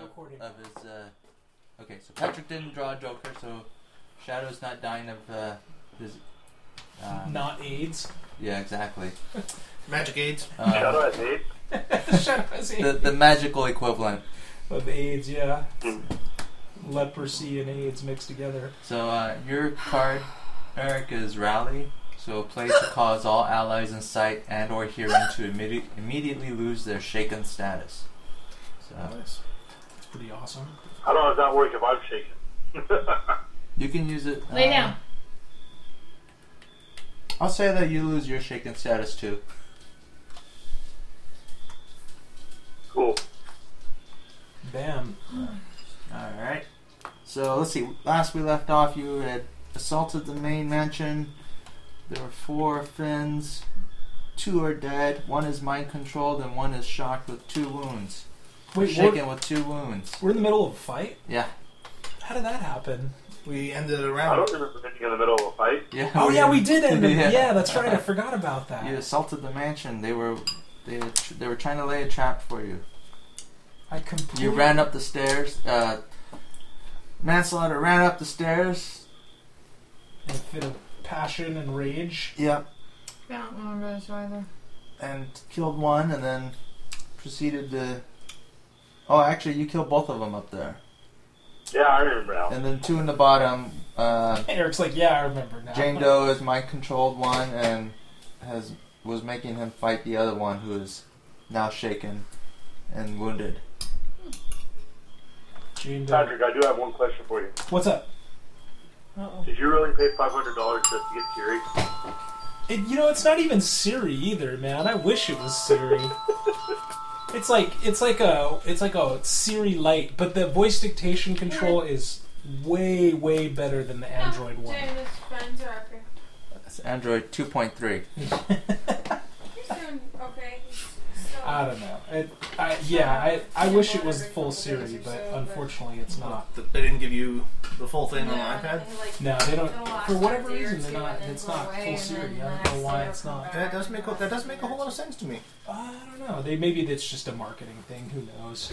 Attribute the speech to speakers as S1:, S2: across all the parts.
S1: recording.
S2: of his. Uh, okay, so Patrick didn't draw a Joker, so Shadow's not dying of uh, his. Um,
S1: Not AIDS.
S2: Yeah, exactly.
S3: Magic AIDS.
S4: Shout
S2: Uh,
S4: out, dude.
S1: Shadow has
S2: the
S1: AIDS.
S2: the magical equivalent.
S1: Of AIDS, yeah.
S4: Mm.
S1: Leprosy and AIDS mixed together.
S2: So uh, your card, Eric, is rally. So play to cause all allies in sight and/or hearing to immedi- immediately lose their shaken status. So
S3: Nice.
S1: It's pretty awesome.
S4: How does that work if I'm shaking?
S2: you can use it.
S5: Lay
S2: uh,
S5: down.
S2: I'll say that you lose your shaken status too.
S4: cool.
S1: Bam.
S2: All right. So let's see. Last we left off, you had assaulted the main mansion. There were four Finns. Two are dead. One is mind controlled, and one is shocked with two wounds.
S1: Wait, we're,
S2: shaken with two wounds.
S1: we're in the middle of a fight?
S2: Yeah.
S1: How did that happen?
S3: We ended
S4: I
S3: around.
S4: don't remember getting in the middle of a fight.
S2: Yeah.
S1: Oh, yeah, we did end it.
S2: Yeah.
S1: Yeah. that's right. I forgot about that.
S2: You assaulted the mansion. They were, they, they were trying to lay a trap for you.
S1: I completely.
S2: You ran up the stairs. Uh, manslaughter ran up the stairs.
S1: in a fit of passion and rage.
S2: Yep.
S5: I don't remember this either.
S2: And killed one, and then proceeded to. Oh, actually, you killed both of them up there.
S4: Yeah, I remember now.
S2: And then two in the bottom. Uh,
S1: Eric's like, yeah, I remember now.
S2: Jane Doe is my controlled one, and has was making him fight the other one, who is now shaken and wounded.
S1: Jane Doe.
S4: Patrick, I do have one question for you.
S1: What's up? Uh-oh.
S4: Did you really pay five hundred dollars just to get Siri?
S1: It, you know, it's not even Siri either, man. I wish it was Siri. it's like it's like a it's like a Siri Lite, but the voice dictation control is way way better than the Android one.
S5: James' friends are up here.
S2: That's Android 2.3.
S5: He's doing okay. He's still-
S1: I don't know. It, I, yeah, I, I wish it was full Siri, but unfortunately it's not.
S3: The, they didn't give you the full thing on
S5: Yeah,
S3: the iPad.
S5: and, like,
S1: No, they don't.
S5: it'll last
S1: For
S5: a
S1: whatever
S5: day or
S1: reason, they're
S5: two and
S1: not.
S5: then
S1: It's
S5: go
S1: not
S5: away,
S1: full
S5: and
S1: Siri.
S5: then
S1: I
S5: the
S1: don't know
S5: next
S1: why
S5: day
S1: it's
S5: it'll come
S1: not.
S5: back,
S3: That does
S5: and
S3: make
S5: the
S3: a, that
S5: next
S3: does
S5: day
S3: make a whole lot of sense to me.
S1: I don't know. They maybe it's just a marketing thing. Who knows?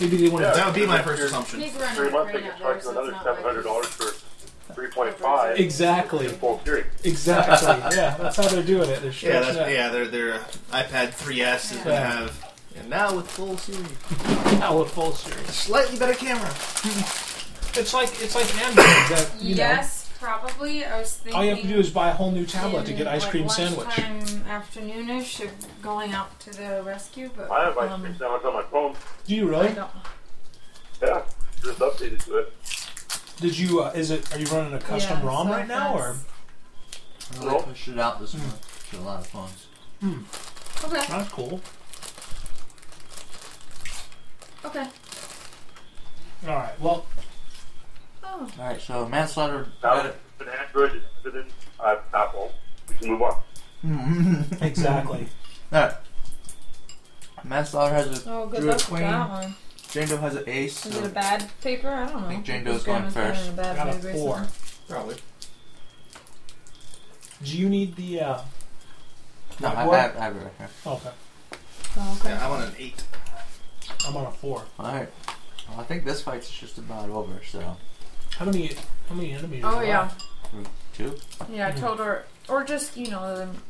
S1: Maybe they want
S4: Yeah.
S1: to.
S3: That would be my first assumption.
S5: He's running
S4: Three months they
S5: right
S4: can
S5: out there,
S4: charge you
S5: so it's
S4: another
S5: not
S4: seven hundred
S5: like
S4: dollars for three point five.
S1: Exactly.
S4: Full Siri.
S1: Exactly. yeah, that's how they're doing it. They're
S3: Yeah,
S1: stretching
S3: that's,
S1: it.
S3: yeah. Their their iPad 3s is gonna
S1: Yeah.
S3: have. And now with full Siri,
S1: Now with full Siri.
S3: slightly better camera.
S1: It's like it's like Android. That, you
S5: Yes, probably. I was
S1: Know,
S5: thinking.
S1: all you have to do is buy a whole new tablet to
S5: in,
S1: get ice
S5: like,
S1: cream sandwich.
S5: lunchtime, afternoonish, of going out to the rescue, but
S4: I have ice
S5: um,
S4: cream sandwich on my phone.
S1: Do you
S5: I
S1: really?
S5: don't.
S4: Yeah, just updated to it.
S1: Did you? Uh, is it? Are you running a custom
S5: Yeah,
S1: ROM
S5: so
S1: right now, or
S5: that's-
S2: Well, they pushed it out this month to a lot of phones.
S5: Okay.
S1: that's cool.
S5: Okay.
S1: All right. Well,
S5: Oh.
S2: All right, so manslaughter.
S4: Now that it's an Android, it's better than uh, Apple. We can move on.
S1: exactly.
S2: Alright. Manslaughter has a
S5: Oh, good
S2: Drew a
S5: luck with
S2: queen.
S5: that one.
S2: Jane Doe has an ace.
S5: Is it a
S2: So
S5: bad paper? I don't know.
S2: think Jane
S5: This
S2: Doe's going
S5: grandma's been
S2: first.
S5: in a bad
S1: Got a
S5: mood recently.
S1: four.
S3: Probably.
S1: Do you need the? Uh,
S2: no, I, I,
S1: What?
S2: have- I have it right here.
S1: okay.
S5: Oh, okay.
S3: Yeah, I want an eight.
S1: I'm on a four.
S2: All right. Well, I think this fight's just about over. So
S1: How many? How many enemies?
S5: Oh
S1: are
S5: yeah,
S1: left?
S2: two.
S5: yeah. I
S1: Mm.
S5: told her, or just you know, them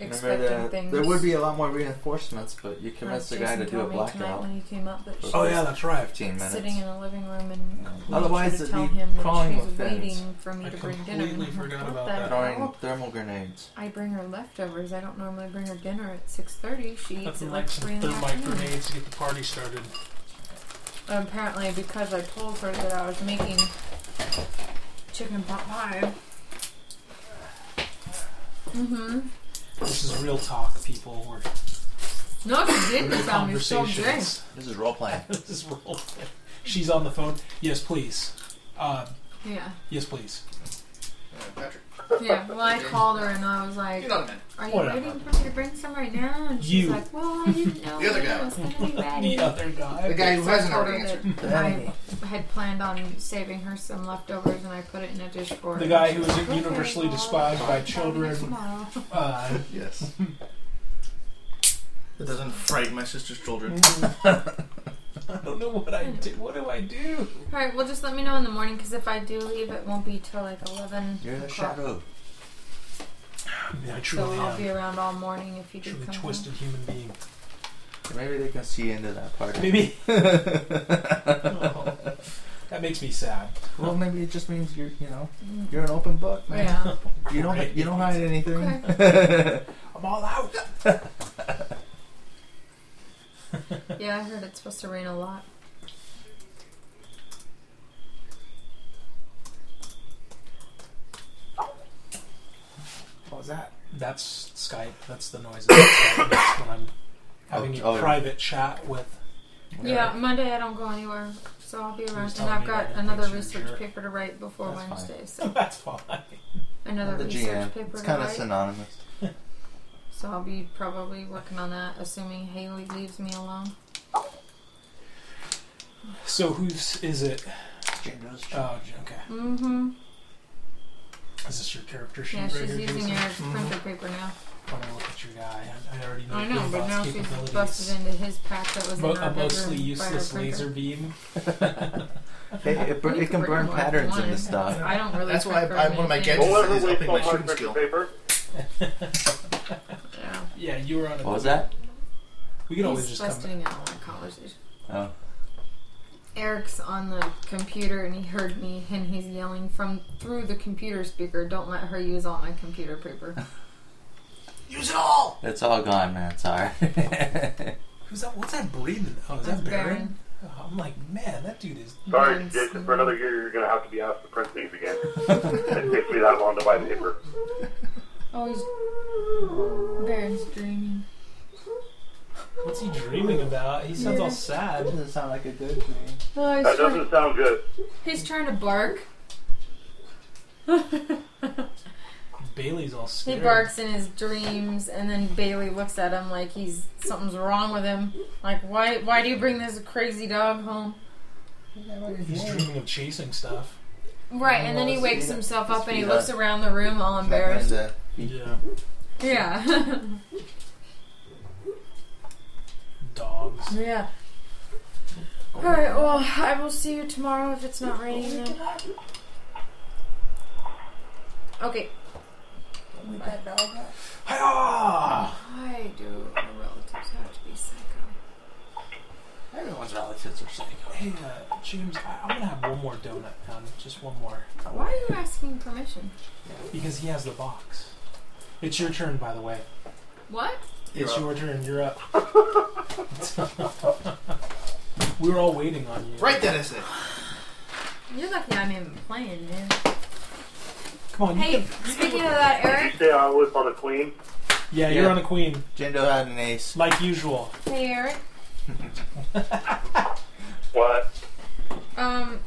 S5: expecting
S2: there,
S5: things.
S2: there would be a lot more reinforcements, but you convinced the
S5: Jason
S2: guy to do a
S5: told me tonight
S2: blackout.
S5: when he came up that she
S1: Oh yeah, that's right.
S2: Fifteen
S5: was
S2: minutes. Um,
S5: sitting in the living room and
S2: Yeah. Otherwise,
S5: to
S2: it'd
S5: tell
S2: be
S5: him that
S2: crawling
S5: she
S2: with
S5: was
S2: fins.
S5: waiting for me
S1: I
S5: to bring dinner.
S1: completely
S5: And I'm like,
S1: forgot
S5: what
S1: about
S5: the
S1: that.
S2: Throwing
S5: hell?
S2: thermal grenades.
S5: I bring her leftovers. I don't normally bring her dinner at six thirty. She eats
S1: Nothing
S5: at
S1: like
S5: like three
S1: some
S5: in the
S1: thermite
S5: afternoon.
S1: grenades to get the party started.
S5: Apparently, because I told her that I was making chicken pot pie. Mm-hmm.
S1: This is real talk, people. We're
S5: No, she didn't.
S1: real
S5: Sound you're so good.
S1: conversations.
S2: This is role playing.
S1: this is role play. She's on the phone. Yes, please. Uh,
S5: Yeah,
S1: yes, please.
S3: Patrick,
S5: yeah. Well, I called her and I was like,
S3: you're not a man.
S5: "Are you
S1: Whatever.
S5: waiting for me to bring some right now?" And she's
S1: You.
S5: like, "Well, I didn't know
S3: The other
S5: when
S3: guy.
S5: it was gonna be ready."
S1: The other guy.
S3: The guy who
S5: So I
S3: hasn't
S5: told
S3: already
S5: her
S3: answered.
S5: that I had planned on saving her some leftovers, and I put it in a dishboard.
S1: The guy
S5: And
S1: who
S5: she's
S1: is
S5: like, "Okay,
S1: universally
S5: well,
S1: despised by
S5: I'll tell you
S1: children.
S5: tomorrow."
S1: Uh,
S3: Yes. That doesn't frighten my sister's children.
S1: I don't know what I do. What do I do?
S5: All right, well, just let me know in the morning because if I do leave, it won't be till like 11.
S2: You're in the
S5: o'clock.
S2: shadow.
S1: Yeah, I
S5: So
S1: truly
S5: I'll
S1: am.
S5: be around all morning if you do
S1: Truly
S5: come.
S1: twisted human being.
S2: Maybe they can see into that part.
S1: Maybe. Oh, that makes me sad.
S2: Well, maybe it just means you're, you know,
S5: home.
S2: you're an open book, man.
S5: Mm. Yeah.
S2: You don't,
S1: Great.
S2: you don't hide anything.
S1: I'm all out.
S5: yeah, I heard it's supposed to rain a lot.
S2: What was that?
S1: That's Skype. That's the noise. of Skype. That's when I'm having
S2: Oh,
S1: a
S2: oh.
S1: private chat with.
S5: Yeah, Monday I don't go anywhere, so I'll be around.
S1: Please tell
S5: And I've
S1: me
S5: got
S1: that.
S5: another
S1: Thanks, you're a
S5: research
S1: jerk.
S5: paper to write before
S2: That's fine.
S5: Wednesday, so
S1: That's fine.
S5: another
S2: the
S5: research
S2: GM.
S5: paper
S2: It's
S5: to
S2: kind of
S5: write.
S2: synonymous.
S5: so I'll be probably working on that, assuming Haley leaves me alone.
S1: So whose is it?
S2: Jingles.
S1: Oh, okay.
S5: Mm-hmm.
S1: Is this your character sheet
S5: Yeah,
S1: right
S5: she's
S1: here,
S5: using
S1: Jason?
S5: your
S3: Mhm.
S5: printer paper now.
S1: I'm gonna look at your guy. I, I already know.
S5: I know,
S1: your
S5: but
S1: boss
S5: now she's
S1: capabilities.
S5: busted into his pack that was
S1: Mo-
S5: in our
S1: a mostly
S5: bedroom
S1: useless
S5: by our printer.
S1: laser beam.
S2: Hey, it, bur-
S5: You
S2: it
S5: can
S2: can burn
S5: burn more if you
S2: patterns
S5: want.
S2: in the stuff.
S5: I don't really.
S3: That's why I- I-
S5: prefer
S3: one of my
S5: anything.
S3: gadgets-
S4: Don't ever
S3: Is upping
S4: waste
S3: my
S4: all my
S3: shooting
S4: printer
S3: skill.
S4: paper.
S5: Yeah.
S1: Yeah, you were on.
S2: What was that?
S1: We could always
S5: He's
S1: just come.
S5: busting out my conversation.
S2: Oh.
S5: Eric's on the computer and he heard me and he's yelling from through the computer speaker. Don't let her use all my computer paper.
S3: Use it all!
S2: It's all gone, man. It's alright.
S1: Who's that? What's that breathing? Oh, is
S5: That's
S1: that Baron?
S5: Baron.
S1: Oh, I'm like, man, that dude is.
S4: Sorry,
S5: Nice.
S4: Jason, for another year, you're going to have to be asked to print these again. it takes me that long to buy paper.
S5: Oh, he's Baron's dreaming.
S1: What's he dreaming about? He sounds all sad.
S2: doesn't sound like a good thing.
S5: Oh, he's,
S4: That
S5: trying,
S4: doesn't sound good.
S5: he's trying to bark.
S1: Bailey's all
S5: He
S1: scared.
S5: barks in his dreams, and then Bailey looks at him like he's something's wrong with him. Like, why? Why do you bring this crazy dog home?
S1: He's dreaming of chasing stuff.
S5: Right, and then he
S2: Well,
S5: wakes
S2: speed up-
S5: himself up and he
S2: speed
S5: looks
S2: up.
S5: around the room all embarrassed.
S2: That means, uh,
S1: Yeah,
S5: Yeah,
S1: dogs.
S5: Oh, yeah. All right. Well, I will see you tomorrow if it's not raining. Then. Okay.
S1: Hi-yah!
S5: Why do our relatives have to be psycho?
S2: Everyone's relatives are saying.
S1: Hey, uh, James, I- I'm gonna have one more donut, man. Just one more,
S5: Why are you asking permission?
S1: because he has the box. It's your turn, by the way.
S5: What?
S3: You're
S1: it's
S3: up.
S1: your turn. You're up. we were all waiting on you.
S3: Write that essay.
S5: You're lucky I'm even playing, man.
S1: Come on. you
S5: Hey,
S1: can-
S5: speaking of that,
S4: You
S5: Eric.
S4: stay on with on a queen.
S1: yeah, you're
S2: Yeah.
S1: on a queen,
S2: Jindo had an ace.
S1: like usual.
S5: Hey, Eric.
S4: What?
S5: Um,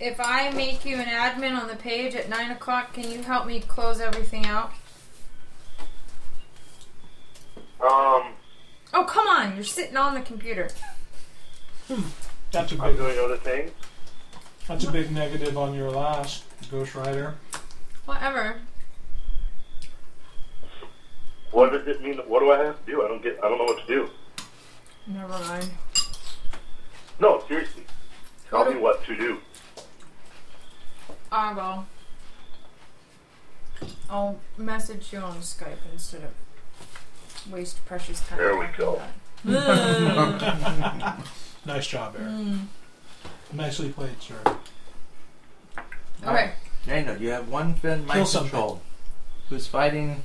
S5: if I make you an admin on the page at nine o'clock, can you help me close everything out?
S4: Um,
S5: Oh, come on! You're sitting on the computer.
S1: That's a
S4: I'm
S1: big.
S4: doing other things.
S1: That's a big negative on your last Ghost Rider.
S5: Whatever.
S4: What does it mean? What do I have to do? I don't get. I don't know what to do.
S5: Never mind.
S4: No, seriously. Tell
S5: Go
S4: me
S5: to-
S4: what to do.
S5: I'll go. I'll message you on Skype instead of waste precious time.
S4: There we
S5: talking
S4: go.
S5: about it. Ugh.
S1: Nice job, Eric.
S5: Mm.
S1: Nicely played, sir.
S5: okay.
S2: Jindo, you have one Finn mind
S1: Kill something.
S2: control, who's fighting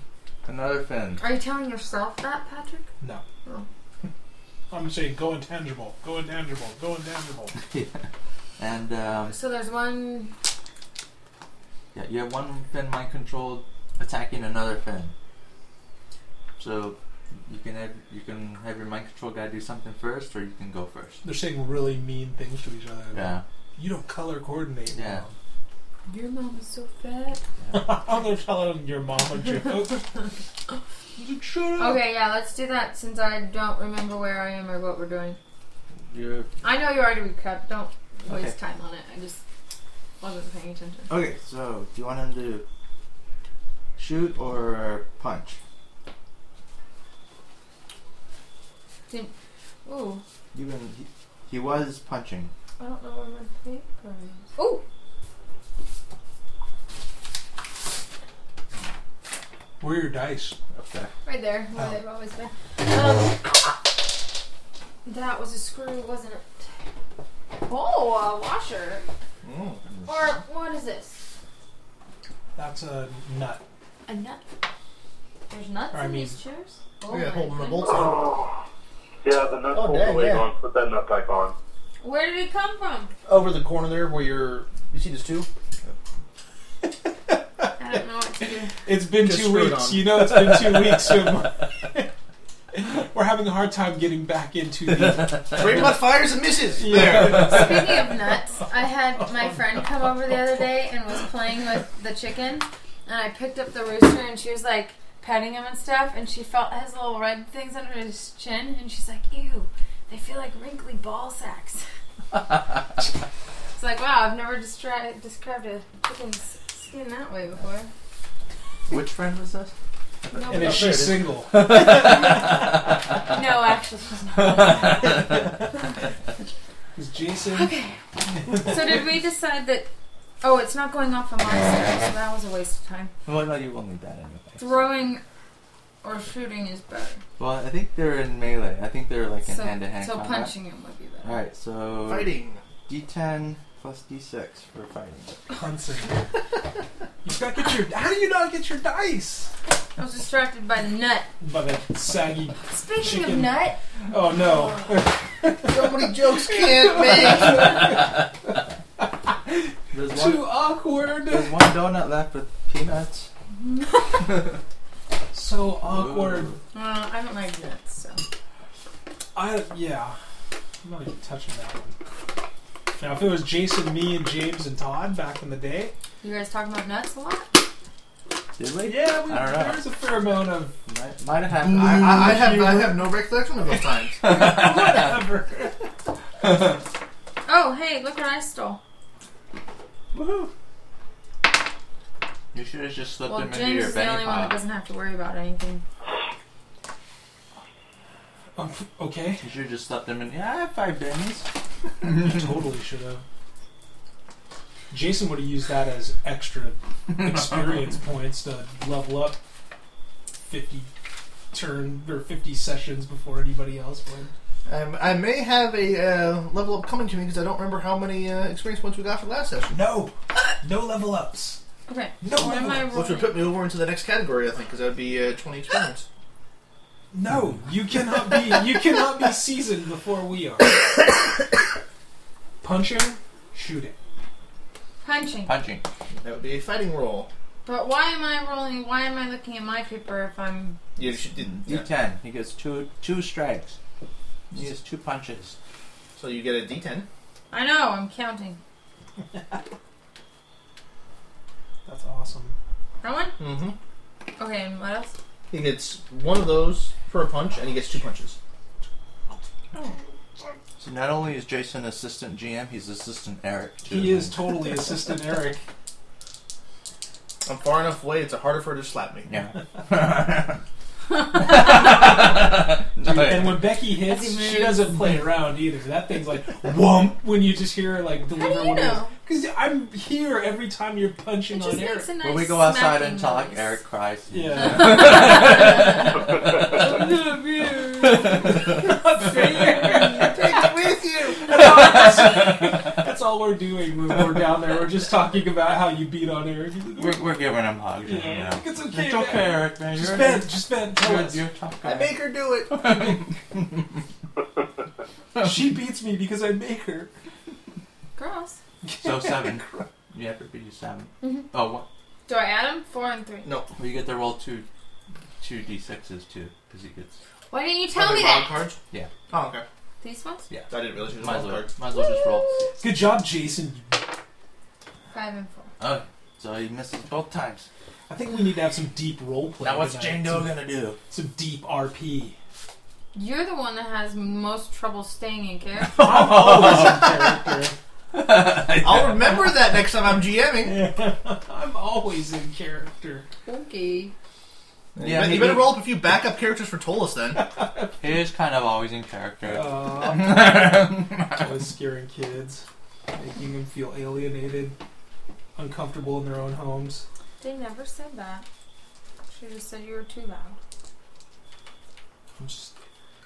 S2: another Finn.
S5: Are you telling yourself that, Patrick?
S1: No.
S5: Oh.
S1: I'm saying go intangible, go intangible, go intangible.
S2: And um,
S5: So there's one.
S2: yeah, you have one Finn mind controlled attacking another Finn. So you can have you can have your mind control guy do something first, or you can go first.
S1: They're saying really mean things to each other.
S2: Yeah.
S1: You don't color coordinate.
S2: Yeah.
S5: Your mom is so fat.
S1: Mom. I'm gonna tell them your mom a joke. Like, Shut up.
S5: Okay, yeah, let's do that since I don't remember where I am or what we're doing.
S2: You're
S5: I know you already recapped. Don't waste
S2: Okay.
S5: time on it. I just wasn't paying attention.
S2: okay. So do you want him to shoot or punch?
S5: Ooh,
S2: You can. He, He was punching.
S5: I don't know where my paper is. Oh,
S1: Where are your dice?
S2: Okay.
S5: right there, where
S1: Oh.
S5: they've always been. Um, that was a screw, wasn't it? Oh, a washer. Or what is this?
S1: That's a nut.
S5: A nut. There's nuts
S1: Or I
S5: in
S1: mean-
S5: these chairs. Oh
S6: I gotta
S5: my
S6: hold my
S5: goodness.
S6: bolts on.
S4: Yeah, the nut
S6: Oh,
S4: pulled
S6: dang,
S4: the lid
S6: yeah.
S4: on. Put that nut back on.
S5: Where did it come from?
S6: Over the corner there where you're. You see this too?
S5: I don't know what to do.
S1: It's been
S6: Just
S1: two
S6: screw it
S1: weeks.
S6: on.
S1: You know, it's been two weeks. Of We're having a hard time getting back into the.
S6: Three blood fires and misses!
S1: Yeah.
S5: Speaking of nuts, I had my friend come over the other day and was playing with the chicken, and I picked up the rooster and she was like petting him and stuff, and she felt his little red things under his chin, and she's like, "Ew, they feel like wrinkly ball sacks." it's like, wow, I've never destri- described a chicken's skin that way before.
S2: Which friend was this?
S5: No,
S1: And
S6: then
S1: if
S5: but-
S6: she-
S1: she's single,
S5: no, actually, she's not.
S1: is Jason?
S5: so did we decide that? Oh, it's not going off a monster, so that was a waste of time.
S2: Well, no, you will need that anyway.
S5: Throwing or shooting is better.
S2: Well, I think they're in melee. I think they're like in
S5: so,
S2: hand-to-hand
S5: so
S2: combat.
S5: punching him would be better.
S2: All right, so
S6: Fighting.
S2: D10 plus D6 for fighting.
S1: Huntsing. You gotta get your. How do you not get your dice?
S5: I was distracted by the nut.
S1: By the saggy.
S5: Speaking of
S1: Chicken.
S5: nut,
S1: Oh no.
S6: So many jokes can't make!
S2: There's one,
S1: Too awkward.
S2: there's one donut left with peanuts.
S1: So awkward.
S2: Ooh.
S5: uh, I don't like nuts. So
S1: I yeah. I'm not even touching that one. Now, if it was Jason, me, and James and Todd back in the day,
S5: you guys talking about nuts a lot?
S2: Did we?
S1: yeah, we,
S2: I don't know.
S1: there was a fair amount of
S2: Might, might have happened.
S6: I, I, I, have,
S1: Blue
S6: I
S1: hue.
S6: have no recollection of those times.
S1: whatever.
S5: Oh, hey, look what I stole.
S1: Woohoo.
S2: you should have just slipped
S5: well,
S2: them into
S5: James
S2: your
S5: is the only
S2: Benny
S5: one
S2: pile.
S5: that doesn't have to worry about anything.
S1: Um, okay.
S2: You should have just slipped them in. Yeah, I have five bennies.
S1: totally should have. Jason would have used that as extra experience points to level up 50 turn or 50 sessions before anybody else would.
S6: Um, I may have a uh, level up coming to me because I don't remember how many uh, experience points we got for last session.
S1: No, no level ups.
S5: Okay,
S1: No
S5: what am
S1: level
S5: I
S1: ups.
S6: Which would
S5: rolling?
S6: put me over into the next category, I think, because that would be uh, 20 experience.
S1: No, you cannot be you cannot be seasoned before we are. Punching, shooting.
S5: Punching.
S2: Punching.
S6: That would be a fighting roll.
S5: But why am I rolling? Why am I looking at my paper if I'm?
S6: You should, did- yeah.
S2: D10. He gets two two strikes. He gets two punches.
S6: So you get a D10.
S5: I know I'm counting.
S1: That's awesome.
S5: That one?
S6: Mm-hmm.
S5: Okay, and what else?
S6: He gets one of those for a punch, and he gets two punches.
S2: So not only is Jason assistant GM, he's assistant Eric too.
S1: He is totally assistant Eric.
S6: I'm far enough away; it's harder for her to slap me.
S2: Yeah.
S1: Dude, and when Becky hits,
S5: As he
S1: she
S5: moves.
S1: doesn't play around either. That thing's like whump when you just hear her like deliver
S5: How do you
S1: one of
S5: know?
S1: Because I'm here every time you're
S5: It
S1: punching
S5: just
S1: on Eric.
S5: makes a nice.
S2: when we go outside
S5: smacking
S2: and talk,
S5: noise.
S2: Eric cries.
S1: Yeah.
S5: I love you.
S6: Take it with you.
S1: That's all we're doing when we're down there. We're just talking about how you beat on Eric.
S2: We're, we're giving him hugs.
S1: Yeah.
S2: You know.
S1: It's okay.
S2: It's
S1: man.
S2: okay, Eric, man.
S1: Just
S2: You're,
S1: Ben, just Ben, tell
S2: you're,
S1: us.
S2: you're a tough
S6: I
S2: guy.
S6: make her do it.
S1: She beats me because I make her.
S5: Gross.
S2: So seven. You have to be seven.
S6: Mm-hmm.
S2: Oh, what?
S5: Do I add them? Four and three.
S2: Well, you get to roll two, two d6s too, because he gets.
S5: Why didn't you
S6: Are
S5: tell
S6: they
S5: me
S6: wild
S5: that?
S6: Cards?
S2: Yeah.
S6: Oh, okay.
S5: These ones?
S6: I didn't realize she was
S2: Might as
S6: wild
S2: well.
S6: card.
S2: Might as well just roll.
S1: Good job, Jason.
S5: Five and four.
S2: Okay. Oh, So he misses both times.
S1: I think we need to have some deep role play.
S2: Now what's
S1: tonight.
S2: Jane Doe
S1: Some-
S2: gonna do?
S1: Some deep RP.
S5: You're the one that has most trouble staying in character.
S1: I'm always in character.
S6: I'll remember that next time I'm GMing.
S1: I'm always in character.
S5: okay.
S6: Yeah,
S2: Yeah,
S6: you
S2: he,
S6: better roll up a few backup characters for Tolus then.
S2: he is kind of always in character.
S1: Uh, It's always scaring kids, making them feel alienated, uncomfortable in their own homes.
S5: They never said that. She just said you were too loud.
S1: I'm just,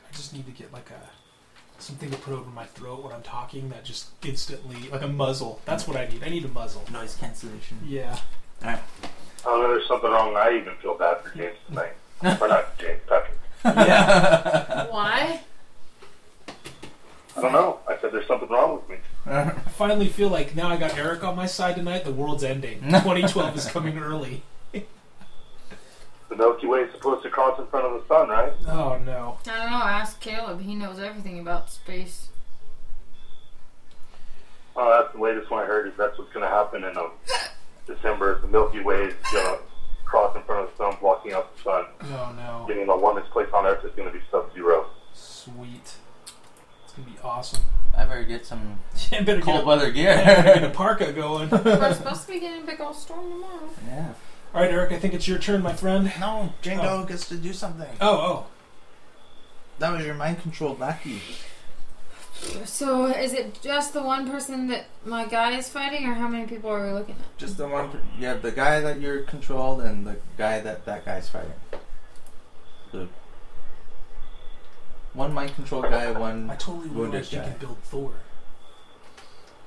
S1: I just need to get like a something to put over my throat when I'm talking that just instantly like a muzzle. That's what I need. I need a muzzle.
S2: Noise cancellation.
S1: Yeah.
S4: Oh, no, there's something wrong. I even feel bad for James tonight. or not James, Patrick.
S2: Yeah.
S5: Why?
S4: I don't know. I said there's something wrong with me.
S1: I finally feel like now I got Eric on my side tonight. The world's ending. 2012 is coming early.
S4: The Milky Way is supposed to cross in front of the sun, right?
S1: Oh no.
S5: I don't know. Ask Caleb. He knows everything about space.
S4: Oh, that's the latest one I heard is that's what's going to happen in um, December. The Milky Way is going to cross in front of the sun, blocking out the sun,
S1: Oh no.
S4: getting the warmest place on Earth is going to be sub-zero.
S1: Sweet. It's gonna be awesome.
S2: I better get some
S1: Yeah, better get
S2: cold
S1: a,
S2: weather
S1: better get a
S2: gear.
S1: parka going.
S5: We're supposed to be getting a big old storm tomorrow.
S2: yeah.
S1: All right, Eric. I think it's your turn, my friend.
S2: No, Django gets to do something.
S1: Oh,
S2: That was your mind control lackey.
S5: So is it just the one person that my guy is fighting, or how many people are we looking at?
S2: Just the one. You have the guy that you're controlled and the guy that that guy's fighting. The one mind control guy,
S1: oh! I
S2: one.
S1: totally realized you
S2: Wounded
S1: can
S2: guy.
S1: build Thor.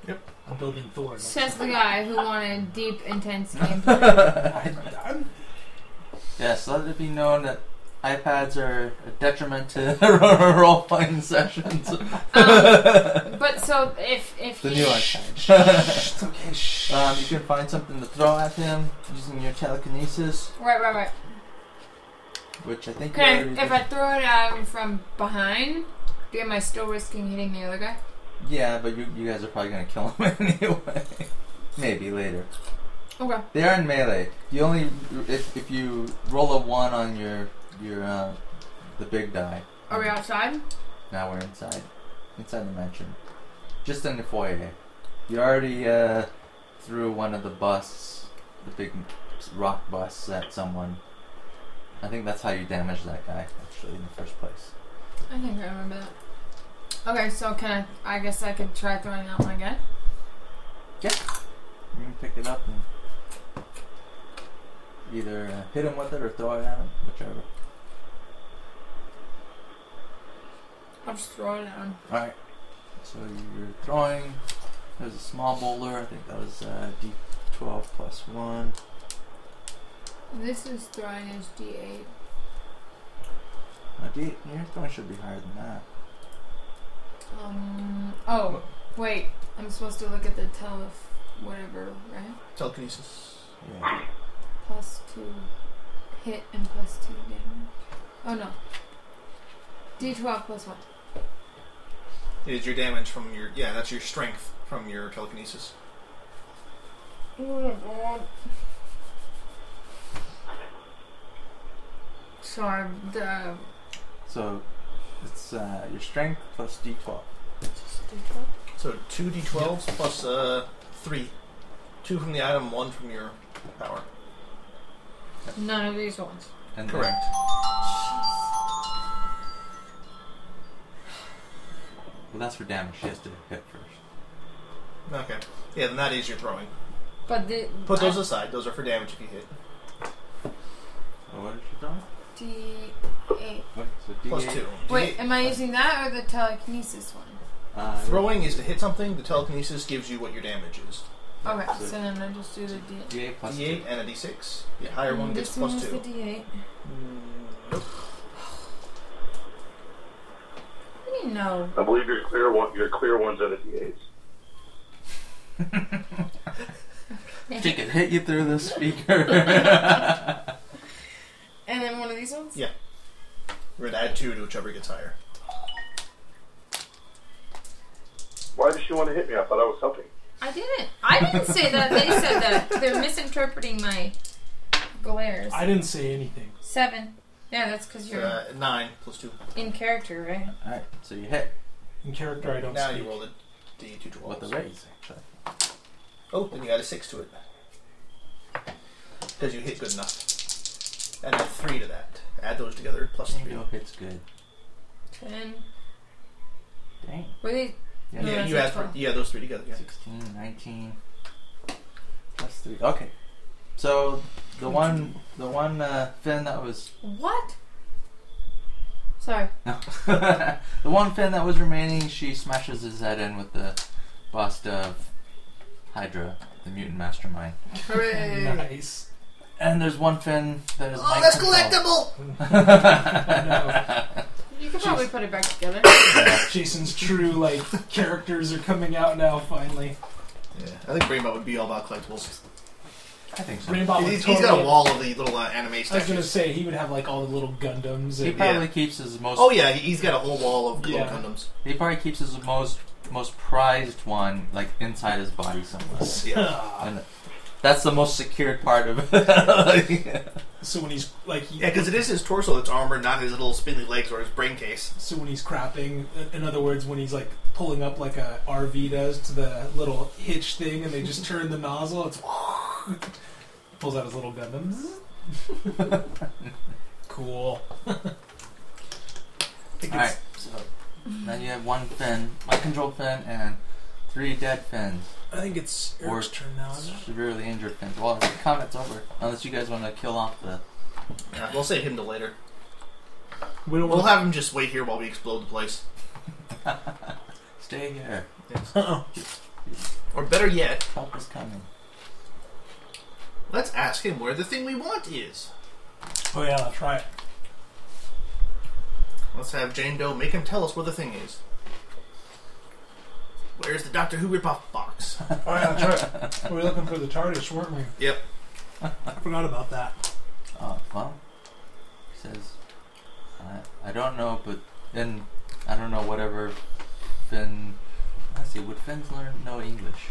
S1: Yep. I'm building Thor. next
S5: Says the
S1: time.
S5: guy who wanted deep, intense gameplay.
S1: I,
S2: yes,
S1: I'm,
S2: let it be known that iPads are a detriment to role playing sessions.
S5: Um, but so if if
S2: The
S5: he,
S2: new iPad.
S1: it's okay. Shh.
S7: Uh,
S2: um, you can find something to throw at him using your telekinesis,
S5: right, right, right.
S2: which I think. you
S5: Can
S2: already
S5: I, if
S2: did.
S5: I throw it at him from behind, do- am I still risking hitting the other guy?
S2: Yeah, but you, you guys are probably gonna kill him anyway. Maybe later.
S5: Okay.
S2: They are in melee. You only if, if you roll a one on your your uh, the big die.
S5: Are we
S2: Mm-hmm.
S5: outside?
S2: Now we're inside, inside the mansion, just in the foyer. You already uh, threw one of the busts, the big rock busts at someone. I think that's how you damaged that guy actually in the first place.
S5: I think I remember that. Okay, so can I? I guess I could try throwing that one again.
S2: You can pick it up and either uh, hit him with it or throw it at him, whichever.
S5: I'll just throw it at him.
S2: Alright. So you're throwing. There's a small bowler. I think that was uh, D12 plus 1.
S5: This is throwing as D8.
S2: No, D- your throwing should be higher than that.
S5: Um. Oh, wait. I'm supposed to look at the tele, whatever, right?
S6: Telekinesis.
S2: Yeah.
S5: Plus two hit and plus two damage. Oh no. D12 plus one.
S6: Is your damage from your yeah? That's your strength from your telekinesis.
S5: Sorry, the
S2: So it's uh, your strength plus D12.
S5: D12.
S6: So two d12s plus uh three, two from the item, one from your power.
S5: None of these ones.
S2: And
S6: Correct.
S2: Then, well, that's for damage. She has to hit first.
S6: Okay. Yeah, then that is your throwing.
S5: But the uh,
S6: Put those aside. Those are for damage if you hit.
S2: Oh, what did she throw?
S5: D8.
S2: Wait, so D8.
S6: Plus two.
S5: Wait, am I using that or the telekinesis one?
S2: Uh,
S6: Throwing is to hit something. The telekinesis gives you what your damage is.
S5: Okay,
S2: So-
S5: so then I just do the D.
S2: D8 plus
S6: D8 and a D6. The higher one
S5: Mm,
S6: gets
S5: this one
S6: plus
S5: is the
S6: two.
S5: D8.
S6: Mm, Nope.
S5: I didn't know.
S4: I believe your clear one, your clear ones are the D8s.
S2: two. She can hit you through the speaker.
S5: And then one of these ones?
S6: Yeah. We're gonna add two to whichever gets higher.
S4: Why does she want to hit me? I thought I was helping.
S5: I didn't. I didn't say that. They said that. They're misinterpreting my glares.
S1: I didn't say anything.
S5: Seven. Yeah, that's because you're
S6: Uh, nine plus two.
S5: in character, right?
S2: Alright, so you hit
S1: In character, I don't
S6: now
S1: speak.
S6: you roll a D2 12.
S2: with the raise, actually.
S6: Oh, then you add a six to it. Because you hit good enough. And add three to that. Add those together, plus
S2: There you
S6: three.
S2: go. It's good.
S5: Ten.
S2: Dang.
S5: Were they
S2: Yeah.
S5: Yeah.
S7: Yeah, you asked for yeah those three together. Yeah.
S2: 16, 19. Plus three. Okay. So the one, the one uh, fin that was
S5: What? Sorry.
S2: no, the one fin that was remaining, she smashes his head in with the bust of Hydra, the mutant mastermind.
S6: Hooray!
S1: Nice.
S2: And there's one fin that is.
S6: Oh,
S2: mind
S6: that's
S2: controlled.
S6: collectible!
S5: You could probably put it back together.
S1: Jason's true like characters are coming out now. Finally,
S7: yeah. I think Rainbow would be all about collectibles.
S2: I think so.
S1: Rainbow would
S7: He's-
S1: Oh, totally,
S7: he's got a wall of the little uh, anime
S1: I was gonna
S7: statues.
S1: say he would have like all the little Gundams.
S2: He
S1: And,
S2: probably keeps his most.
S7: Oh yeah, he- he's got a whole wall of
S1: Yeah.
S7: little condoms.
S2: He probably keeps his most most prized one like inside his body somewhere.
S7: Yeah.
S2: And that's the most secured part of it.
S1: so when he's like, he-
S7: Yeah, because it is his torso that's armored, not his little spindly legs or his brain case.
S1: so when he's crapping, in other words, when he's like pulling up like a RV does to the little hitch thing, and they just turn the nozzle. It's pulls out his little Gundam. cool. I think
S2: All
S1: it's-
S2: right, so now you have one fin, one control fin, and three dead fins,
S1: I think it's
S2: Or-
S1: Eric's turn now. Isn't it?
S2: severely injured fins. Well, the combat's over, unless you guys want to kill off the.
S7: Yeah, we'll save him to later.
S1: We don't
S7: We'll have him just wait here while we explode the place.
S2: Stay here.
S7: Or better yet,
S2: Help is coming.
S7: let's ask him where the thing we want is.
S1: Oh yeah, that's right.
S7: Let's have Jane Doe make him tell us where the thing is. Where's the Doctor Who ripoff box?
S1: Oh yeah, that's right. we were looking for the TARDIS, weren't we?
S7: Yep.
S1: I forgot about that.
S2: Oh, well, he says, I, I don't know, but then I don't know whatever fin. Let's see, would fins learn no English?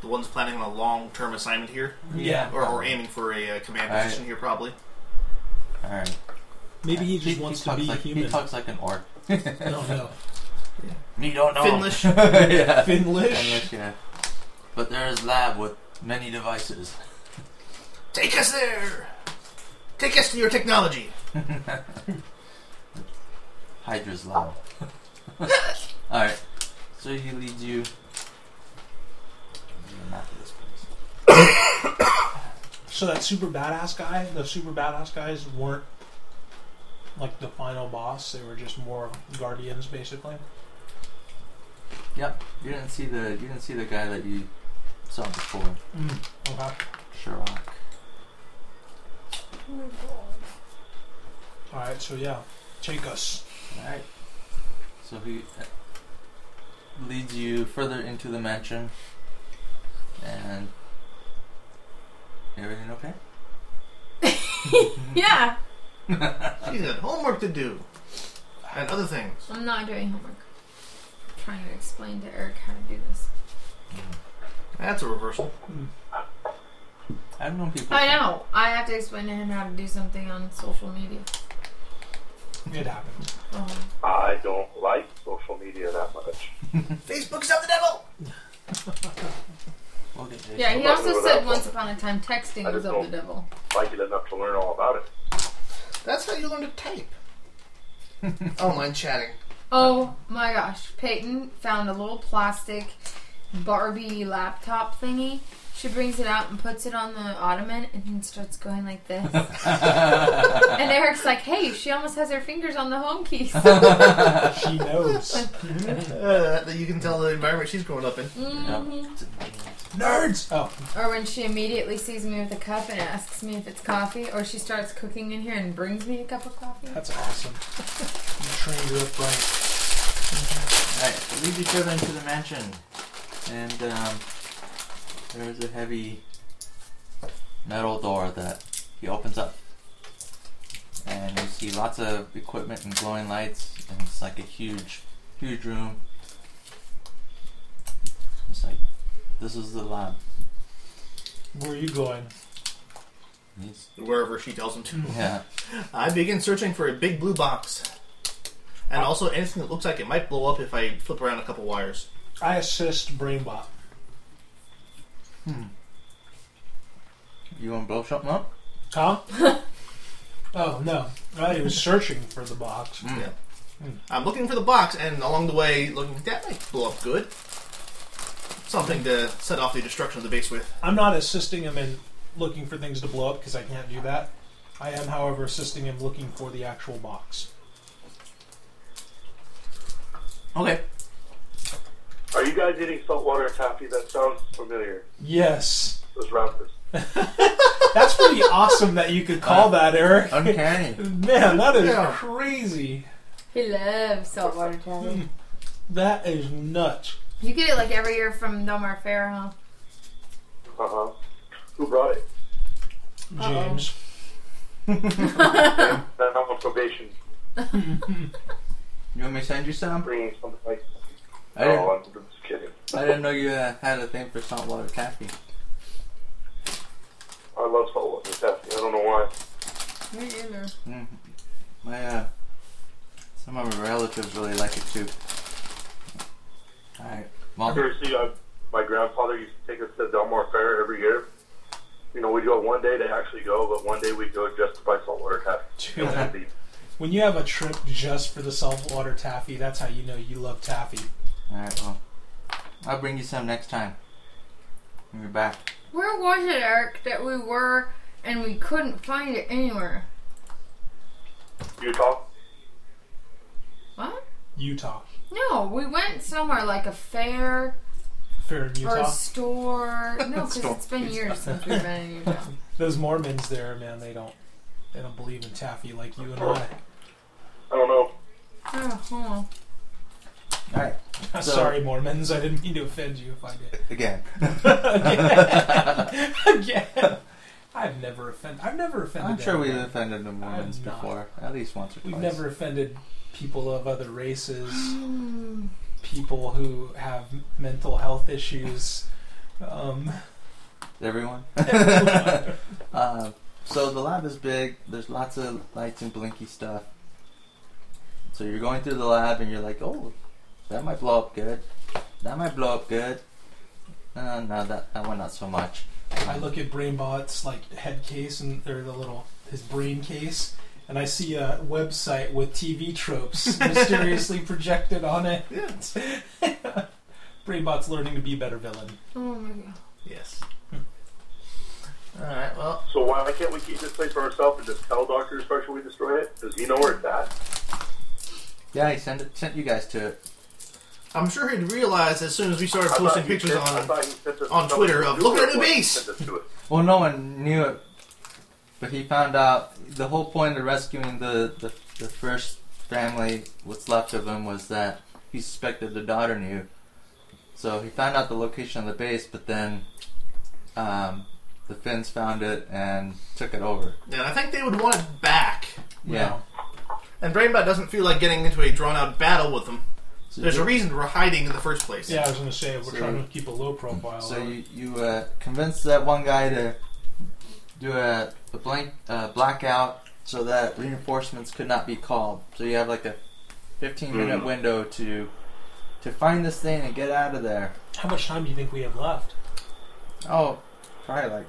S7: The one's planning on a long-term assignment here,
S1: Yeah.
S7: or, or aiming for a uh, command
S2: Alright.
S7: position here, probably.
S2: All right.
S1: Maybe he just wants to
S2: talks
S1: be
S2: like,
S1: human.
S2: He talks like an orc.
S1: I don't know.
S2: You don't know.
S7: Finlish.
S2: yeah.
S1: Finlish.
S2: Finlish, yeah. But there is lab with many devices.
S7: Take us there. Take us to your technology.
S2: Hydra's lab. Alright. So he leads you. There's a map of this place.
S1: So that super badass guy, the super badass guys weren't like the final boss. They were just more guardians, basically.
S2: Yep. You didn't see the you didn't see the guy that you saw before.
S1: Okay.
S2: Sherlock.
S1: All right. So yeah, take us.
S2: Alright. So he uh, leads you further into the mansion. And everything okay?
S5: yeah.
S7: She's got homework to do, and other things.
S5: I'm not doing homework. I'm trying to explain to Eric how to do this.
S7: That's a reversal.
S2: I've known people.
S5: I know. I have to explain to him how to do something on social media.
S1: It happened.
S5: Oh.
S4: I don't like social media that much.
S7: Facebook's not the devil.
S2: We'll get there.
S5: Yeah, he
S4: Well,
S5: also
S4: well,
S5: said
S4: that's-
S5: once upon a time texting
S4: I
S5: was
S4: just
S5: of
S4: don't-
S5: the devil.
S4: Like it enough to learn all about it.
S6: That's how you learn to type. I don't mind chatting.
S5: Oh my gosh. Peyton found a little plastic Barbie laptop thingy. She brings it out and puts it on the ottoman and then starts going like this. and Eric's like, hey, she almost has her fingers on the home keys.
S1: She knows.
S7: Uh, that you can tell the environment she's growing up in.
S5: Mhm.
S1: Nerds. Oh,
S5: Or when she immediately sees me with a cup and asks me if it's coffee, or she starts cooking in here and brings me a cup of coffee.
S1: that's awesome. You trained her up right.
S2: Alright, we lead each other into the mansion. And um, there's a heavy metal door that he opens up. And you see lots of equipment and glowing lights. And it's like a huge, huge room. It's like, this is the lab.
S1: Where are you going?
S2: And he's-
S7: Wherever she tells him to.
S2: Yeah.
S7: I begin searching for a big blue box. And also anything that looks like it might blow up if I flip around a couple wires.
S1: I assist Brainbot.
S2: You want to blow something up?
S1: Huh? oh no! I was searching for the box.
S7: Yeah. I'm looking for the box, and along the way, looking that might blow up good. Something to set off the destruction of the base with.
S1: I'm not assisting him in looking for things to blow up because I can't do that. I am, however, assisting him looking for the actual box.
S2: Okay.
S4: Are you guys eating saltwater taffy? That sounds familiar.
S1: Yes.
S4: Those rappers.
S1: That's pretty awesome that you could call that, Eric.
S2: Uncanny.
S1: Man, that is
S6: Yeah.
S1: crazy.
S5: He loves saltwater taffy.
S1: That is nuts.
S5: You get it like every year from Delmar Fair, huh?
S4: Uh huh. Who brought it?
S5: Uh-oh.
S1: James.
S4: Then I'm on probation,
S2: You want me to send you some?
S4: bringing something like.
S2: I didn't,
S4: Oh, I'm just kidding.
S2: I didn't know you uh, had a thing for saltwater taffy.
S4: I love saltwater taffy. I don't know why.
S5: Me either.
S2: Mm. My uh, some of my relatives really like it too. All right. Well,
S4: Seriously, I, uh, my grandfather used to take us to Delmar Fair every year. You know, we'd go one day to actually go, but one day we'd go just to buy saltwater taffy.
S1: Dude,
S4: And then leave.
S1: when you have a trip just for the saltwater taffy, that's how you know you love taffy.
S2: all right. Well, I'll bring you some next time. When you're back.
S5: Where was it, Eric, that we were and we couldn't find it anywhere?
S4: Utah?
S5: What?
S1: Utah.
S5: No, we went somewhere like a fair
S1: Fair in
S5: or a
S1: Utah.
S5: store. No, because
S2: Store.
S5: it's been years since we've been in Utah.
S1: Those Mormons there, man, they don't they don't believe in taffy like you and I.
S4: I don't know.
S5: Oh, hold on.
S2: All right. So-
S1: Sorry, Mormons, I didn't mean to offend you if I did.
S2: Again.
S1: Again. Again. I've never offended I've never offended
S2: I'm sure we've
S1: anyone.
S2: offended the Mormons
S1: I'm not.
S2: before, at least once or twice.
S1: We've never offended people of other races, people who have mental health issues. Um,
S2: Everyone. uh, so the lab is big. There's lots of lights and blinky stuff. So you're going through the lab and you're like, oh, that might blow up good. That might blow up good. Uh, no, that, that one not so much.
S1: I look at Brainbot's like head case and or the little his brain case, and I see a website with TV tropes mysteriously projected on it.
S7: Yeah.
S1: Brainbot's learning to be a better villain.
S5: Oh my god.
S7: Yes. All right. Well,
S4: So why can't we keep this place for ourselves and just tell Dr. Special we destroy it? Does he know where it's at?
S2: Yeah, I sent it, sent you guys to it.
S7: I'm sure he'd realize as soon as we started
S4: I thought
S7: posting
S4: he
S7: pictures
S4: sent- I
S7: on.
S4: thought he sent us
S7: on
S4: something
S7: Twitter
S4: to
S7: of,
S4: do
S7: "Look
S4: with
S7: at
S4: it
S7: the
S4: when he
S7: base!"
S4: sent us to it.
S2: Well, no one knew it, but he found out the whole point of rescuing the, the, the first family, what's left of them, was that he suspected the daughter knew. So he found out the location of the base, but then um, the Finns found it and took it over.
S7: And I think they would want it back.
S2: Yeah.
S7: And Brainbot doesn't feel like getting into a drawn out battle with them.
S2: So,
S7: There's a reason we're hiding in the first place.
S1: Yeah, I was gonna say we're
S2: So-
S1: trying to keep a low profile.
S2: so you, you uh, convinced that one guy to do a, a blank uh, blackout so that reinforcements could not be called. So you have like a 15 minute
S4: Mm.
S2: window to to find this thing and get out of there.
S1: How much time do you think we have left?
S2: Oh, probably like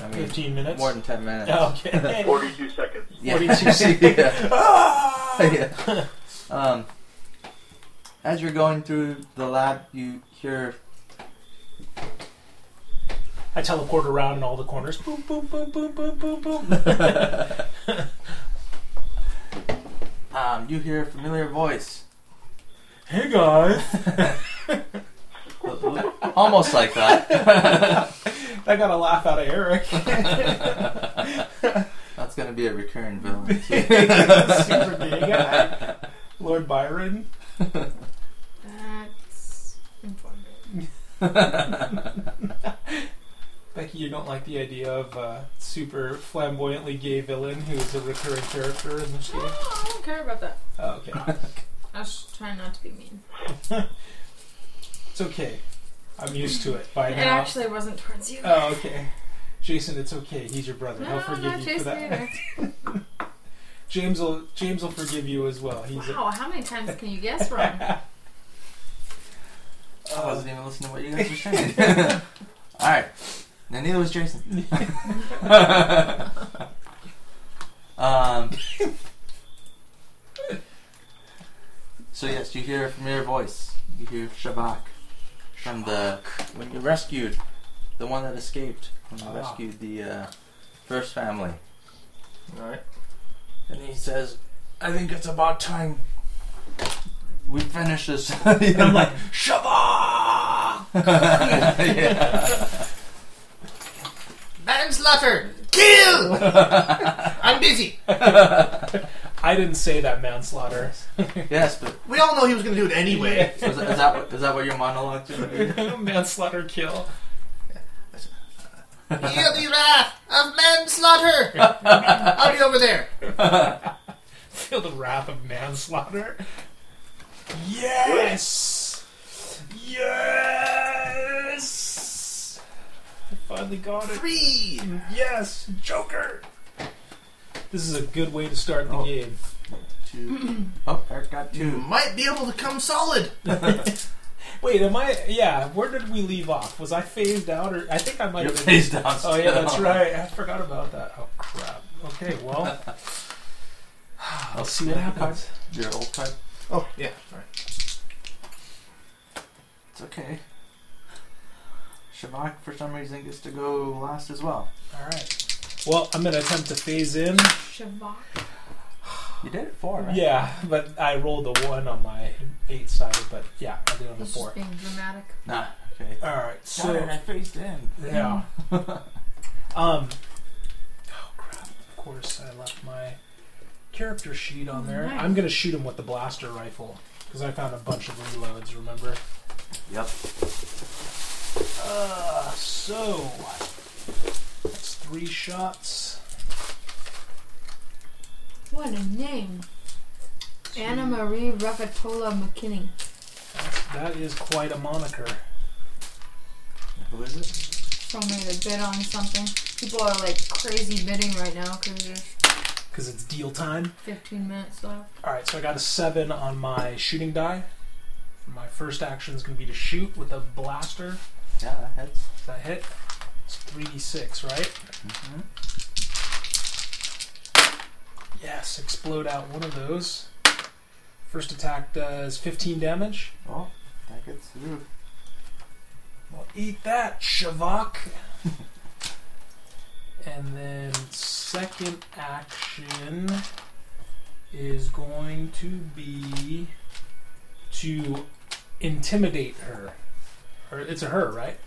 S2: I mean
S1: Fifteen minutes. Oh,
S2: more than 10 minutes.
S1: Okay.
S4: 42 seconds.
S2: Yeah.
S1: 42 seconds.
S2: yeah.
S1: Ah!
S2: yeah. Um, as you're going through the lab, you hear
S1: I teleport around in all the corners. Boom, boom, boom, boom, boom, boom, boom.
S2: um, you hear a familiar voice.
S1: hey guys,
S2: Almost like that.
S1: I got a laugh out of Eric.
S2: That's going to be a recurring villain. too.
S1: Super gay guy. Lord Byron.
S5: That's informative.
S1: Becky, you don't like the idea of a super flamboyantly gay villain who is a recurring character in this game?
S5: Oh, I don't care about that.
S1: Oh, okay.
S5: I was trying not to be mean.
S1: It's okay. I'm used to it by
S5: It
S1: now.
S5: actually wasn't towards you.
S1: Oh, okay. Jason, it's okay. He's your brother.
S5: no,
S1: He'll
S5: no,
S1: forgive
S5: no,
S1: you
S5: Jason
S1: for that.
S5: either.
S1: James will James will forgive you as well. He's a,
S5: Wow, how many times can you guess wrong?
S2: I wasn't even listening to what you guys were saying. All right. Now neither was Jason. um, So yes, you hear a familiar voice. You hear Shabak from the when you rescued the one that escaped when you
S1: Ah.
S2: rescued the uh, first family.
S7: Alright.
S2: And he says, "I think it's about time we finish this." and I'm like, Shabak. yeah.
S7: Manslaughter! Kill! I'm busy.
S1: I didn't say that manslaughter.
S2: Yes, but
S7: We all know he was going to do it anyway.
S2: is, is that what- is that what your monologue is?
S1: manslaughter kill.
S7: Feel the wrath of manslaughter! I'll be over there.
S1: Feel the wrath of manslaughter. Yes! Yes! I finally got it.
S7: Three!
S1: Yes, Joker! This is a good way to start the
S2: Oh.
S1: game.
S2: Two. Oh, Eric got
S7: You
S1: Mm-hmm.
S2: two.
S7: might be able to come solid.
S1: Wait, am I. Yeah, where did we leave off? Was I phased out or. I think I might
S2: Your
S1: have been-
S2: face down.
S1: Oh, yeah, that's
S2: still.
S1: right. I forgot about that. Oh, crap. Okay, well. I'll see what happens.
S2: Your old card.
S7: Oh, yeah. All right.
S2: It's okay. Shavak, for some reason, gets to go last as well.
S1: Alright. Well, I'm gonna attempt to phase in.
S5: Shavak.
S2: You did it four, right?
S1: Yeah, but I rolled a one on my eight sided, but yeah, I did on the
S5: He's just
S1: four.
S5: being dramatic.
S2: Nah. Okay.
S1: All right,
S2: So
S1: so
S2: I phased in.
S1: yeah. um. Oh crap! Of course, I left my character sheet on there.
S5: Nice.
S1: I'm gonna shoot him with the blaster rifle because I found a bunch of reloads. Remember?
S2: Yep.
S1: Uh, so that's three shots.
S5: What a name. Anna Marie Ravatola McKinney.
S1: That's, that is quite a moniker.
S2: Who is it?
S5: Someone made a bid on something. People are like crazy bidding right now because there's
S1: Because it's deal time.
S5: 15 minutes left.
S1: All right, so I got a seven on my shooting die. My first action is gonna be to shoot with a blaster.
S2: Yeah, that hits.
S1: Does that hit? It's 3d6, right?
S2: Mm-hmm.
S1: Yes, explode out one of those. First attack does 15 damage.
S2: Oh, that gets through.
S1: Well, eat that, Shavak! and then second action is going to be to intimidate her. Or it's a her, right?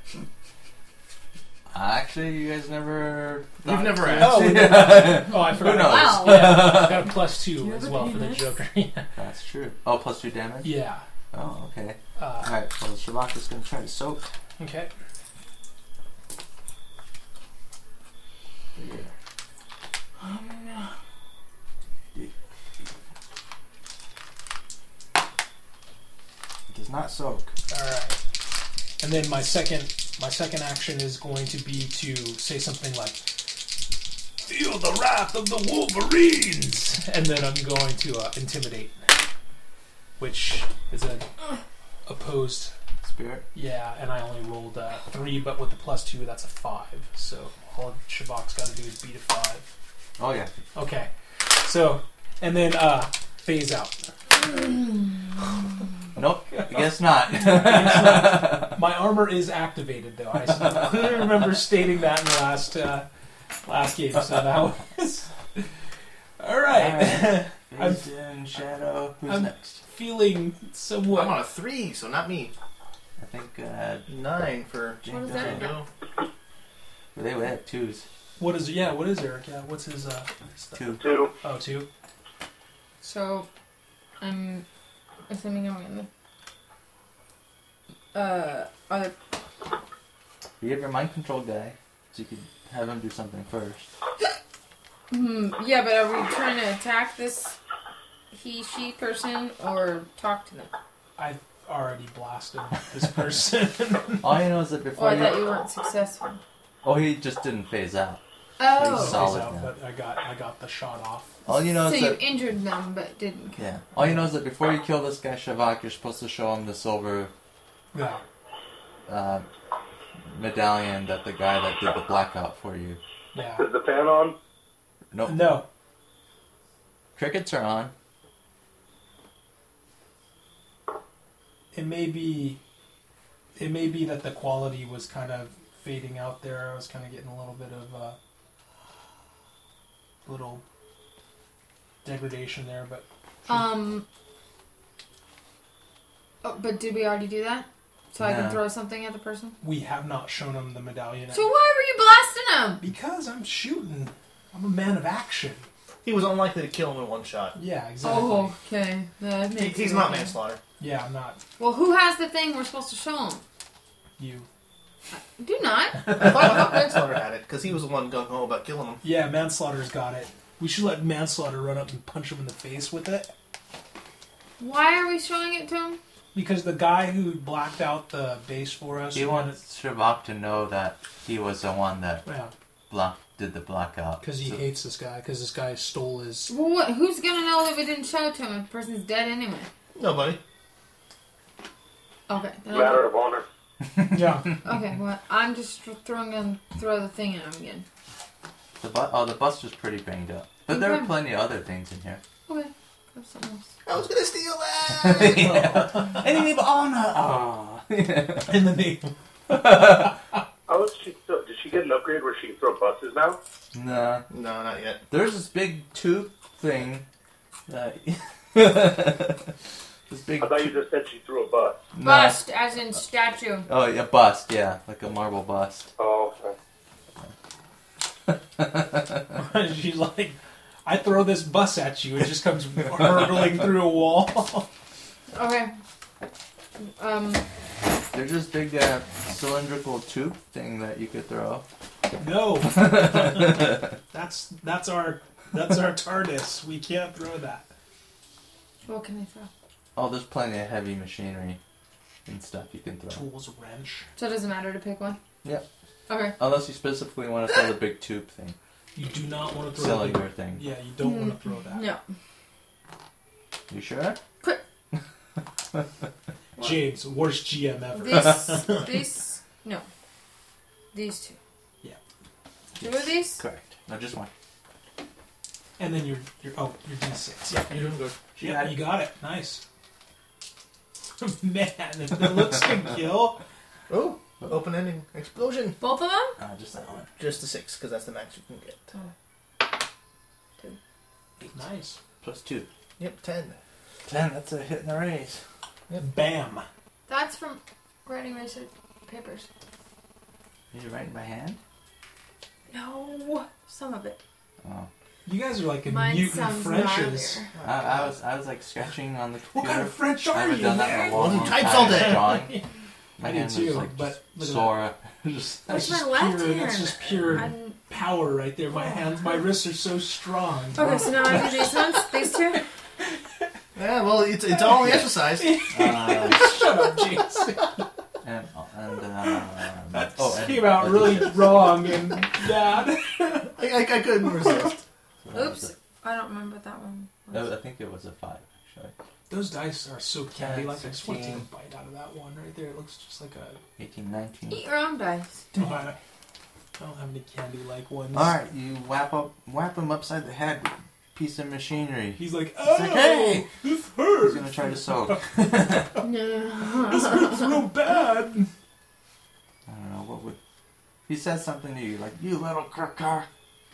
S2: Actually, you guys never.
S7: We've never asked.
S1: Oh, we never-
S2: Yeah.
S1: Oh, I forgot.
S2: knows?
S5: Wow.
S1: Yeah, I got a plus two
S5: You
S1: as
S5: have a
S1: well for the
S5: penis?
S1: Joker. yeah.
S2: That's true. Oh, plus two damage.
S1: yeah.
S2: Oh, okay. All
S1: Uh,
S2: right. Well, Shavak is gonna try to soak.
S1: okay.
S2: Yeah. It does not soak.
S1: All right. And then my second my second action is going to be to say something like Feel the wrath of the Wolverines and then I'm going to uh, intimidate which is an opposed
S2: Spirit.
S1: yeah and I only rolled uh, three but with the plus two that's a five so all Shavak's got to do is beat a five
S2: Oh yeah.
S1: okay so and then uh phase out
S2: Nope. I guess not.
S1: My armor is activated, though. I s- clearly remember stating that in the last uh, last game. So that was all right. I'm-
S2: Phased in shadow. Who's
S1: I'm-
S2: next?
S1: Feeling
S7: I'm on
S1: somewhat.
S7: a three, so not me.
S2: I think uh,
S7: Nine for.
S2: James.
S5: that?
S2: They
S7: No.
S2: they would have twos.
S1: What is yeah? What is Eric? Yeah. What's his uh? stuff?
S2: Two.
S4: Two.
S1: Oh, two.
S5: So, I'm assuming I'm gonna. Uh, are there,
S2: You have your mind control guy, so you could have him do something first.
S5: hmm, yeah, but are we trying to attack this he, she person or talk to them?
S1: I already blasted this person.
S2: All I know is that
S5: Or
S2: before
S5: Oh, I
S2: you,
S5: thought you weren't successful.
S2: oh, he just didn't phase out.
S5: Oh,
S2: Solid
S1: Phase out,
S2: now.
S1: but I got I got the shot off.
S2: All you know
S5: so
S2: is
S5: you
S2: that
S5: injured them but didn't kill.
S2: yeah. All you know is that before you kill this guy Shavak, you're supposed to show him the silver
S1: Yeah.
S2: uh, medallion that the guy that did the blackout for you.
S1: Yeah.
S4: Is the fan on?
S2: Nope.
S1: No.
S2: Crickets are on.
S1: it may be it may be that the quality was kind of fading out there. I was kind of getting a little bit of uh, little degradation there, but
S5: Um. Oh, but did we already do that? So I
S2: No.
S5: can throw something at the person.
S1: we have not shown him the medallion.
S5: So why were you blasting him?
S1: because I'm shooting. I'm a man of action.
S7: He was unlikely to kill him in one shot.
S1: Yeah, exactly.
S5: Oh, okay. That
S7: He,
S5: makes
S7: he's
S5: it
S7: not
S5: okay.
S7: manslaughter.
S1: Yeah, I'm not
S5: Well, who has the thing we're supposed to show him?
S1: you.
S5: Do not.
S7: I thought, I thought manslaughter had it because he was the one gung ho about killing him.
S1: Yeah, manslaughter's got it. We should let manslaughter run up and punch him in the face with it.
S5: Why are we showing it to him?
S1: Because the guy who blacked out the base for us,
S2: Do you want Shrivak to know that he was the one that
S1: yeah,
S2: block, did the blackout?
S1: because he
S2: So-
S1: hates this guy. Because this guy stole his.
S5: Well, what, who's gonna know that we didn't show it to him if the person's dead anyway?
S7: Nobody.
S5: Okay.
S7: Mm.
S5: then
S4: Matter
S5: I'll-
S4: of honor.
S1: Yeah,
S5: Okay. Well, I'm just throwing him. Throw the thing at him again.
S2: The bu- oh, the bus was pretty banged up. But there
S5: Okay.
S2: are plenty of other things in here.
S5: Okay. Grab something else.
S7: I was gonna steal that.
S2: Enemy of honor! Oh.
S1: Ah. in the name.
S4: How is she still, did she get an upgrade where she can throw buses now?
S2: nah.
S7: no, not yet.
S2: There's this big tube thing that. this big.
S4: I thought you
S2: tube-
S4: just said she threw a bus.
S2: nah.
S5: Bust, as in statue.
S2: Oh, yeah, bust, yeah. Like a marble bust.
S4: Oh, okay.
S1: She's like, I throw this bus at you. It just comes hurtling through a wall.
S5: Okay. Um.
S2: There's this big uh, cylindrical tube thing that you could throw.
S1: no, that's that's our that's our TARDIS. We can't throw that.
S5: What can I throw?
S2: Oh, there's plenty of heavy machinery and stuff you can throw.
S1: Tools, wrench.
S5: So it doesn't matter to pick one.
S2: Yep.
S5: Okay.
S2: Unless you specifically want to throw the big tube thing,
S1: You do not want to throw.
S2: cylinder
S1: that.
S2: thing.
S1: Yeah, you don't want to throw
S2: Uh,
S1: that.
S5: No.
S2: You sure?
S1: James, worst GM ever.
S5: These. these. No. These two.
S1: Yeah.
S5: Two of these.
S2: Correct. No, just one.
S1: And then your your oh your D6. Yeah,
S7: You're doing good.
S2: She
S1: Yeah,
S2: had
S1: you
S2: it.
S1: got it. Nice. Man, if the looks can kill,
S7: Oh, open ending explosion.
S5: Both of them.
S2: Uh, just that one.
S7: Just the six because that's the max you can get.
S1: nice.
S2: Plus two.
S7: Yep, ten.
S2: Ten, that's a hit in the raise.
S1: Bam.
S5: That's from writing research papers.
S2: Did you write by hand?
S5: No, some of it.
S2: Oh.
S1: You guys are like in
S5: Mine
S1: mutant
S5: sounds
S1: Frenches.
S5: gnarlier.
S2: I, I was I was like scratching on the
S1: What
S2: computer.
S1: kind of French
S2: I
S1: are
S2: haven't
S1: you,
S2: done that in
S1: man?
S2: a long, long
S7: types
S2: time.
S7: all day.
S2: Drawing. My
S1: I do
S2: hand was
S1: too,
S2: like
S1: but
S2: just
S1: look
S2: sore. just
S1: That's
S5: Where's my
S1: just
S5: left
S1: pure. That's
S5: hand?
S1: just pure
S5: I'm- Oh.
S1: power right there. My hands, my wrists are so strong. Oh,
S5: Okay, so now I do these ones, these two.
S7: Yeah, well, it's, it's all the exercise.
S2: uh,
S1: Shut up, James.
S5: Oh,
S2: and uh, and um,
S1: That
S2: oh, and
S1: came out
S2: what
S1: really
S2: did you-
S1: wrong and bad.
S7: I, I, I couldn't resist.
S2: so that was
S5: Oops, I don't remember what that one.
S2: a-
S5: was.
S2: that- I think it was a five actually.
S1: Those dice are so candy. Like I just want to take a
S2: 16.
S1: bite out of that one right there. It looks just like a
S2: Eighteen, nineteen.
S5: Eat your own dice.
S1: Oh, I don't- I don't have any candy like ones.
S2: All right, you whap up, whap him upside the head, with a piece of machinery.
S1: He's like, oh,
S2: It's like, hey!"
S1: this
S2: He's
S1: hurts.
S2: gonna try to sew.
S5: No.
S1: Oh. This hurts real bad.
S2: I don't know what would. He says something to you like, "You little crooker,"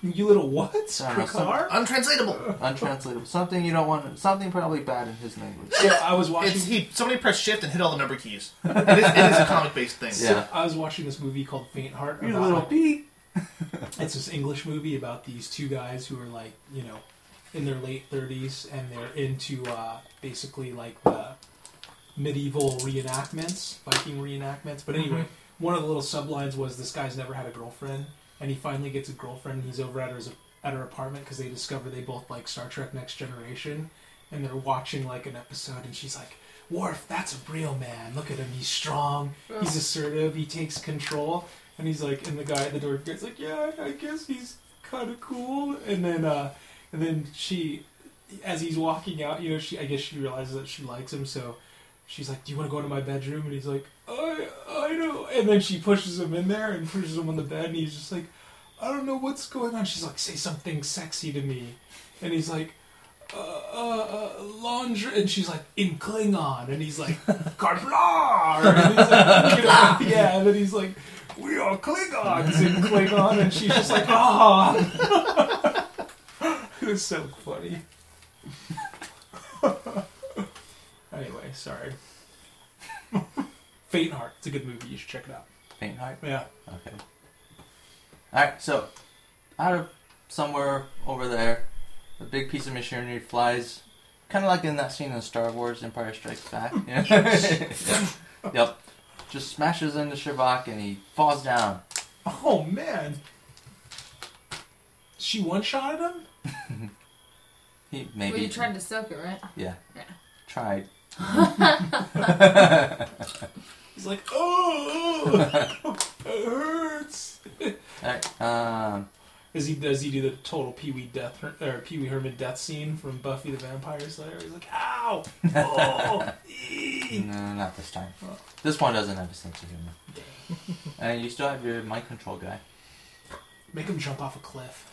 S1: You little what?
S2: I don't know, some-
S1: Kakar?
S7: Untranslatable.
S2: untranslatable. Something you don't want. to- Something probably bad in his language.
S1: Yeah, I was watching.
S7: It's he. Somebody pressed shift and hit all the number keys. It is, it is a comic-based thing.
S2: Yeah.
S1: I was watching this movie called Faint Heart.
S2: You
S1: about,
S2: little
S1: like-
S2: bee.
S1: it's this English movie about these two guys who are like, you know, in their late thirties and they're into uh, basically like the medieval reenactments, Viking reenactments. But anyway, one of the little sublines was this guy's never had a girlfriend, and he finally gets a girlfriend. He's over at her at her apartment because they discover they both like Star Trek Next Generation, and they're watching like an episode, and she's like. Worf, that's a real man. Look at him. He's strong. He's assertive. He takes control. And he's like, and the guy at the door guy's like, yeah, I guess he's kind of cool. And then, uh, and then she, as he's walking out, you know, she, I guess she realizes that she likes him, so she's like, do you want to go into my bedroom? And he's like, I, I don't. And then she pushes him in there and pushes him on the bed, and he's just like, I don't know what's going on. She's like, say something sexy to me. And he's like, uh, uh, laundry, and she's like in Klingon, and he's like, Karblar! And he's like, you know, yeah, and then he's like, we are Klingons in Klingon, and she's just like, ah. it was so funny. anyway, sorry. Faint Heart, it's a good movie. You should check it out.
S2: Faint heart.
S1: Yeah.
S2: Okay. All right. So, out of somewhere over there, a big piece of machinery flies, kind of like in that scene in Star Wars: Empire Strikes Back. Yeah. yep. Just smashes into Shavak and he falls down.
S1: Oh man. She one shot at him.
S2: He
S5: Well,
S2: maybe.
S5: you tried to soak it, right?
S2: Yeah.
S5: Yeah.
S2: Tried.
S1: He's like, oh, it hurts.
S2: All right. Um.
S1: Does he does he do the total Pee Wee death or Pee Wee Herman death scene from Buffy the Vampire Slayer? He's like, ow, oh, ee."
S2: No, not this time. This one doesn't have a sense of humor. and you still have your mind control guy.
S1: make him jump off a cliff.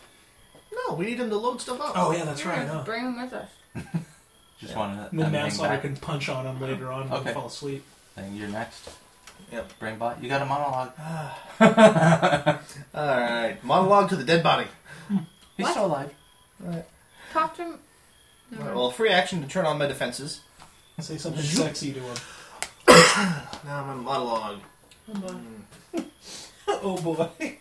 S7: No, we need him to load stuff up.
S1: Oh yeah, that's right. Huh?
S5: Bring him with us.
S2: Just wanted to.
S1: And then
S2: have him hang
S1: Manslaughter
S2: back.
S1: can punch on him later on when
S2: Okay.
S1: he falls asleep.
S2: Then you're next.
S7: Yep.
S2: Brainbot, you got a monologue.
S7: All right. Monologue to the dead body.
S2: He's still alive.
S5: Talk to him.
S7: All right, well, free action to turn on my defenses.
S1: Say something sexy to him.
S7: Now I'm on monologue.
S1: Oh boy.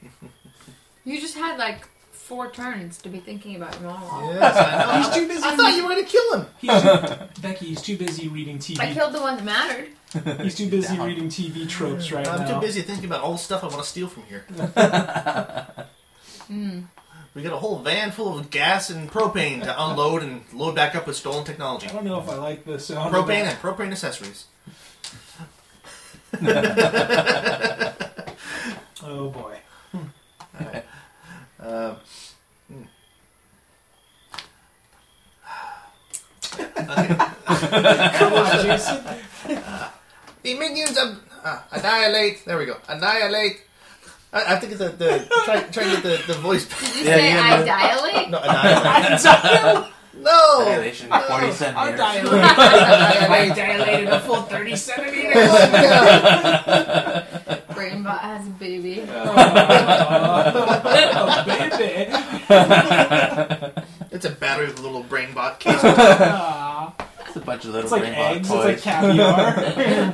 S5: You just had like four turns to be thinking about your monologue.
S7: Yes, I know.
S1: He's too busy.
S7: I thought you were gonna kill him.
S1: He's too- Becky, he's too busy reading
S5: I
S1: TV.
S5: killed the one that mattered.
S1: He's too busy
S2: Down.
S1: reading TV tropes right
S7: I'm
S1: now.
S7: too busy thinking about all the stuff I want to steal from here.
S5: Hmm.
S7: We got a whole van full of gas and propane to unload and load back up with stolen technology.
S1: I don't know if I like the sound. of
S7: Propane
S1: that.
S7: and propane accessories.
S1: Oh boy.
S7: Uh, hmm. Okay.
S1: Come on, Jason.
S7: the minions of uh, annihilate. There we go. Annihilate. I, I think it's the, the try, try to get the, the voice back.
S5: Did you
S2: Yeah,
S5: say
S2: yeah,
S5: I
S2: but-
S5: dilate?
S7: No, annihilate. no.
S2: Violation of 40 centimeters.
S1: I dilated a full 30 centimeters.
S5: Brainbot has a baby.
S1: Oh, baby.
S7: It's a battery with a little brain bot case.
S1: Aw.
S2: It's a bunch of little
S1: It's like
S2: brainbot
S1: eggs.
S2: toys.
S1: It's like caviar.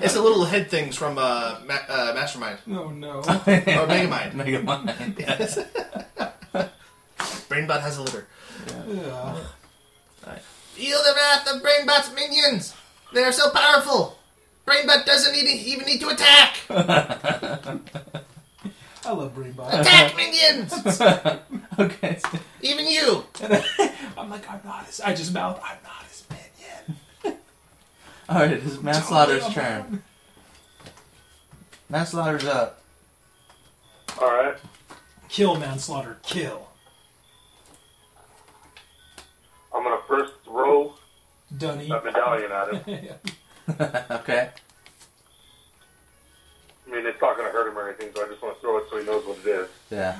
S7: It's a little head things from uh, Ma- uh, Mastermind
S1: oh no.
S7: or Megamind.
S2: Mega mind.
S7: Yes. Brainbot has a litter.
S1: Ugh.
S7: Feel the wrath of Brainbot's minions. They are so powerful. Brainbot doesn't need even need to attack.
S1: I love Brainbot.
S5: Uh-huh.
S7: Attack minions.
S2: Okay.
S7: Even you.
S1: I'm like, I'm not his. I just mouth, I'm not his minion.
S2: Alright, it is Manslaughter's
S1: Totally
S2: turn. Manslaughter's up.
S4: All right.
S1: Kill manslaughter. Kill.
S4: I'm gonna first throw
S1: Dunny.
S4: that medallion at him.
S2: Okay.
S4: I mean, it's not gonna hurt him or anything, so I just want to throw it so he knows what it is.
S2: Yeah.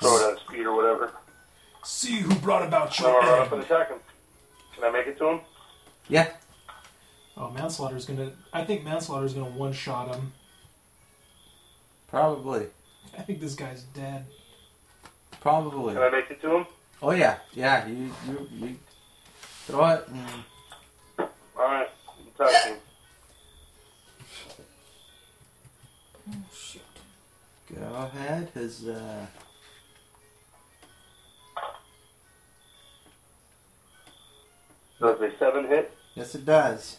S4: Throw it at speed or whatever.
S1: See who brought about
S4: Now
S1: your
S4: I run up
S1: end.
S4: and attack him. Can I make it to him?
S2: Yeah.
S1: Oh, manslaughter's gonna. I think manslaughter's gonna one shot him.
S2: Probably.
S1: I think this guy's dead.
S2: Probably.
S4: Can I make it to him?
S2: Oh yeah. Yeah. You you you throw it and
S4: All right. Attack him.
S7: Oh,
S2: go ahead. His uh
S4: Does a seven hit?
S2: Yes it does.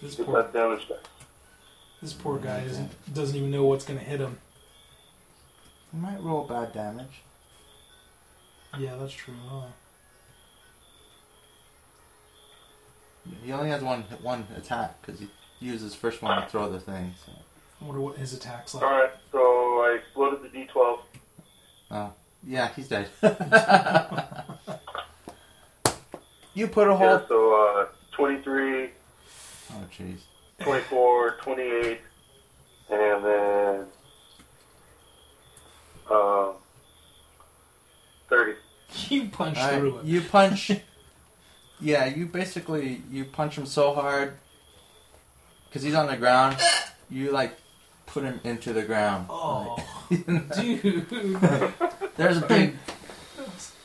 S1: This
S4: Get
S1: poor,
S4: that damage back.
S1: this poor guy isn't, doesn't even know what's gonna hit him.
S2: You might roll bad damage.
S1: Yeah, that's true. Huh?
S2: He only has one one attack because he used his first one to throw the thing. So.
S1: I wonder what his attack's like.
S4: All right. So I exploded the D12.
S2: Oh, yeah, he's dead. you put a
S4: Yeah.
S2: hole.
S4: So uh, 23,
S2: Oh, jeez.
S4: 24, 28, and then um, 30.
S1: You punch
S2: All right,
S1: through it.
S2: You punch. yeah, you basically you punch him so hard because he's on the ground. You like put him into the ground.
S1: Oh,
S2: Like,
S1: dude.
S2: there's a big,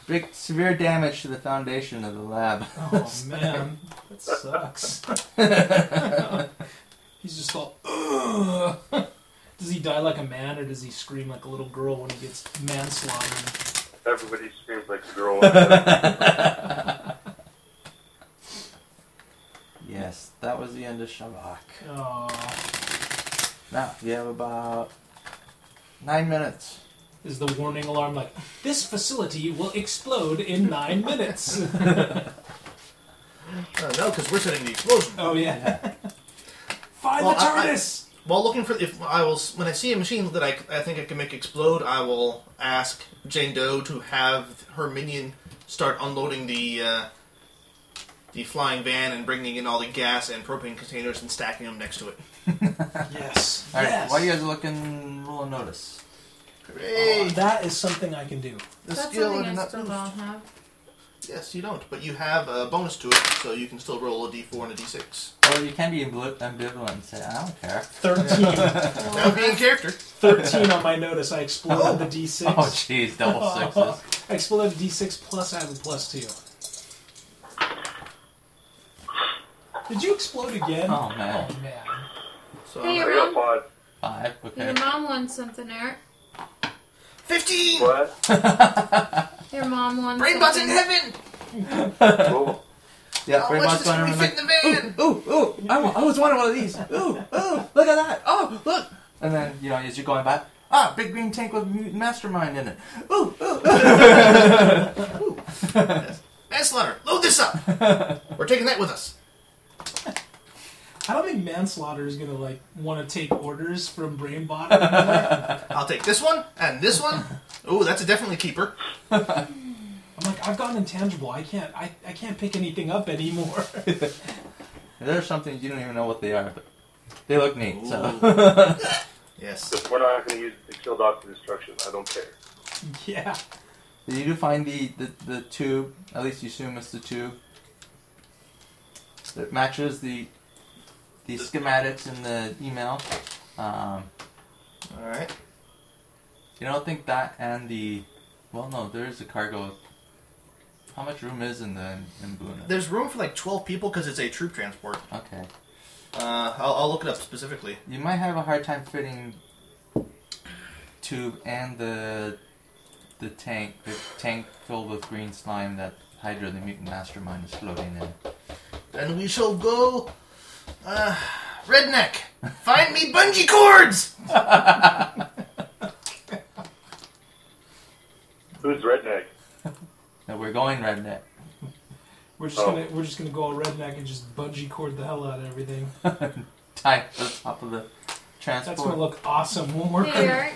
S2: big severe damage to the foundation of the lab.
S1: Oh, man. That sucks. He's just all, Ugh. Does he die like a man or does he scream like a little girl when he gets manslaughtered?
S4: Everybody screams like a girl. That's
S2: yes, that was the end of Shavak.
S1: Oh,
S2: Now you have about nine minutes.
S1: is the warning alarm like, this facility will explode in nine minutes?
S7: Uh, no, because we're setting the explosion.
S1: oh, yeah. Find
S7: Well,
S1: the
S7: I- I-
S1: TARDIS!
S7: While looking for, if I will, s- when I see a machine that I, I think I can make explode, I will ask Jane Doe to have her minion start unloading the uh, the flying van and bringing in all the gas and propane containers and stacking them next to it.
S1: Yes.
S2: All right,
S1: yes.
S2: while you guys are looking, roll a notice.
S1: Oh,
S7: Hooray!
S1: that is something I can do.
S7: The
S5: That's
S7: skill I
S5: something I
S7: did not
S5: still
S7: boost.
S5: don't have.
S7: Yes, you don't, but you have a bonus to it, so you can still roll a d4 and a d6.
S2: Or you can be ambli- ambivalent and say, I don't care.
S1: 13.
S5: Oh,
S7: That would be in character.
S1: 13 on my notice. I exploded the D6.
S2: Oh, jeez, double sixes.
S1: I exploded a D6 plus I have a plus 2. Did you explode again?
S2: Oh, man.
S1: Oh, man.
S7: So
S5: Hey,
S7: I'm
S5: you're-
S7: at
S4: Hurry up, pod.
S2: Five, okay.
S5: Your mom won something, Eric. uh,
S7: 15.
S4: What?
S5: Your mom won
S7: Brain butts in
S5: something.
S7: heaven.
S4: Cool.
S2: Yeah,
S7: How
S2: pretty
S7: much
S2: much
S7: does
S2: going
S7: we
S2: in
S7: fit in
S2: the
S7: the van?
S2: Ooh, ooh, I, wa- I was wanting one of these. Ooh, ooh, look at that. Oh, look. And then, you know, as you're going back, ah, big green tank with mutant mastermind in it. Ooh, ooh, ooh.
S7: Manslaughter. Load this up. We're taking that with us.
S1: I don't think manslaughter is gonna like want to take orders from Brain Bot.
S7: I'll take this one and this one. Ooh, that's a definitely keeper.
S1: I'm like, I've gotten intangible. I can't. I, I can't pick anything up anymore.
S2: There's something you don't even know what they are, but they look neat. So,
S7: Yes.
S4: We're not going to use it to kill Doctor Destruction. I don't care.
S1: yeah.
S2: you do find the, the, the tube, at least you assume it's the tube, that matches the the schematics in the email. Um,
S7: All right.
S2: You don't think that and the well, no, there is a cargo. How much room is in the in Buna?
S7: There's room for like 12 people because it's a troop transport.
S2: Okay,
S7: Uh, I'll, I'll look it up specifically.
S2: you might have a hard time fitting tube and the the tank, the tank filled with green slime that Hydra the mutant mastermind is floating in.
S7: And we shall go. Uh, redneck, find me bungee cords.
S4: Who's redneck?
S2: Now we're going redneck.
S1: We're just
S4: Oh.
S1: gonna we're just gonna go all redneck and just bungee cord the hell out of everything.
S2: Tie to the top of the
S1: That's gonna
S2: transport.
S1: look awesome when we're.
S5: Hey, Eric.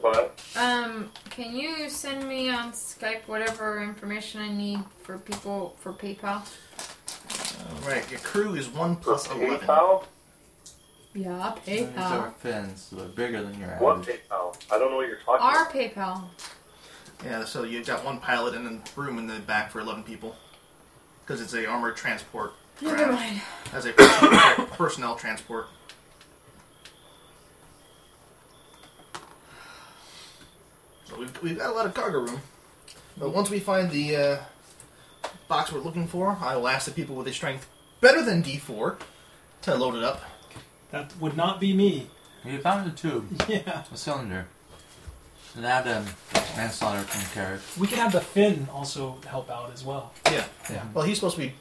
S4: What?
S5: Um, can you send me on Skype whatever information I need for people for PayPal?
S7: All right, your crew is one plus eleven.
S4: PayPal?
S5: Yeah,
S2: These
S5: uh,
S2: are fins, so they're bigger than your
S4: What
S2: average.
S4: PayPal? I don't know what you're talking
S5: Our
S4: about.
S5: PayPal.
S7: Yeah, so you've got one pilot and then room in the back for eleven people because it's a armored transport.
S5: Never
S7: ground.
S5: mind.
S7: As a personnel, personnel transport. So we've, we've got a lot of cargo room. But once we find the uh, box we're looking for, I will ask the people with a strength better than D4 to load it up.
S1: That would not be me.
S2: You found a tube.
S1: Yeah.
S2: A cylinder. That um, manslaughter from Carrick.
S1: We can have the Finn also help out as well.
S7: Yeah.
S2: Yeah.
S7: Well, he's supposed to be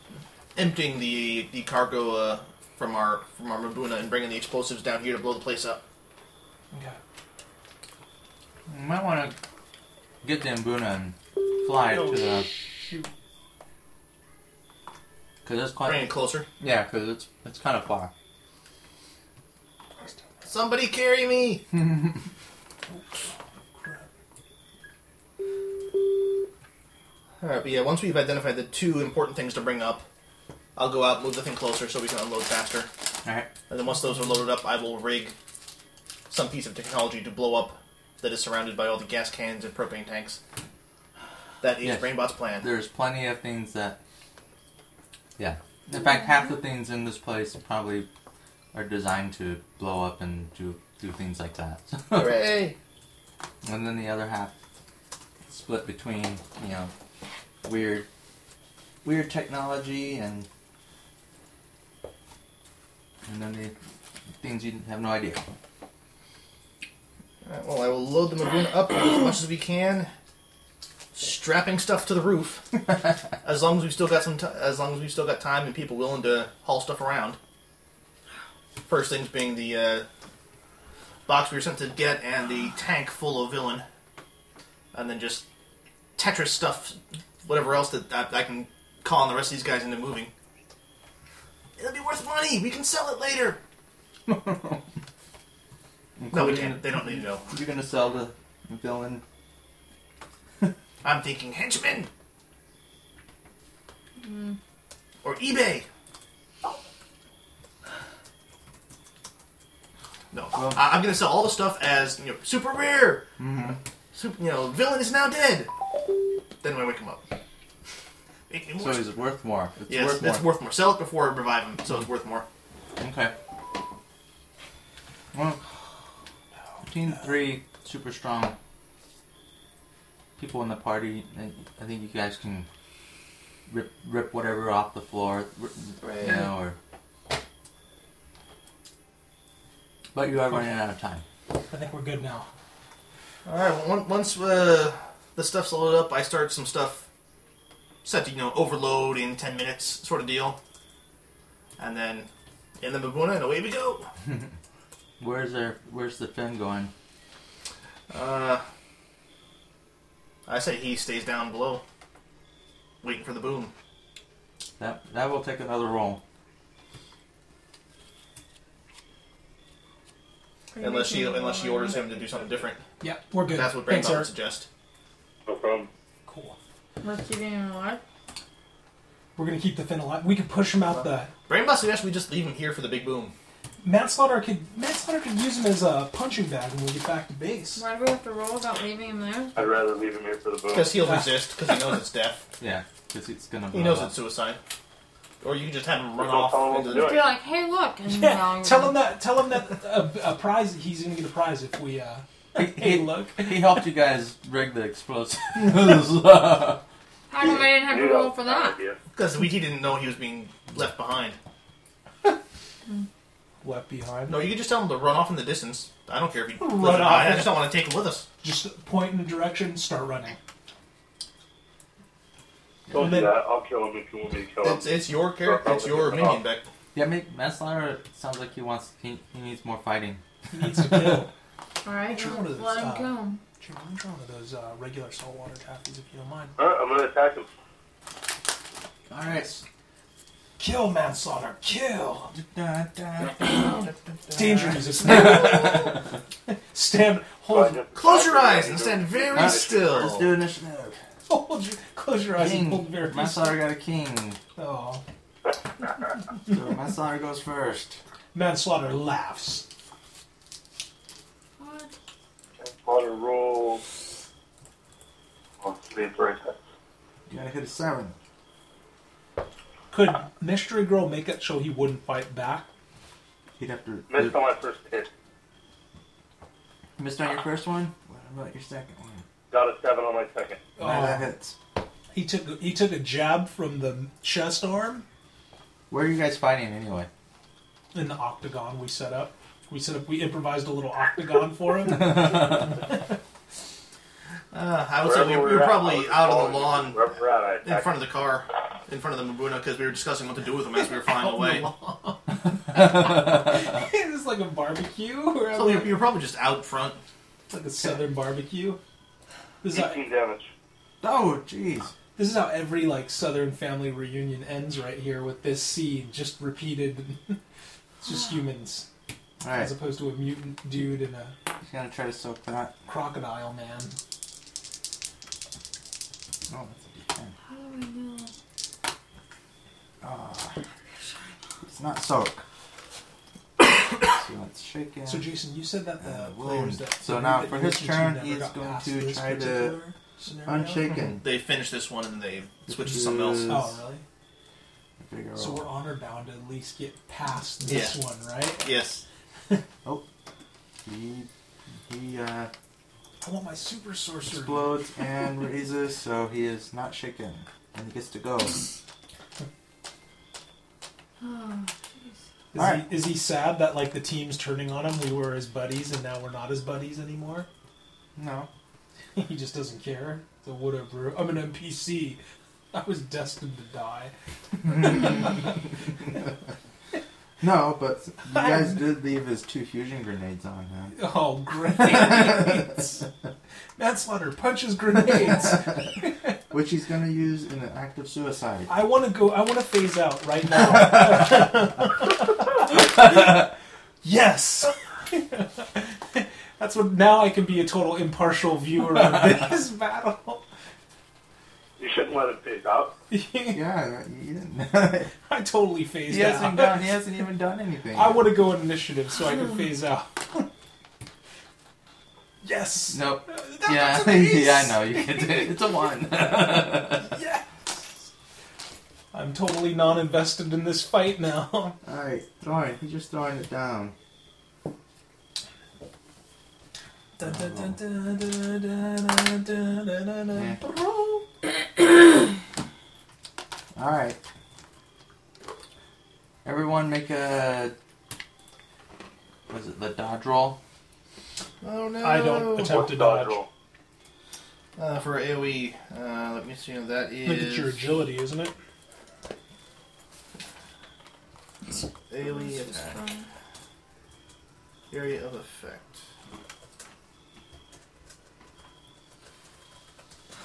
S7: emptying the the cargo uh, from our from our Mabuna and bringing the explosives down here to blow the place up.
S1: Okay.
S2: You might want to get the Mbuna and fly it to the.
S1: shoot.
S2: Because it's
S7: Bring
S2: quite.
S7: it closer.
S2: Yeah, because it's, it's kind of far.
S7: Somebody carry me! Alright, but yeah, once we've identified the two important things to bring up, I'll go out, move the thing closer so we can unload faster.
S2: Alright.
S7: And then once those are loaded up, I will rig some piece of technology to blow up that is surrounded by all the gas cans and propane tanks. that is
S2: Yes.
S7: Brainbot's plan.
S2: There's plenty of things that. Yeah. In fact, half the things in this place probably are designed to blow up and do do things like that.
S7: Hooray!
S2: and then the other half split between you know weird weird technology and and then the things you have no idea.
S7: Alright, well, I will load the Magoon up as much as we can, strapping stuff to the roof, as long as we've still got some, t- as long as we've still got time and people willing to haul stuff around. First things being the uh, box we were sent to get and the tank full of villain, and then just Tetris stuff, whatever else that I, I can call on the rest of these guys into moving. It'll be worth money. We can sell it later. No, we can't. They don't need to know.
S2: You're gonna sell the villain.
S7: I'm thinking henchmen. Or eBay. No,
S2: Well- Mm-hmm.
S7: I, I'm gonna sell all the stuff as you know, super rare. Super, you know, villain is now dead. Then when I wake him up, Make me
S2: So
S7: more.
S2: he's worth more. It's
S7: yes,
S2: worth more.
S7: it's worth more. Sell it before I revive him, so it's worth more.
S2: Okay. Well, team three, super strong people in the party. and I think you guys can rip rip whatever off the floor, r- you know, or. But you are running out of time.
S1: I think we're good now.
S7: All right. well, on- Once uh, the stuff's loaded up, I start some stuff set to you know overload in ten minutes, sort of deal, and then in the Maguna, and away we go.
S2: Where's their Where's the fin going?
S7: Uh, I say he stays down below, waiting for the boom.
S2: That that will take another roll.
S7: Unless she unless she orders him to do something different.
S1: Yeah, we're good.
S7: That's what
S1: Thanks,
S7: Brainbot would
S1: Eric.
S7: suggest.
S4: No problem.
S1: Cool.
S5: We're keeping him alive.
S1: We're gonna keep the fin alive. We could push him out the.
S7: Brainbot suggests we just leave him here for the big boom.
S1: Matt Slaughter could Matt Slaughter could use him as a punching bag when we get back to base.
S5: Why do we have to roll about leaving him there?
S4: I'd rather leave him here for the boom.
S7: Because
S1: Ah.
S7: he'll resist, because he knows it's death.
S2: Yeah, because it's gonna.
S7: He
S2: blow
S7: knows
S2: up.
S7: it's suicide. Or you can just have him run
S4: Don't tell
S7: off
S4: him what
S7: into
S4: to
S7: the
S4: do.
S5: You're like, hey, look. And
S1: Yeah,
S5: now-
S1: tell him that. Tell him that a, a prize. He's gonna get a prize if we. uh... Hey, look.
S2: He helped you guys rig the explosives.
S5: How come I didn't have to
S4: Knew
S5: roll
S4: was
S5: for
S4: a bad
S5: that?
S4: idea.
S7: Because we he didn't know he was being left behind.
S1: Left behind.
S7: No, you can just tell him to run off in the distance. I don't care if he
S1: Run
S7: lives or
S1: off.
S7: dies, I just don't want to take him with us.
S1: Just point in a direction. Start running.
S4: Don't
S1: And
S4: do
S1: then-
S4: that. I'll kill him if you want me to kill him.
S7: It's, it's your character. It's your minion back.
S2: Yeah, maybe Meslinger sounds like he wants he, he needs more fighting.
S1: He needs to kill.
S5: All right,
S1: Sure,
S5: well,
S1: what is
S5: let
S1: this?
S5: him
S1: Uh,
S5: go.
S1: Jim, I'm drawing one of those uh, regular saltwater taffies if you don't mind.
S4: All right, I'm gonna attack him.
S2: All right.
S1: Kill manslaughter. Kill. Danger
S7: Uh,
S2: Danger.
S1: music. stand. stand. Hold.
S4: Fine,
S7: Close
S4: just-
S7: your eyes and stand very
S2: Alright, Let's
S7: still.
S2: do initiative.
S1: Hold. Your, close your eyes and hold
S2: King.
S1: very.
S2: Meslinger got a king.
S1: Oh.
S2: So Meslinger goes first.
S1: Manslaughter laughs.
S5: What?
S4: Potter roll. Oh, it's right there.
S2: You gotta hit a seven.
S1: Could mystery girl make it so he wouldn't fight back?
S2: He'd have to
S4: Missed on my first hit.
S2: missed on your first one. What about your second one?
S4: Got a seven on my second.
S2: Oh.
S1: Oh.
S2: that hits.
S1: He took he took a jab from the chest arm
S2: Where are you guys fighting anyway?
S1: in the octagon we set up. We set up we improvised a little octagon for him.
S7: Uh, I would say we,
S4: Wherever
S7: we were
S4: at, I'll
S7: probably
S4: just
S7: out on
S4: follow
S7: the
S4: you.
S7: lawn
S4: Wherever we're at, I
S7: in
S4: attack
S7: front of the car, in front of the Mabuna, because we were discussing what to do with him as we were flying away.
S1: Is this like a barbecue or
S7: So
S1: like,
S7: we, we were probably just out front.
S1: like a southern barbecue? This is, how,
S4: 18 damage.
S2: Oh, jeez.
S1: this is how every like southern family reunion ends right here with this scene just repeated. it's just humans
S2: All right.
S1: as opposed to a mutant dude and a
S2: He's gonna try to soak that.
S1: crocodile man.
S2: Oh, that's a D10.
S5: How do I know?
S2: Ah. it's not soak. so let's shake it.
S1: So Jason, you said that the
S2: Uh,
S1: players
S2: wound.
S1: that
S2: So now
S1: that
S2: for
S1: you
S2: his
S1: listened to
S2: turn,
S1: never
S2: he's
S1: got
S2: going
S1: past
S2: to
S1: this
S2: try to-
S1: particular- scenario?
S2: Unshaken.
S7: They finish this one and they switch to something else.
S1: Oh, really?
S2: Figaro.
S1: So we're honor bound to at least get past this
S7: Yeah.
S1: one, right?
S7: Yes.
S2: he he uh,
S1: I want my super sorcery.
S2: explodes and raises, so he is not shaken, and he gets to go.
S5: Oh,
S1: Is,
S2: Alright.
S1: he, is he sad that like the team's turning on him? We were his buddies, and now we're not his buddies anymore.
S2: No,
S1: he just doesn't care. The whatever. I'm an NPC. I was destined to die.
S2: no, but you guys did leave his two fusion grenades on him.
S1: Oh, grenades! Manslaughter punches grenades.
S2: Which he's gonna use in an act of suicide.
S1: I want to go. I want to phase out right now. yes. That's what. Now I can be a total impartial viewer of this battle.
S4: You shouldn't let it phase out.
S2: Yeah, he didn't.
S1: I totally phased
S2: he hasn't
S1: out.
S2: done. He hasn't even done anything.
S1: I want to go on initiative so I can phase out. yes.
S2: Nope.
S1: That-
S2: yeah,
S1: that's an
S2: yeah,
S1: ace.
S2: I know. You can do it. It's a one.
S1: Yes. I'm totally non-invested in this fight now.
S2: All right, throwing. He's just throwing it down.
S1: Dun, dun, dun, dun, dun, dun, dun, dun, dun, dun, dun.
S2: All right. Everyone, make a. Was it the dodge roll?
S7: Oh no.
S1: I don't attempt
S4: What's
S1: to
S4: the
S1: dodge.
S4: roll?
S7: Uh, for AoE, uh, let me see. That is
S1: Look at your agility, isn't it?
S5: Oh,
S7: AoE attack. E, Area of effect.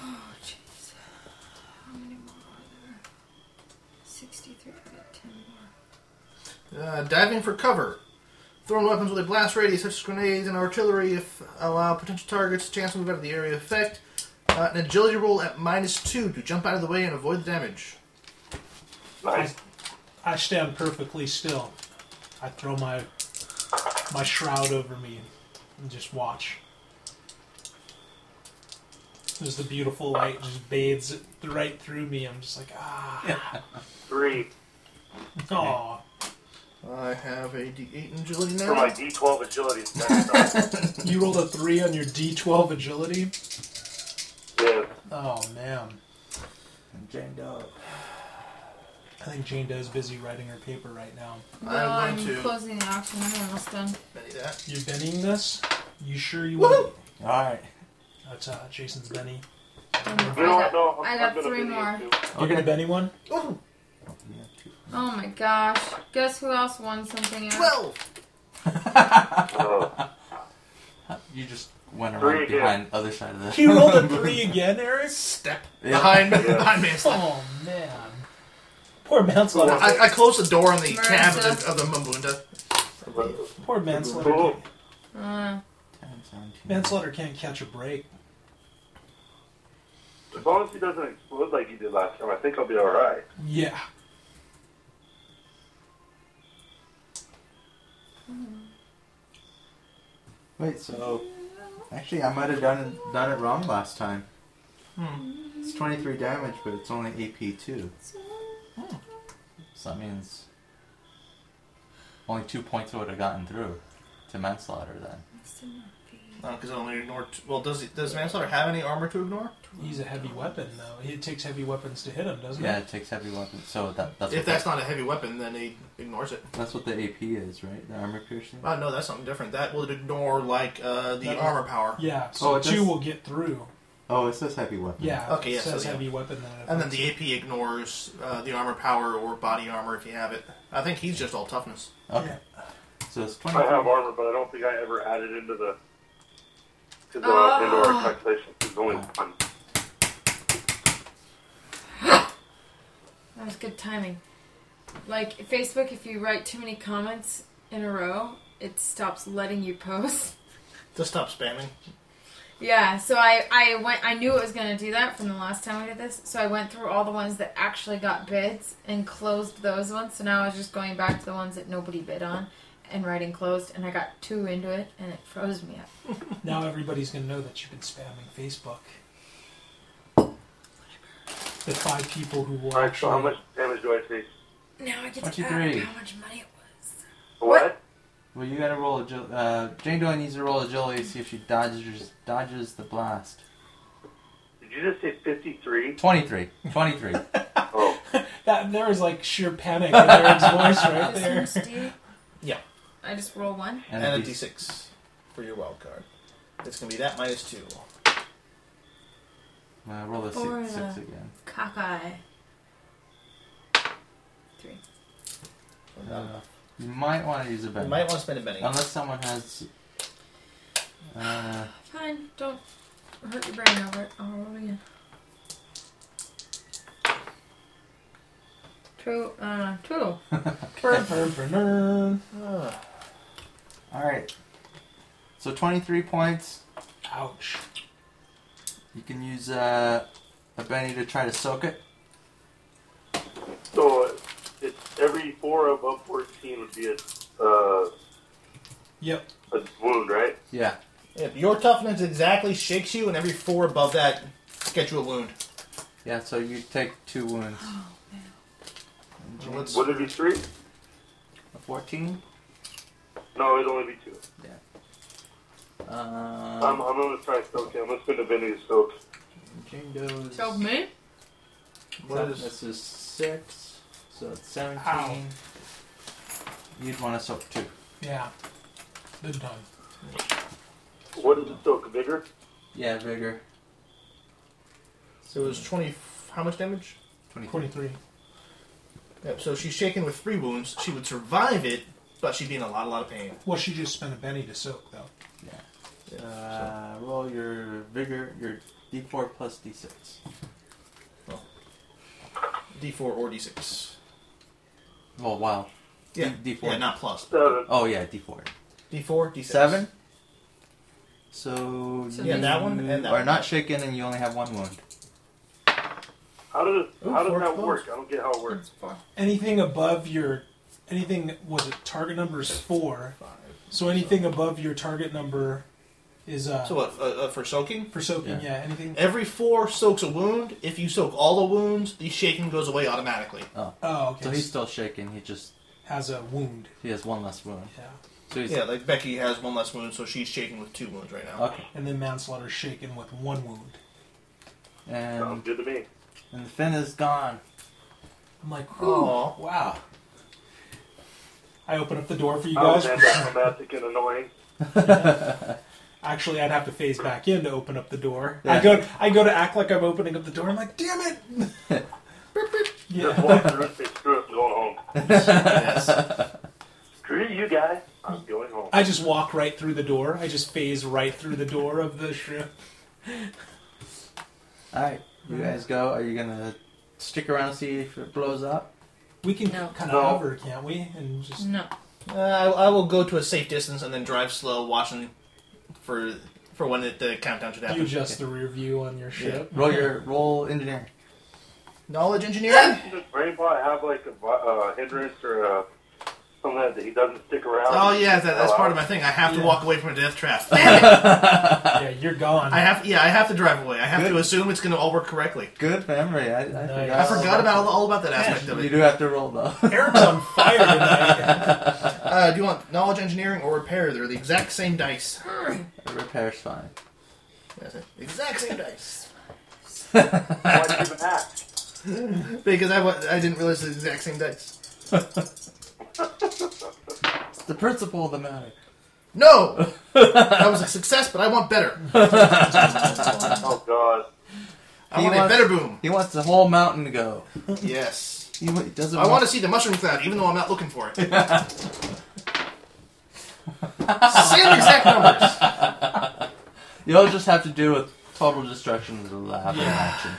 S5: Oh, jeez. How many more are there? 63. I got 10 more.
S7: Uh, diving for cover. Thrown weapons with a blast radius, such as grenades and artillery, if allow potential targets a chance to move out of the area of effect. Uh, an agility roll at minus two to jump out of the way and avoid the damage.
S4: Nice.
S1: I stand perfectly still. I throw my my shroud over me and just watch. There's the beautiful light just bathes it right through me. I'm just like, ah,
S4: Three.
S1: aw.
S7: I have a D8 in agility
S4: For my
S7: now.
S4: D12 agility. that's not-
S1: You rolled a three on your D12 agility.
S4: yes.
S1: Oh man,
S2: Jane Doe.
S1: I think Jane Doe's busy writing her paper right now.
S7: I
S5: No,
S7: want
S5: I'm
S7: to-
S5: closing the auction. I'm almost done.
S7: Many that.
S1: You benning this? You sure you
S7: Woo-hoo!
S1: want?
S2: All right.
S1: That's uh, Jason's benny.
S4: You know what? No, I'm,
S5: I
S4: I'm
S5: got
S4: gonna
S5: three
S4: be
S5: more.
S4: Too.
S1: You gonna benny one?
S7: Ooh,
S5: Oh my gosh. Guess who else won something else?
S7: 12!
S4: Uh,
S2: You just went around
S4: Three again.
S2: behind other side of the.
S1: You rolled a three again, Eric.
S7: Step.
S2: Yeah.
S7: Behind,
S4: Yeah.
S7: behind manslaughter.
S1: Oh man, poor manslaughter.
S7: I, I closed the door on the
S5: Marissa.
S7: cab of the, of the Mumbunda.
S1: Poor manslaughter. can't-
S5: Uh,
S2: Ten, seventeen.
S1: Manslaughter can't catch a break.
S4: as long as he doesn't explode like he did last time, I think I'll be alright.
S1: Yeah.
S2: Wait, so actually, I might have done it, done it wrong last time.
S1: Hmm.
S2: It's twenty three damage, but it's only AP two.
S1: Hmm.
S2: So that means only two points would have gotten through to manslaughter then.
S7: No, because it only ignored. T- well, does it- does manslaughter have any armor to ignore?
S1: He's a heavy weapon, though. It takes heavy weapons to hit him, doesn't
S2: Yeah,
S1: it?
S2: it takes heavy weapons. So that that's
S7: If
S2: what
S7: that's not a heavy weapon, then he ignores it.
S2: the, that's what the AP is, right? The armor piercing.
S7: Oh no, that's something different. That would ignore like uh, the
S1: That-
S7: armor power,
S1: Yeah. So
S2: Oh, it
S1: two
S2: does-
S1: will get through.
S2: Oh, it says heavy weapon.
S1: Yeah.
S7: Mm-hmm. Okay, yeah,
S1: It says
S7: so, yeah.
S1: heavy weapon. Then it
S7: and then the AP ignores uh, the armor power or body armor if you have it. I think he's just all toughness.
S2: Okay. So it's twenty.
S4: I have armor, but I don't think I ever added into the to the
S5: Oh.
S4: into our calculations. There's only one.
S5: that was good timing. Like, Facebook, if you write too many comments in a row, it stops letting you post.
S7: Just stop spamming.
S5: Yeah, so I, I went I knew it was gonna do that from the last time we did this, so I went through all the ones that actually got bids and closed those ones. So now I was just going back to the ones that nobody bid on and writing closed and I got two into it and it froze me up.
S1: now everybody's gonna know that you've been spamming Facebook. the five people who will
S4: All right, so how
S1: actually.
S4: much damage do I take?
S5: Now I get to
S2: 23.
S5: add how much money it was.
S4: What?
S2: Well, you gotta roll agility. Uh, Jane Doe needs to roll agility to see if she dodges dodges the blast.
S4: Did you just say 53?
S2: 23. 23.
S4: Oh,
S1: That there was like sheer panic in Aaron's voice right there.
S5: This one's D.
S7: Yeah.
S5: I just roll one.
S2: And,
S7: And a
S2: if he's-
S7: d6 for your wild card. It's going to be that minus 2.
S2: uh, roll a
S5: Or, uh,
S2: six, six again.
S5: Cockeye. Three.
S2: Uh, um, you might want to use a
S7: You
S2: bend.
S7: might want to spend a penny.
S2: Unless someone has. Uh,
S5: Fine. Don't hurt your brain over it. I'll roll it again. Two, uh, total.
S1: Burn, burn, burn, burn.
S7: Ah,
S2: Alright. So 23 points.
S1: Ouch.
S2: You can use uh, a Benny to try to soak it.
S4: so it's every four of up 14 would be a, uh,
S1: Yep.
S4: a wound, right?
S2: Yeah.
S7: yep, your toughness exactly shakes you, and every 4 above that gets you a wound.
S2: Yeah, so you take two wounds.
S5: Oh,
S7: So let's-
S4: Would it be three?
S2: A 14?
S4: No, it'd only be two. I'm,
S2: Um,
S4: I'm gonna try soak. I'm gonna spend a Benny to soak.
S2: Jane Doe's.
S5: So me?
S7: what is-
S2: This is 6. So it's 17.
S1: Ow.
S2: You'd want to soak two.
S1: Yeah. Good time.
S4: What is the soak? Bigger?
S2: Yeah, vigor.
S7: so it was 20. How much damage?
S2: 23.
S1: Forty-three.
S7: Yep, so she's shaken with 3 wounds. She would survive it, but she'd be in a lot, a lot of pain.
S1: Well, she just spent a penny to soak though.
S2: Uh, roll your vigor, your d4 plus d6.
S7: D4 or D6.
S2: Oh, wow.
S7: Yeah,
S2: D- D4.
S7: Yeah, not plus.
S4: Seven.
S2: Oh, yeah, d4.
S7: D4, D6.
S2: Seven. So
S5: So
S7: Yeah,
S2: you
S7: that one and that
S2: are
S7: one.
S2: not shaken, and you only have one wound.
S4: How does
S7: Ooh,
S4: how does
S7: four
S4: that
S7: close.
S4: work? I don't get how it works.
S5: It's four.
S1: Anything above your, anything was it target number is four.
S7: Five.
S1: So anything above your target number is uh
S7: So what, uh, uh, for soaking?
S1: for soaking.
S2: Yeah.
S1: Yeah. anything.
S7: Every four soaks a wound. If you soak all the wounds, the shaking goes away automatically.
S1: Oh, okay.
S2: So he's still shaken. He just
S1: has a wound.
S2: he has one less wound.
S1: Yeah.
S2: So he's
S7: Yeah, like Becky has one less wound, so she's shaking with two wounds right now.
S2: okay.
S1: And then manslaughter shaken with one wound.
S2: And
S4: Sounds good to me.
S2: and the fin is gone.
S1: I'm like, oh
S7: Aw.
S1: wow. I open up the door for you
S2: Oh,
S4: I
S1: guys.
S4: was that dramatic and annoying.
S1: Actually, I'd have to phase back in to open up the door.
S2: Yeah.
S1: I go, I go to act like I'm opening up the door. I'm like, damn it! Beep, beep.
S4: Just
S1: Yeah.
S4: walk through and say, screw it, I'm going home.
S7: yes.
S4: Screw you guys. I'm going home.
S1: I just walk right through the door. I just phase right through the door of the shrimp.
S2: All right, you guys go. Are you gonna stick around and see if it blows up?
S1: We can
S5: No.
S1: kind
S4: No.
S1: of hover, can't we? And just
S5: No.
S7: Uh, I, I will go to a safe distance and then drive slow, watching for for when it, the countdown should
S1: you
S7: happen.
S1: adjust the rear view on your ship.
S2: Roll your roll engineer.
S7: Knowledge engineering.
S4: Rainbot have like a vi- uh, hindrance or uh, something that he doesn't stick around?
S7: Oh yeah, that, that's part of my thing. I have to
S1: Yeah.
S7: walk away from a death trap. Damn it!
S1: Yeah, you're gone.
S7: I have yeah, I have to drive away. I have
S2: Good.
S7: to assume it's going to all work correctly.
S2: Good memory. I, I
S1: Nice.
S2: forgot.
S7: I
S1: Oh,
S7: forgot about all, all about that aspect of
S2: You
S7: it.
S2: do have to roll though.
S1: Eric's on fire tonight.
S7: Uh, do you want knowledge engineering or repair? They're the exact same dice.
S2: Repair's fine.
S7: That's it. Exact same dice.
S4: Why'd you even ask?
S7: Because I, wa- I didn't realize it was the exact same dice.
S2: It's the principle of the matter.
S7: No! that was a success, but I want better.
S4: Oh god.
S7: I
S2: He
S7: want a
S2: wants-
S7: better boom.
S2: He wants the whole mountain to go.
S7: Yes.
S2: He wa- doesn't.
S7: I want to see the mushroom cloud, even though I'm not looking for it. same exact numbers.
S2: You'll just have to do with total destruction of the lab in action.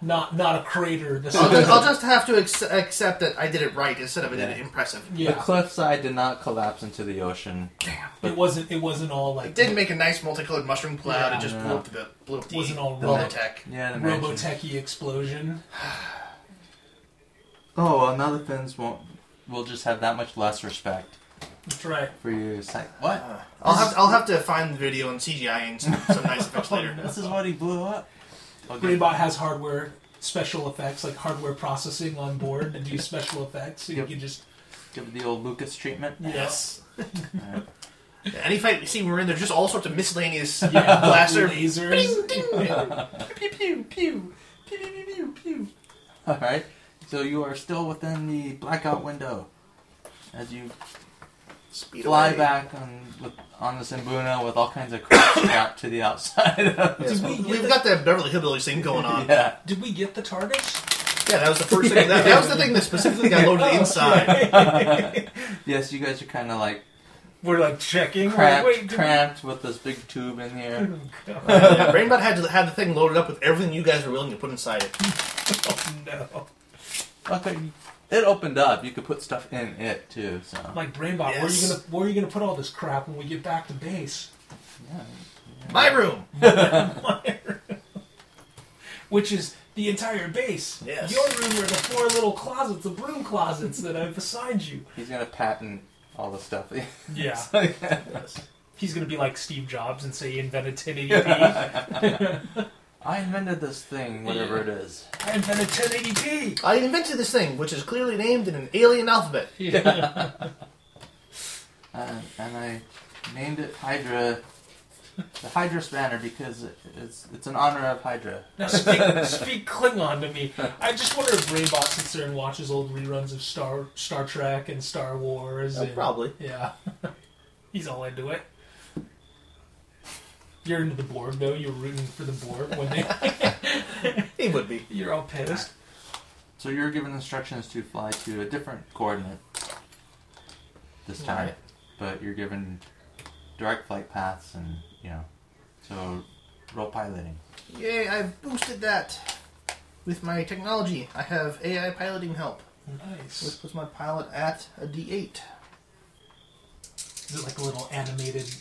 S1: not not a crater. This
S7: I'll just, I'll just have to ex- accept that I did it right instead of I did it impressive.
S2: The
S1: yeah,
S2: cliffside did not collapse into the ocean.
S1: it wasn't. It wasn't all like
S7: It did make a nice multicolored mushroom cloud. it just
S2: Yeah.
S7: blew up the blew up the,
S1: Wasn't all
S7: the
S1: wrong.
S7: attack.
S2: Yeah, the mansion.
S1: Robotechy explosion.
S2: Oh, well, now the Finns won't. We'll just have that much less respect
S1: That's right.
S2: for you. It's like, what?
S7: Uh, I'll have I'll have to find the
S2: Oh,
S7: video and CGI and some, some nice effects later.
S2: This is what he blew up. Okay.
S1: Raybot has hardware special effects, like hardware processing on board to do special effects. So
S2: Yep.
S1: you can just
S2: Give it the old Lucas treatment.
S1: yes,
S7: Yeah, any fight we see we're in, there's just all sorts of miscellaneous
S1: yeah,
S7: blaster.
S1: lasers.
S7: Pew pew pew pew pew pew pew.
S2: All right. So you are still within the blackout window as you
S7: Speed
S2: fly
S7: away.
S2: back on with, on the Simbuna with all kinds of crap strapped to the outside. of it.
S1: Did we get
S7: We've
S1: the-
S7: got that Beverly Hillbillies thing going on. yeah.
S2: yeah.
S1: Did we get the targets?
S7: that was the first thing. That, that was the thing that specifically got loaded inside.
S2: Yes, you guys are kind of like
S1: We're like checking. Like,
S2: cramped,
S1: wait, did we-
S2: cramped with this big tube in here.
S7: Yeah, Brainbot had to have the thing loaded up with everything you guys were willing to put inside it.
S1: Oh, no.
S2: Okay. It opened up. You could put stuff in it too. So
S1: Like Brainbot, where are you
S7: Yes.
S1: gonna where are you gonna put all this crap when we get back to base?
S7: My room.
S1: Which is the entire base.
S7: Yes.
S1: Your room are the four little closets, the broom closets that I've assigned you.
S2: he's gonna patent all the stuff.
S1: Yeah.
S7: Yes.
S1: He's gonna be like Steve Jobs and say he invented 1080p.
S2: I invented this thing, whatever it is.
S1: I invented 1080p.
S7: I invented this thing, which is clearly named in an alien alphabet.
S2: Uh, and I named it Hydra, the Hydra Spanner because it- it's it's in honor of Hydra.
S1: Now speak, speak Klingon to me. I just wonder if Brainbot sits there and watches old reruns of Star Star Trek and Star Wars.
S7: Oh,
S1: and-
S7: probably.
S1: Yeah. He's all into it. You're into the Borg though. You're rooting for the Borg when they.
S7: He would be.
S1: You're all pissed.
S2: So you're given instructions to fly to a different coordinate this time,
S7: Right.
S2: but you're given direct flight paths and you know, so roll piloting.
S7: Yay, I've
S6: Boosted that with my technology. I have AI piloting help, which
S1: Nice.
S6: puts my pilot at a D8.
S1: Is it like a little animated?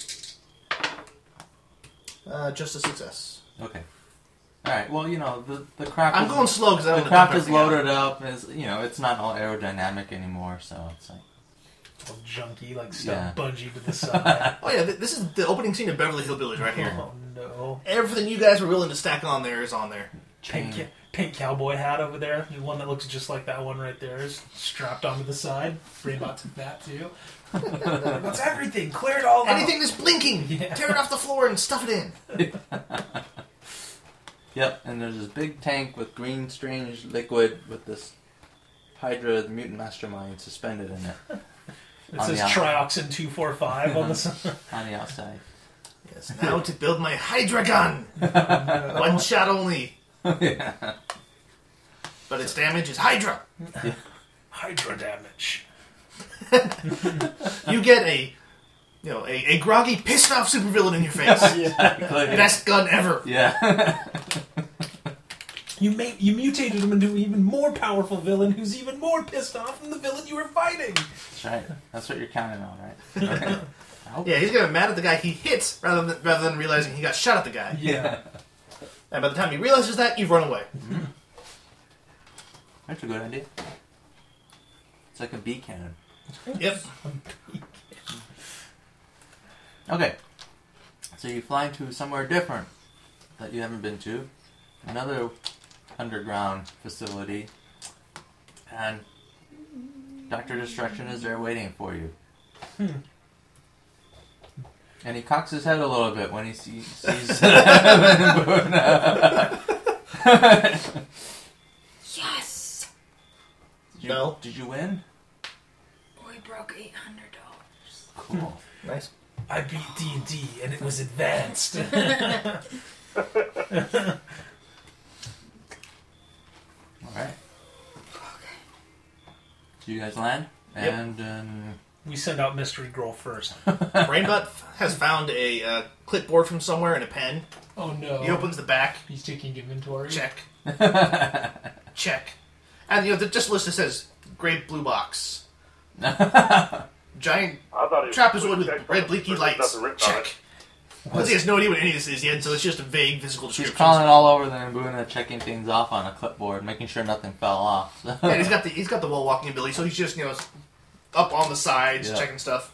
S6: Uh, just a success.
S2: Okay. All right. Well, you know the the craft.
S7: I'm
S2: is,
S7: going slow because I
S2: The
S7: don't wanna
S2: craft
S7: dump
S2: is
S7: everything out.
S2: loaded up. and It's you know it's not all aerodynamic anymore, so it's like
S1: All junky, like stuff
S2: Yeah.
S1: bungee to the side.
S7: Oh yeah, th- this is the opening scene of Beverly Hillbillies right
S2: Uh-huh.
S7: here.
S1: oh no!
S7: Everything you guys were willing to stack on there is on there.
S1: Pink,
S2: chain-
S1: pink cowboy hat over there. The one that looks just like that one right there is strapped onto the side. Brainbot took that too. That's everything. Clear it all
S7: Anything that's blinking, tear it off the floor and stuff it in.
S2: Yep, and there's this big tank with green, strange liquid with this Hydra, the mutant mastermind, suspended in it
S1: out. It
S2: on
S1: says
S2: the out-
S1: trioxin two four five on the side.
S2: on the outside.
S7: Yes, now to build my Hydra gun. One shot only. But its damage is Hydra.
S1: Hydra damage.
S7: You get a, you know, a, a groggy, pissed off supervillain in your face. Best gun ever.
S2: yeah.
S1: You ma- you mutated him into an even more powerful villain who's even more pissed off than the villain you were fighting.
S2: That's right. That's what you're counting on, right?
S7: Yeah, he's gonna be mad at the guy he hits rather than rather than realizing he got shot at the guy.
S1: Yeah.
S7: And by the time he realizes that, you've run away.
S2: That's a good idea. It's like a bee cannon.
S7: Yep.
S2: Okay. So you fly to somewhere different that you haven't been to, another underground facility, and Doctor Destruction is there waiting for you. And he cocks his head a little bit when he see, sees.
S5: Yes!
S2: Did you-
S7: No.
S2: Did you win?
S5: We broke 800 dollars.
S2: Cool.
S7: Nice.
S1: I beat D and D, and it was advanced.
S2: All right. So you guys land,
S7: Yep.
S2: and um,
S1: we send out Mystery Girl first.
S7: Brainbot has found a uh, clipboard from somewhere and a pen.
S1: Oh no!
S7: He opens the back.
S1: He's taking inventory.
S7: Check. Check. And you know, the, just list it says great blue box. Giant
S4: I thought it was
S7: trapezoid with
S4: check box.
S7: red blinky
S4: There's
S7: lights.
S4: nothing written on it.
S7: Check. Because he has no idea what any of this is yet, so it's just a vague physical
S2: She's
S7: description.
S2: crawling all over the Nabuna, checking things off on a clipboard, making sure nothing fell off.
S7: And he's got the he's got the wall walking ability, so he's just you know up on the sides
S2: Yeah.
S7: checking stuff.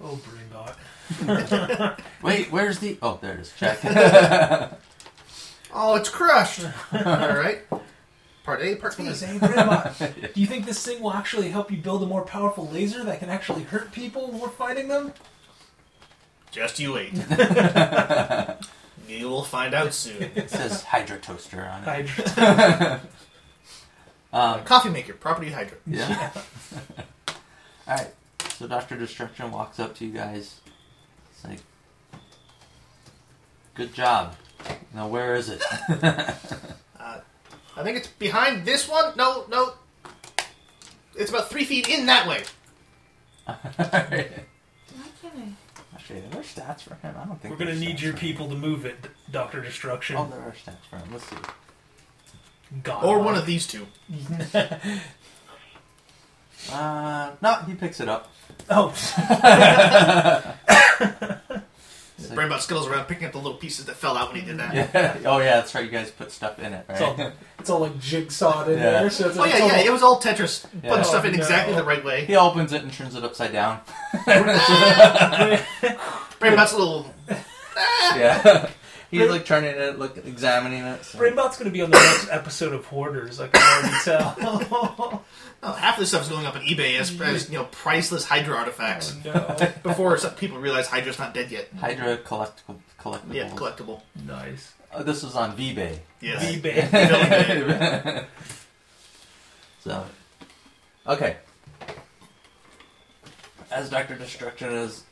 S1: Oh, Brainbot.
S2: Wait, where's the? Oh, there it is. Check.
S7: Oh, it's crushed. All right. Part A,
S1: That's
S7: part
S1: what
S7: B.
S1: I'm saying, Grandma. Do you think this thing will actually help you build a more powerful laser that can actually hurt people when we're fighting them?
S7: Just you wait. you will find out soon.
S2: It says Hydra Toaster on it.
S1: I
S4: Um,
S7: Coffee maker, property hydrant.
S2: Yeah. All right. So Doctor Destruction walks up to you guys. It's like, good job. Now where is it?
S7: I think it's behind this one. No, no. It's about three feet in that way.
S2: Actually,
S5: Why can't I?
S2: are there stats for him? I don't think
S1: We're gonna
S2: there's
S1: need
S2: stats
S1: your
S2: for him.
S1: people to move it, Doctor Destruction.
S2: Oh, there are stats for him. Let's see.
S1: God.
S2: Uh-huh.
S7: Or one of these two.
S2: Uh, no, he picks it up.
S1: Oh,
S2: It's
S7: Brain
S2: like-
S7: about Skittles around picking up the little pieces that fell out when he did that.
S2: yeah. Oh yeah, that's right. You guys put stuff in it,
S1: it's
S2: right?
S1: all, it's all like jigsawed in
S2: Yeah.
S1: there. So it's
S7: Oh
S1: like,
S7: yeah, yeah.
S1: oh,
S7: It was all Tetris.
S2: Yeah.
S7: Put stuff in
S1: Oh, no.
S7: exactly the right way.
S2: He opens it and turns it upside down.
S7: Brain about's a little.
S2: yeah. He's like turning it, look, examining it. so-
S1: Brainbot's gonna be on the next episode of Hoarders. I can already tell.
S7: Oh, half of this stuff's going up on eBay as, as you know priceless Hydra artifacts.
S1: no.
S7: Before some people realize Hydra's not dead yet.
S2: Hydra collectible collectibles.
S7: Yeah, collectible.
S1: Nice.
S2: Oh, this was on VBay.
S7: Yes.
S1: V-Bay.
S7: Villain Bay.
S2: so, okay. As Doctor Destruction is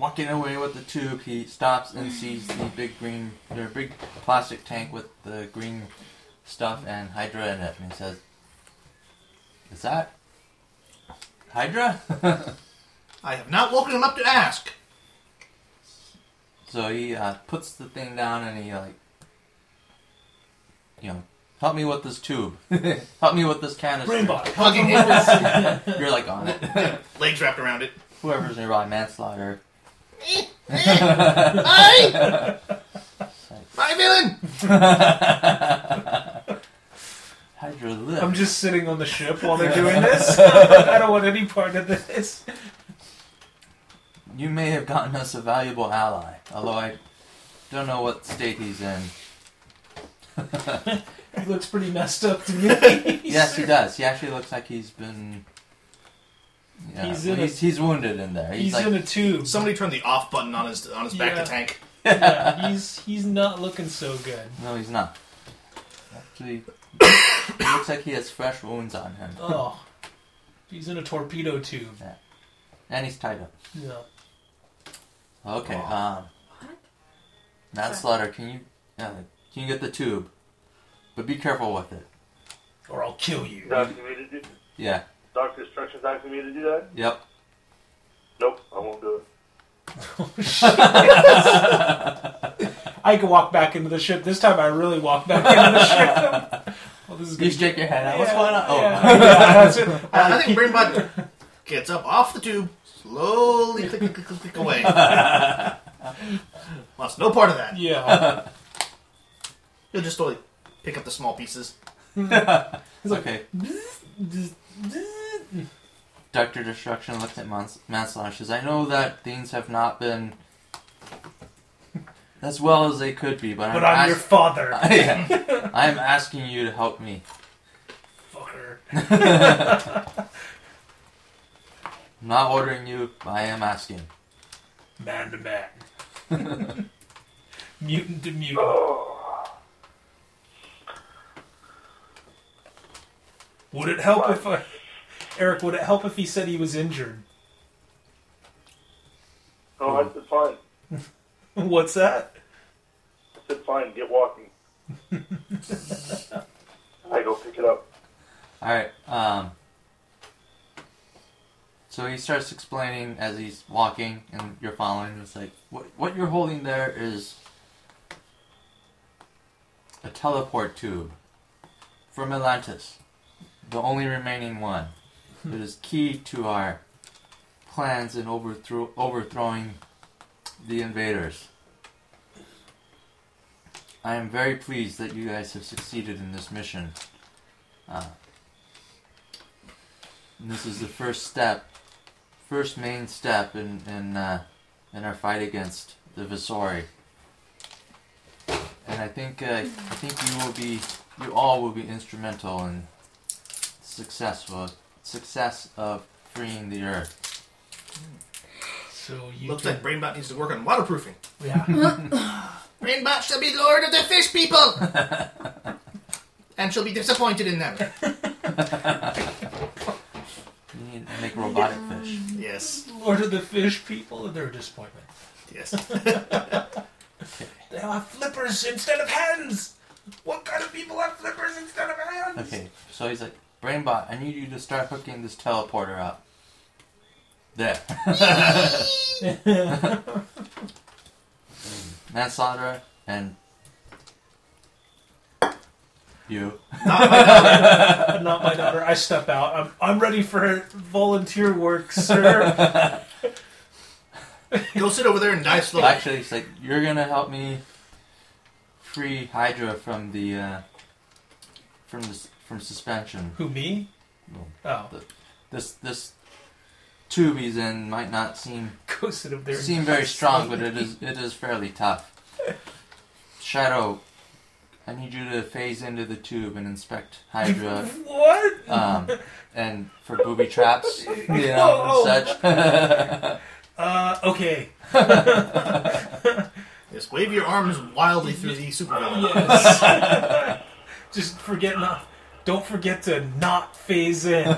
S2: walking away with the tube, he stops and sees the big green, or big plastic tank with the green stuff and Hydra in it, and he says, "Is that Hydra?"
S7: I have not woken him up to ask.
S2: So he uh, puts the thing down and he like, you know, help me with this tube. help me with this canister.
S1: Brainbot.
S7: Hugging him with
S2: You're like on it.
S7: legs wrapped around it.
S2: Whoever's nearby, manslaughter.
S7: Hey! My villain!
S2: Hydra lives.
S1: I'm just sitting on the ship while they're doing this. I don't want any part of this.
S2: You may have gotten us a valuable ally, although I don't know what state he's in.
S1: He looks pretty messed up to me.
S2: yes, he does. He actually looks like he's been. Yeah,
S1: He's
S2: he's,
S1: in a-
S2: he's, wounded in there. He's,
S1: He's
S2: like,
S1: in a tube.
S7: Somebody turned the off button on his on his back
S1: Yeah.
S7: to tank.
S1: yeah, he's he's not looking so good.
S2: no, he's not. Actually, he looks like he has fresh wounds on him,
S1: Oh, he's in a torpedo tube.
S2: and he's tied up.
S1: Yeah.
S2: Okay. Um,
S5: What?
S2: manslaughter. Can you uh, can you get the tube? But be careful with it.
S1: Or I'll kill you.
S4: Asking me to do,
S2: Yeah.
S4: Doctor Instructions asking me to do that?
S2: Yep.
S4: Nope, I won't do it.
S1: Oh, I can walk back into the ship. This time I really walk back into the ship. well, this is
S2: You
S1: good.
S2: shake your head out. What's going on? Oh,
S1: yeah, yeah, that's it.
S7: I, I think Brainbot gets up off the tube, slowly click, click, click, click, click away. Wants no part of that.
S1: Yeah.
S7: He'll just slowly pick up the small pieces.
S2: it's okay. Doctor Destruction looks at Mans- Manslaughter. Says, "I know that things have not been as well as they could be, but,
S1: But
S2: I'm,
S1: I'm your father,
S2: yeah, I'm asking you to help me."
S1: fucker.
S2: I'm not ordering you. but I am asking.
S1: Man to man. mutant to mutant.
S4: Oh,
S1: Would it help if I... Eric? Would it help if he said he was injured?
S4: no, Oh, I said fine.
S1: What's that?
S4: I said fine, get walking. I go pick it up.
S2: All right. Um, so he starts explaining as he's walking, and you're following. It's like what what you're holding there is a teleport tube from Atlantis, the only remaining one. It is key to our plans in overthrow overthrowing the invaders. I am very pleased that you guys have succeeded in this mission. Uh, and this is the first step, first main step in in uh, in our fight against the Visori. And I think uh, I think you will be, you all will be instrumental in successful success of freeing the earth.
S1: So you
S7: Looks
S1: two-
S7: like Brainbot needs to work on waterproofing.
S1: yeah.
S7: Brainbot shall be lord of the fish people! and she'll be disappointed in them.
S2: You need to make robotic fish.
S7: Yes.
S1: Lord of the Fish people and their disappointment.
S7: Yes.
S1: They have flippers instead of hands. What kind of people have flippers instead of hands?
S2: Okay, so he's like, Brainbot, I need you to start hooking this teleporter up. There. Manslaughter and you.
S1: Uh, Not my daughter. I step out. I'm, I'm ready for volunteer work, sir.
S7: Go sit over there and die slowly.
S2: Actually, he's like, you're gonna help me free Hydra from the uh, from this from suspension.
S1: Who me?
S2: Well,
S1: Oh,
S2: This this tube he's in might not seem
S1: go sit up there. and
S2: seem very strong, but it is it is fairly tough. Shadow, I need you to phase into the tube and inspect Hydra,
S1: What?
S2: um, and for booby traps, you know,
S1: Oh,
S2: and such.
S1: Uh, okay.
S7: Yes, wave your arms wildly through the supervillain.
S1: Yes. Just forget not. Don't forget to not phase in.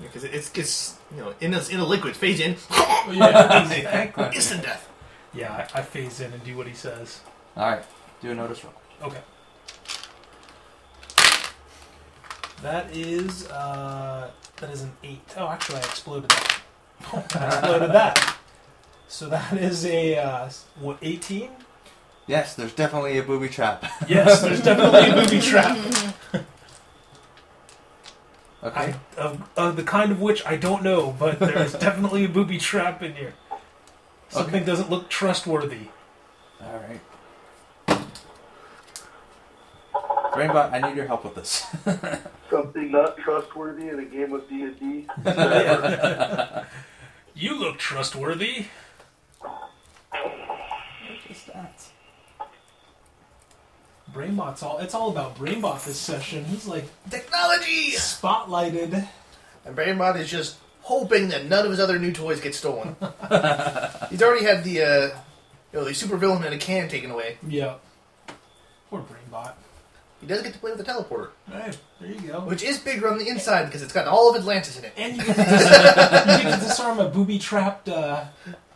S7: Because it's, it's, you know, in a, in a liquid, phase in,
S1: yeah,
S7: instant death.
S1: yeah I, I phase in and do what he says.
S2: All right, do a notice roll.
S1: Okay. That is uh, that is an eight. Oh, actually, I exploded that. I exploded that. So that is a uh, what eighteen?
S2: Yes, there's definitely a booby trap.
S1: Yes, there's definitely a booby trap
S2: Okay.
S1: I, of, of the kind of which I don't know, but there is definitely a booby trap in here. Something doesn't look trustworthy.
S2: All right. Rainbot, I need your help with this.
S4: Something not trustworthy in a game of D and D.
S1: You look trustworthy. Brainbot's all it's all about Brainbot this session. He's like
S7: Technology!
S1: spotlighted.
S7: And Brainbot is just hoping that none of his other new toys get stolen. He's already had the, uh, you know, the supervillain in a can taken away.
S1: Yeah. Poor Brainbot.
S7: He does get to play with the teleporter,
S1: Hey, there you go.
S7: which is bigger on the inside because it's got all of Atlantis in it.
S1: And you get to, dis- you get to disarm a booby trapped uh,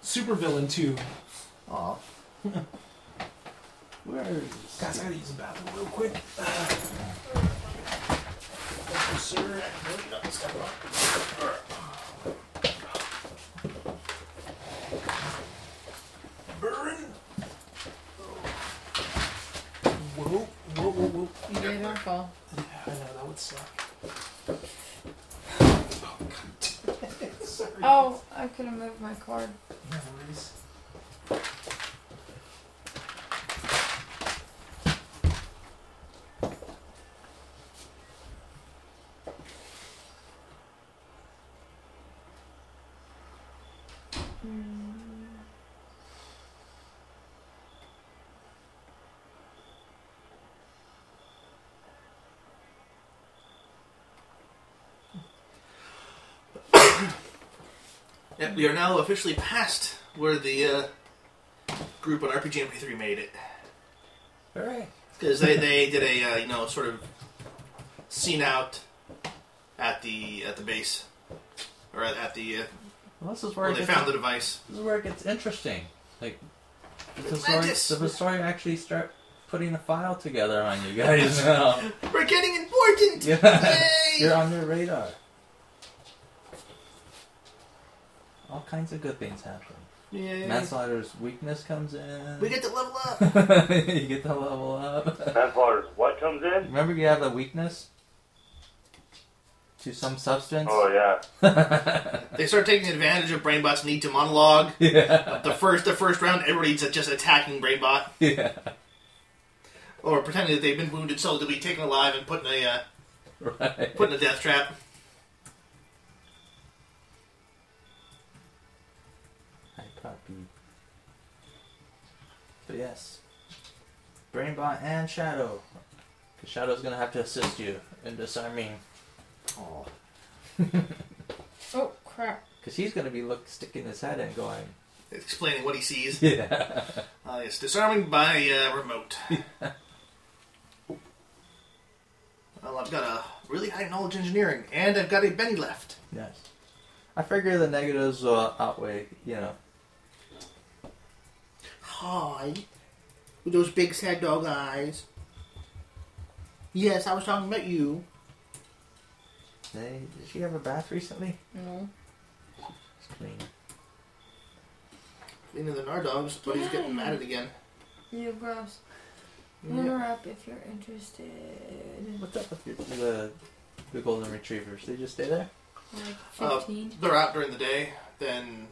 S1: supervillain too.
S7: Aw.
S2: Where is
S1: Guys, I gotta use the bathroom real quick. Uh, Burn. Whoa, whoa, whoa, whoa.
S5: Be very careful.
S1: Yeah, I know, that would suck. Oh, God damn it. Sorry.
S5: Oh, I could have moved my cord.
S1: No worries.
S7: Yeah, we are now officially past where the uh, group on RPG MP3 made it.
S2: Hooray.
S7: Because they, they did a, uh, you know, sort of scene out at the at the base. Or at, at the, uh,
S2: Well, this is where
S7: where
S2: it
S7: they
S2: gets,
S7: found the device.
S2: this is where it gets interesting. Like, the story,
S7: Atlantis.
S2: the story actually start putting a file together on you guys now.
S7: We're getting important!
S2: Yeah.
S7: Yay!
S2: You're on your radar. All kinds of good things happen.
S7: Yay.
S2: Manslaughter's weakness comes in.
S7: We get to level up!
S2: you get the level up.
S4: Manslaughter's what comes in?
S2: Remember, you have a weakness to some substance.
S4: Oh yeah.
S7: They start taking advantage of Brainbot's need to monologue.
S2: yeah,
S7: The first the first round, everybody's just attacking Brainbot
S2: yeah,
S7: or pretending that they've been wounded, so they'll be taken alive and put in a uh,
S2: right.
S7: put in a death trap.
S2: Hi, puppy. But yes, Brainbot and Shadow. 'Cause Shadow's gonna have to assist you in disarming.
S6: Oh.
S5: Oh crap!
S2: Because he's gonna be look sticking his head and going.
S7: Explaining what he sees.
S2: Yeah.
S7: Uh, it's disarming by uh, remote. well, I've got a really high knowledge engineering, and I've got a Benny left.
S2: Yes. I figure the negatives will outweigh, you know.
S6: Hi. With those big sad dog eyes. Yes, I was talking about you.
S2: They, did she have a bath recently?
S5: No.
S2: It's clean.
S7: Into the Nardogs, but he's getting mad at it again.
S5: You gross. Interrupt if you're interested.
S2: What's up with your, the the golden retrievers? They just stay there.
S5: Like
S7: Uh,
S5: fifteen.
S7: They're out during the day, then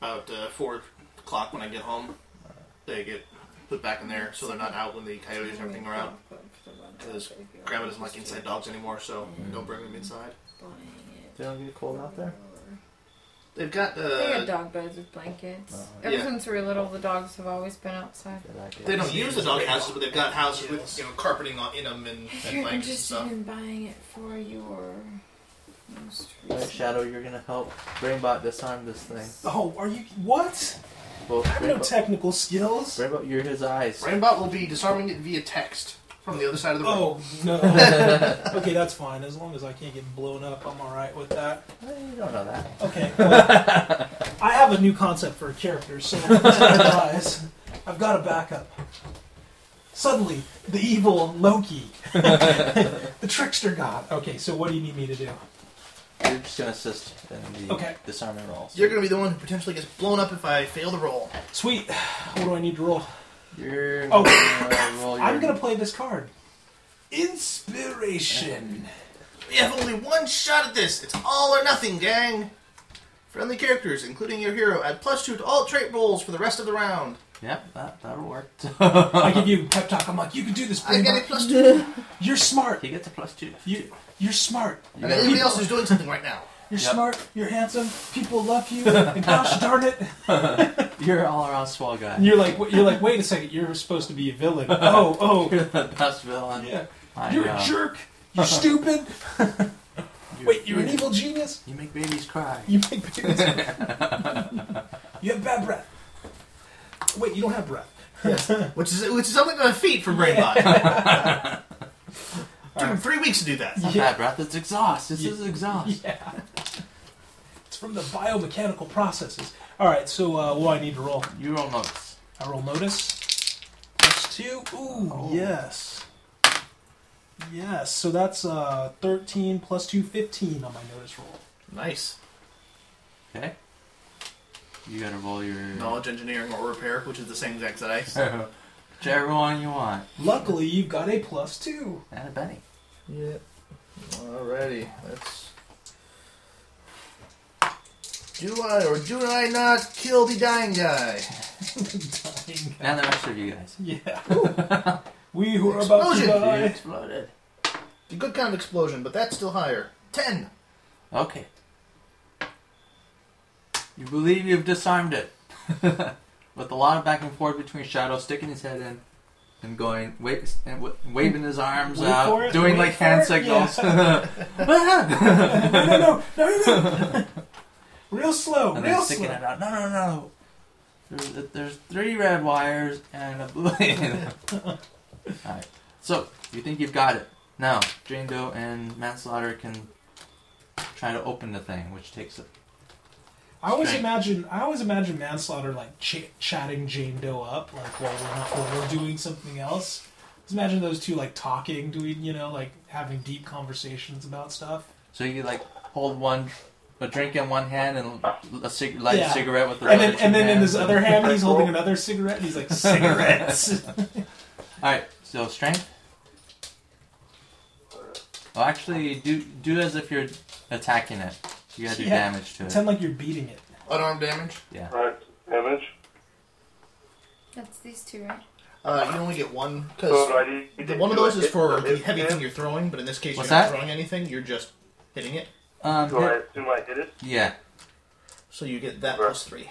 S7: about uh, 4 o'clock when I get home, they get put back in there so they're not out when the coyotes and everything are out. Because Grandma doesn't like inside dogs anymore, so don't bring them inside.
S2: They don't get cold out there.
S7: They've got
S5: They
S7: uh,
S5: had dog beds with blankets.
S2: Uh,
S5: Ever
S7: yeah.
S5: since we were little, the dogs have always been outside.
S2: Good idea.
S7: They don't use the dog houses, but they've got houses with you know carpeting on, in them and,
S5: If
S7: and
S5: you're
S7: blankets and
S5: interested
S7: stuff.
S5: in buying it for your most
S2: All right,
S5: recent-
S2: Shadow, you're gonna help Brainbot disarm this thing.
S1: Oh, are you what?
S2: Both
S1: I have no
S2: Brainbot,
S1: technical skills.
S2: Brainbot, you're his eyes.
S7: Rainbot will be disarming it via text from the other side of the room.
S1: Oh no. okay, that's fine. As long as I can't get blown up, I'm all right with that.
S2: Well, you don't know that.
S1: Okay. well, I have a new concept for a character, so when this guy dies, I've got a backup. Suddenly, the evil Loki, the trickster god. Okay, so what do you need me to do?
S2: You're just gonna assist in the
S1: Okay.
S2: disarming rolls.
S7: You're going to be the one who potentially gets blown up if I fail the roll.
S1: Sweet. What do I need to roll?
S2: You're
S1: Oh.
S2: gonna roll your.
S1: I'm gonna play this card. Inspiration.
S7: We have only one shot at this. It's all or nothing, gang. Friendly characters, including your hero, add plus two to all trait rolls for the rest of the round.
S2: Yep, that that worked.
S1: I give you a pep talk. I'm like, you can do this.
S7: I
S1: Brainbot.
S7: get a plus two.
S1: You're smart.
S2: he gets a plus two.
S1: You, you're smart.
S2: You
S7: And
S2: got-
S7: everybody else is doing something right now.
S1: You're
S2: Yep.
S1: smart. You're handsome. People love you. And gosh darn it.
S2: You're all around swell guy.
S1: And you're like, you're like, wait a second. You're supposed to be a villain. Oh, oh.
S2: You're the best villain.
S1: Yeah. uh,
S2: I
S1: You're
S2: know.
S1: a jerk. You're stupid. Wait, you're an
S2: weird.
S1: evil genius.
S2: You make babies cry.
S1: You make babies. you have bad breath. Wait, you don't have breath.
S7: Which is which is something of a feat for Brainbot. Took him three weeks to do that.
S2: Not bad breath. It's exhaust. This is exhaust.
S1: Yeah. It's from the biomechanical processes. All right, so uh, what do I need to roll?
S2: You roll notice.
S1: I roll notice. Plus two. Ooh, yes. Yes, so that's uh, 13 plus 2, 15 on my notice roll.
S7: Nice.
S2: Okay. You gotta roll your
S7: Knowledge engineering or repair, which is the same exact that I.
S2: whichever one you want.
S1: Luckily, you've got a plus 2.
S2: And a Benny.
S7: Yep. Alrighty. Let's. Do I or do I not kill the dying guy?
S1: Dying.
S2: And the rest of you guys.
S1: Yeah. we who are about to
S7: Explosion.
S2: You
S1: die.
S2: exploded.
S7: A good kind of explosion, but that's still higher. Ten.
S2: Okay. You believe you've disarmed it. With a lot of back and forth between Shadow sticking his head in and going, wait, and wa- waving his arms
S1: Wait for
S2: out,
S1: it,
S2: doing
S1: wait
S2: like
S1: for
S2: hand
S1: it,
S2: signals.
S1: No, no, no, no, no, no. Real slow,
S2: and
S1: real
S2: then sticking
S1: slow.
S2: it out. No, no, no. There's, there's three red wires and a blue. All right. So you think you've got it now? Jane Doe and manslaughter can try to open the thing, which takes a
S1: I always
S2: Strength.
S1: imagine, I always imagine manslaughter like ch- chatting Jane Doe up, like while we're not, while we're doing something else. Just imagine those two like talking, doing you know, like having deep conversations about stuff.
S2: So you like hold one a drink in one hand and a cig- light
S1: Yeah.
S2: cigarette with the
S1: And
S2: other
S1: then, and
S2: two
S1: then in
S2: hands
S1: his other hand, he's
S2: Roll.
S1: holding another cigarette, and he's like, cigarettes.
S2: All right, so strength. Well, actually, do do as if you're attacking it. You gotta do
S1: Yeah.
S2: damage to it.
S1: Pretend like you're beating it.
S7: Unarmed damage.
S2: yeah.
S4: Alright, damage.
S5: That's these two, right?
S7: Uh, you only get one
S4: So
S7: because
S4: Oh, I need,
S7: the one of those is for the
S4: hit
S7: heavy
S4: him?
S7: thing you're throwing, but in this case
S2: What's
S7: you're not
S2: that?
S7: throwing anything. You're just hitting it,
S2: Um.
S4: So I
S2: hit-
S4: assume I hit it.
S2: yeah.
S7: so you get that
S4: Right.
S7: plus three.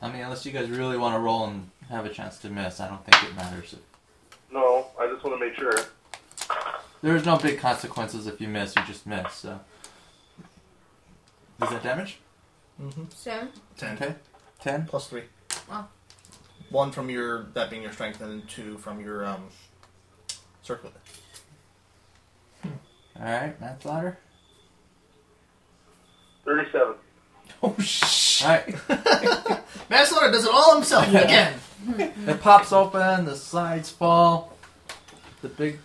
S2: I mean, unless you guys really want to roll and have a chance to miss. I don't think it matters.
S4: No, I just want to make sure.
S2: There's no big consequences if you miss. You just miss. So. Is that damage?
S5: Seven.
S7: Ten.
S2: Okay. Ten.
S7: Plus three.
S5: Wow.
S7: One from your that being your strength, and two from your um circlet.
S2: All right. Math ladder.
S4: 37.
S7: Oh shit!
S2: All right.
S7: Manslaughter does it all himself again.
S2: It pops open, the sides fall, the big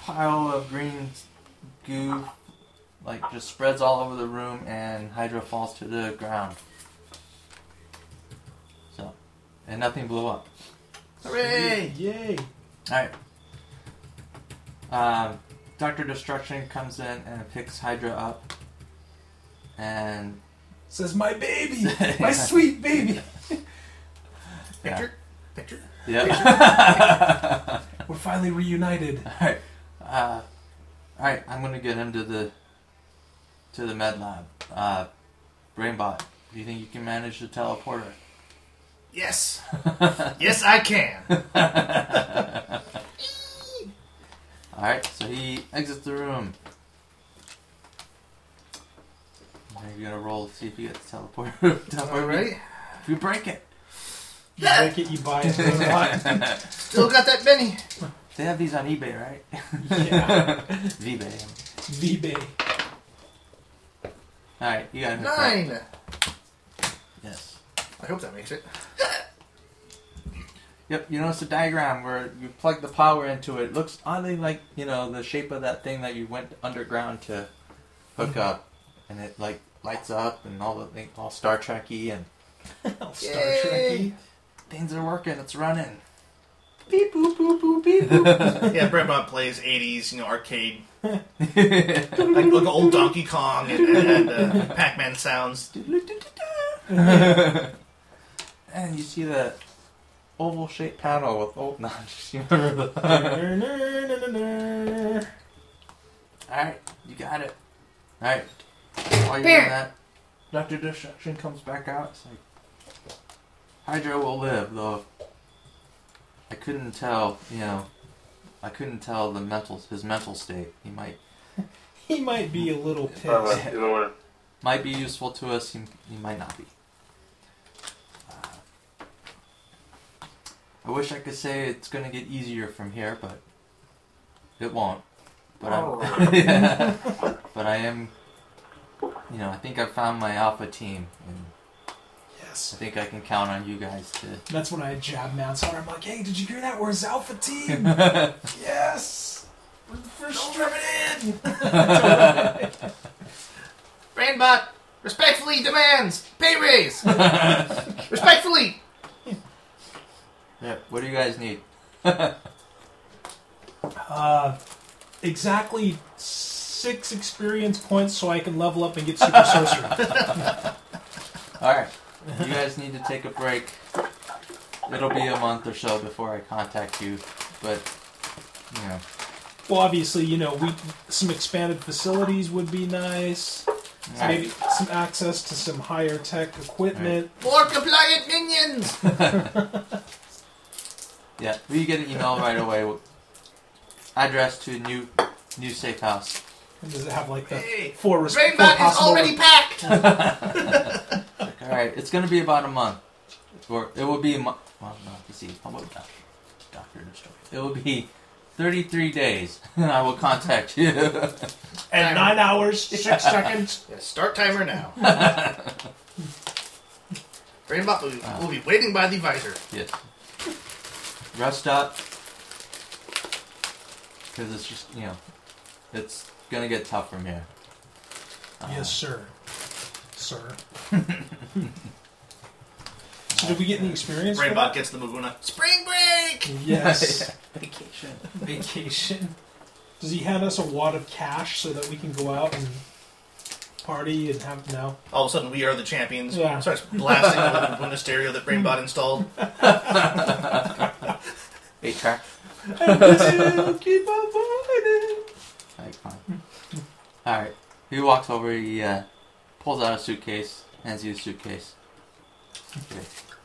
S2: pile of green goo like just spreads all over the room and Hydra falls to the ground. So and nothing blew up.
S7: Hooray!
S1: Yay!
S2: Alright. Um, Doctor Destruction comes in and picks Hydra up and
S1: Says my baby, my sweet baby.
S2: Yeah.
S7: Picture, picture.
S2: Yep.
S1: We're finally reunited.
S2: Alright. Uh, Alright, I'm gonna get him to the to the med lab. Uh Brainbot, do you think you can manage the teleporter?
S7: Yes, yes, I can.
S2: Alright, so he exits the room. Now you're gonna roll to see if you get the teleporter. teleporter.
S7: All right.
S2: If you break it.
S1: You break it, you buy it. it's not.
S7: Still got that Benny.
S2: They have these on eBay, right?
S1: yeah,
S2: eBay.
S1: V-Bay.
S2: Alright, you got him.
S7: Nine.
S2: Yes.
S7: I hope that makes it.
S2: Yep, you notice the diagram where you plug the power into it. It looks oddly like, you know, the shape of that thing that you went underground to hook up. And it, like, lights up and all the thing, all Star Trek y and
S1: Oh, Star
S7: Yay.
S1: Trekky.
S2: things are working. It's running. Beep, boop, boop, boop, beep, boop.
S7: Yeah, Brembot plays '80s, you know, arcade,
S2: Doodle,
S7: like, like old Donkey Kong and, and uh, Pac-Man sounds.
S2: doodle, doodle. and you see the oval shaped panel with old. No, I'm just you remember the. Alright, you got it. Alright. While you're
S5: Bear.
S2: doing that, Dr. Destruction comes back out. It's like, Hydra will live, though. I couldn't tell, you know, I couldn't tell the mental his mental state. He might
S1: He might be a little
S4: Uh,
S1: pissed.
S4: you know what?
S2: might be useful to us. He, he might not be. Uh, I wish I could say it's going to get easier from here, but it won't. But I'm, but I am. You know, I think I found my alpha team, and I
S1: Yes.
S2: think I can count on you guys to.
S1: That's when I jab Matt's on. I'm like, hey, did you hear that? We're his alpha team. yes. We're the first stripping in.
S7: Brembot respectfully demands pay raise. respectfully.
S2: yeah. What do you guys need?
S1: Uh, exactly six experience points so I can level up and get super sorcerer.
S2: All right. You guys need to take a break. It'll be a month or so before I contact you, but you know.
S1: well, obviously, you know, we some expanded facilities would be nice. Maybe some access to some higher tech equipment.
S7: More compliant minions.
S2: Yeah, we get an email right away. with Address to new, new safe house.
S1: And does it have like the
S7: Hey,
S1: four, res- four
S7: Brembot is
S1: possible
S7: already packed.
S2: All right, it's gonna be about a month, or it will be a month. Well, no, let's see. How about Doctor, Doctor Destroy? It will be thirty-three days, and I will contact you.
S1: and nine hours six seconds.
S7: Yeah, start timer now. Brainbot will, will be waiting by the visor.
S2: yes. Rest up, because it's just you know, it's gonna get tough from here.
S1: Yes, sir. Sir. so did we get any experience? for
S7: Brainbot
S1: that?
S7: gets the Maguna. Spring break!
S1: Yes.
S2: Um, Vacation.
S1: Vacation. Does he hand us a wad of cash so that we can go out and party and have no?
S7: All of a sudden, we are the champions.
S1: Yeah.
S7: Starts blasting the Maguna stereo that Brainbot installed.
S2: Eight track.
S1: Keep on partying.
S2: Like, fine. Alright. He walks over, he uh, pulls out a suitcase, hands you a suitcase. Okay.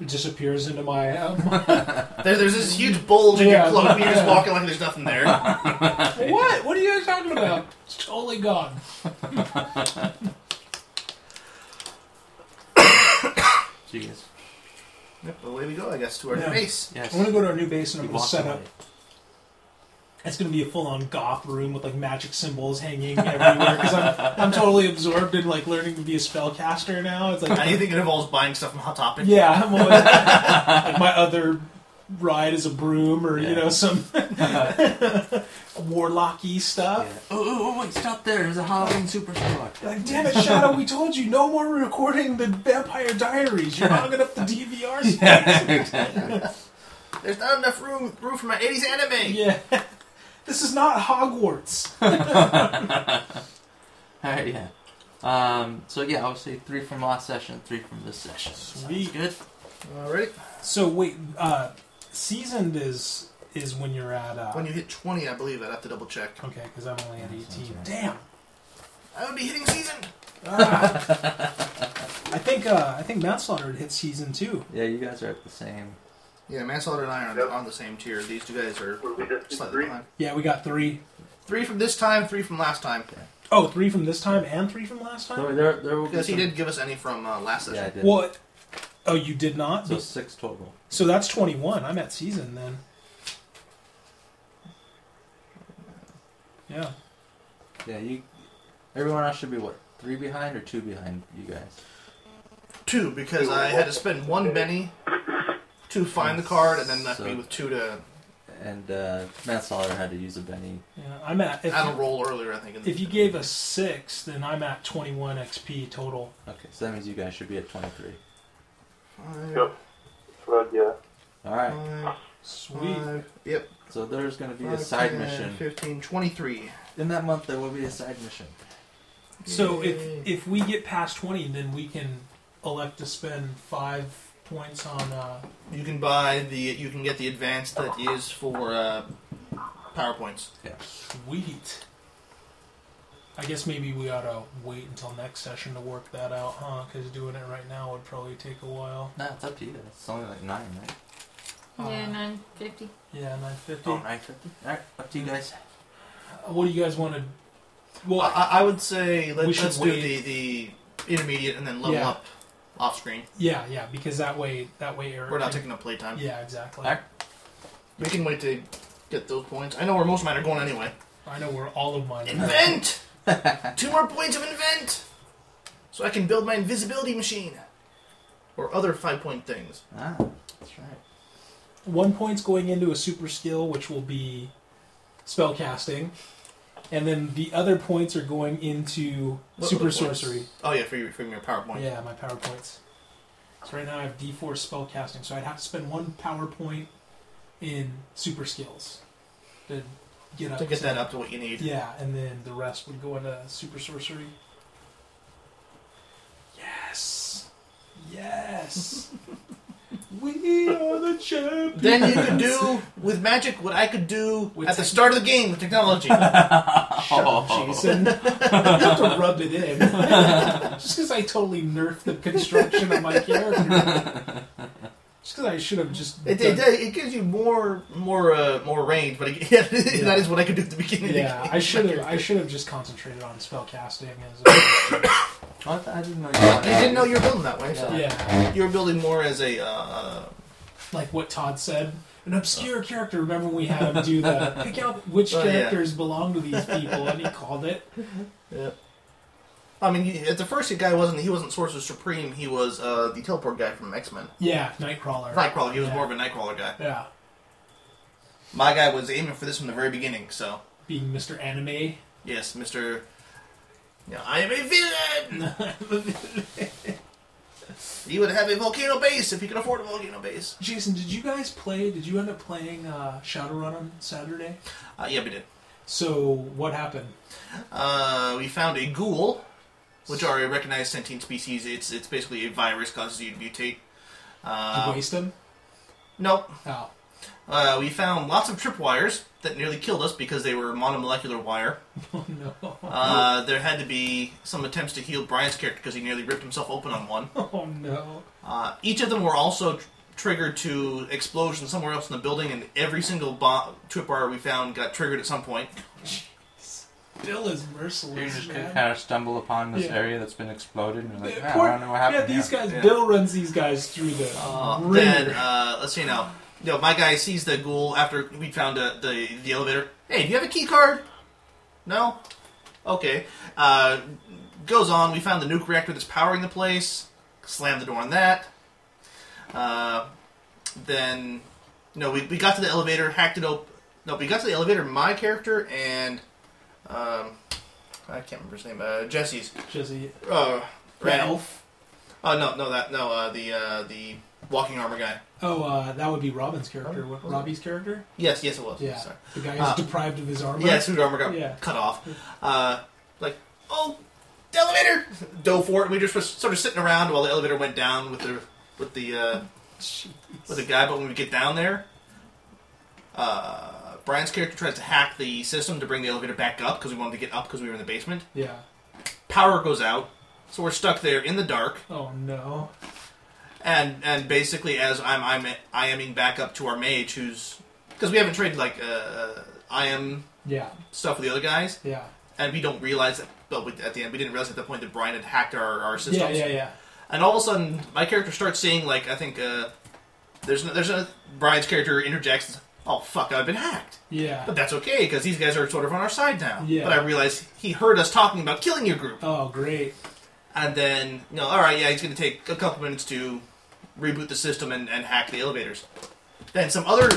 S1: disappears into my. Um,
S7: There, there's this huge bulge in your
S1: Yeah.
S7: cloak, and you're just walking like there's nothing there.
S1: what? What are you guys talking about? It's totally gone.
S2: So you guys,
S7: Yep, away we go, I guess, to our
S1: Yeah.
S7: base.
S2: yes.
S1: I'm gonna go to our new base and
S2: We
S1: I'm gonna
S2: walked
S1: set
S2: away.
S1: up. It's gonna be a full-on goth room with like magic symbols hanging everywhere because I'm, I'm totally absorbed in like learning to be a spellcaster now. It's like
S7: Now you think it involves buying stuff from Hot Topic?
S1: Yeah, I'm always, like my other ride is a broom or
S2: Yeah.
S1: you know some warlocky stuff.
S2: Yeah. Oh, oh, oh, wait, stop there. There's a Halloween superstore.
S1: Like, damn it, Shadow! we told you no more recording the Vampire Diaries. You're hogging up the DVR space.
S7: There's not enough room room for my 80s anime.
S1: Yeah. This is not Hogwarts.
S2: All right, yeah. Um, so yeah, I would say three from last session, three from this session. Sounds
S1: Sweet.
S2: good.
S7: All right.
S1: So wait, uh, seasoned is is when you're at uh,
S7: When you hit 20, I believe I'd have to double check.
S1: okay, because I'm only at 18.
S2: right.
S1: Damn.
S7: I would be hitting season.
S1: Ah. I think uh, I think manslaughter had hit season two.
S2: Yeah, you guys are at the same.
S7: Yeah, Manslaughter and I are on-
S4: Yep.
S7: on the same tier. These two guys are
S4: Were we just in
S7: slightly
S4: three?
S7: behind.
S1: Yeah, we got three.
S7: Three from this time, three from last time.
S1: Oh, three from this time and three from last
S2: So
S1: time.
S2: there, there will be
S7: Because he
S2: some-
S7: did give us any from uh, last
S2: Yeah, I
S7: session.
S2: did.
S1: What? Oh, you did not.
S2: So six total.
S1: So that's twenty one. I'm at season then. Yeah.
S2: Yeah, you. Everyone else should be what three behind or two behind you guys.
S7: Two, because I had to spend one Benny to find the card, and then left
S2: So-
S7: me with two to.
S2: And uh, Matt Stoller had to use a Benny.
S1: Yeah. I'm at. If,
S7: I had a roll earlier, I think. in the-
S1: if you gave us six, then I'm at twenty one XP total.
S2: Okay, so that means you guys should be at twenty-three.
S7: Five,
S4: Yep. But yeah,
S2: All right.
S7: five,
S1: Sweet.
S7: five, yep.
S1: Mm-hmm.
S2: So there's going to be a
S7: five,
S2: side
S7: 10,
S2: mission
S7: 15, 23.
S2: in that month. There will be a side mission.
S1: So if
S7: Yay.
S1: if we get past twenty, then we can elect to spend five points on. Uh,
S7: You can buy the. You can get the advance that is for uh, PowerPoints.
S1: Sweet. I guess maybe we ought to wait until next session to work that out, huh? Because doing it right now would probably take a while.
S2: No, it's up to you. It's only like nine, right?
S5: yeah,
S1: Uh,
S5: 950.
S1: Yeah, nine fifty.
S2: Oh, nine fifty. All right, up to you guys.
S1: Uh, What do you guys want to?
S7: Well,
S1: Well, uh,
S7: I, I would say let,
S1: We should
S7: let's do the,
S1: wait.
S7: the intermediate and then level
S1: Yeah.
S7: up off screen.
S1: yeah, yeah, because that way, that way, Eric.
S7: We're not
S1: can-
S7: taking up playtime.
S1: Yeah, exactly.
S2: Eric?
S7: We can wait to get those points. I know where most of mine are going anyway.
S1: I know where all of mine. Are.
S7: Invent! Two more points of invent! So I can build my invisibility machine. Or other five point things.
S2: Ah, that's right.
S1: One point's going into a super skill, which will be spell casting, and then the other points are going into
S7: What
S1: super
S7: other points?
S1: sorcery.
S7: Oh, yeah, for your, for your PowerPoint.
S1: Yeah, my power points. So right now I have D4 spell casting, so I'd have to spend one power point in super skills to get up
S7: To get that up to what you need.
S1: Yeah, and then the rest would go into super sorcery. Yes, yes. we are the champions.
S7: Then you could do with magic what I could do
S1: With
S7: at the
S1: tech-
S7: start of the game with technology.
S1: Shut up, Jason. you have to rub it in. Just because I totally nerfed the construction of my character. Just because I should have just.
S7: It,
S1: done-
S7: it, it gives you more more uh, more range, but it, that is what I could do at the beginning.
S1: Yeah,
S7: of the
S1: I
S7: game.
S1: should have. I should have just concentrated on spell casting. As
S2: What? I didn't know. You wanted
S7: You didn't know you were building that way.
S1: a,
S7: So
S1: yeah,
S7: you were building more as a uh,
S1: like what Todd said, an obscure character. Remember when we had him do the pick out which
S7: Oh, yeah.
S1: characters belong to these people, and he called it.
S7: I mean, he- at the first the guy wasn't he wasn't Sorcerer Supreme. He was uh, the teleport guy from X Men.
S1: Yeah, Nightcrawler.
S7: Nightcrawler. He was
S1: Yeah.
S7: more of a Nightcrawler guy.
S1: Yeah,
S7: My guy was aiming for this from the very beginning. So
S1: being Mr. Anime.
S7: yes, Mister. Yeah, I am a villain. he would have a volcano base if he could afford a volcano base.
S1: Jason, did you guys play? Did you end up playing uh, Shadowrun on Saturday?
S7: Uh, yeah, we did.
S1: So what happened?
S7: Uh, we found a ghoul, which are a recognized sentient species. It's it's basically a virus causes you to
S1: Did
S7: mutate.
S1: you
S7: Uh,
S1: waste him?
S7: nope.
S1: Oh,
S7: Uh, we found lots of tripwires. that nearly killed us because they were monomolecular wire.
S1: Oh no!
S7: Uh, there had to be some attempts to heal Brian's character because he nearly ripped himself open on one.
S1: Oh no!
S7: Uh, each of them were also tr- triggered to explosions somewhere else in the building, and every single bomb trip wire we found got triggered at some point.
S1: Bill is
S2: You're
S1: merciless,
S2: just
S1: man.
S2: gonna kind of stumble upon this
S1: Yeah.
S2: area that's been exploded, and you're like,
S1: Yeah,
S2: "Ah,
S1: poor-
S2: I don't know what happened.
S1: yeah, these
S2: here."
S1: guys.
S7: Yeah.
S1: Bill runs these guys through the
S7: Uh,
S1: ringer.
S7: then uh, let's see now. You know, my guy sees the ghoul after we found uh, the the elevator. Hey, do you have a key card? No. Okay. Uh, goes on. We found the nuke reactor that's powering the place. Slam the door on that. Uh, then, no, we, we got to the elevator, hacked it open. No, we got to the elevator. My character and um, I can't remember his name. Uh, Jesse's
S1: Jesse.
S7: uh, Ralph. Oh no, no, that no, uh, the uh, the walking armor guy.
S1: Oh, uh, that would be Robin's character. What, Robbie's character?
S7: Yes, yes, it was.
S1: Yeah.
S7: Sorry.
S1: The guy who's
S7: Uh,
S1: deprived of his armor.
S7: Yeah, suit armor got
S1: Yeah.
S7: cut off. Uh, like, oh, the elevator! Dove for it. We just were sort of sitting around while the elevator went down with the with the uh, with the guy. But when we get down there, uh, Brian's character tries to hack the system to bring the elevator back up because we wanted to get up because we were in the basement.
S1: Yeah.
S7: Power goes out, so we're stuck there in the dark.
S1: Oh no.
S7: and and basically as I'm I'm I aming back up to our mage who's because we haven't traded like uh, I am
S1: Yeah.
S7: stuff with the other guys
S1: Yeah.
S7: and we don't realize that but we, at the end we didn't realize at the point that Brian had hacked our, our systems
S1: Yeah. Yeah. Yeah.
S7: and all of a sudden my character starts seeing like I think uh, there's no, there's no, Brian's character interjects oh fuck I've been hacked
S1: Yeah.
S7: but that's okay because these guys are sort of on our side now
S1: Yeah.
S7: but I realize he heard us talking about killing your group
S1: Oh great.
S7: and then you know, all right, yeah, he's going to take a couple minutes to reboot the system and, and hack the elevators. Then some other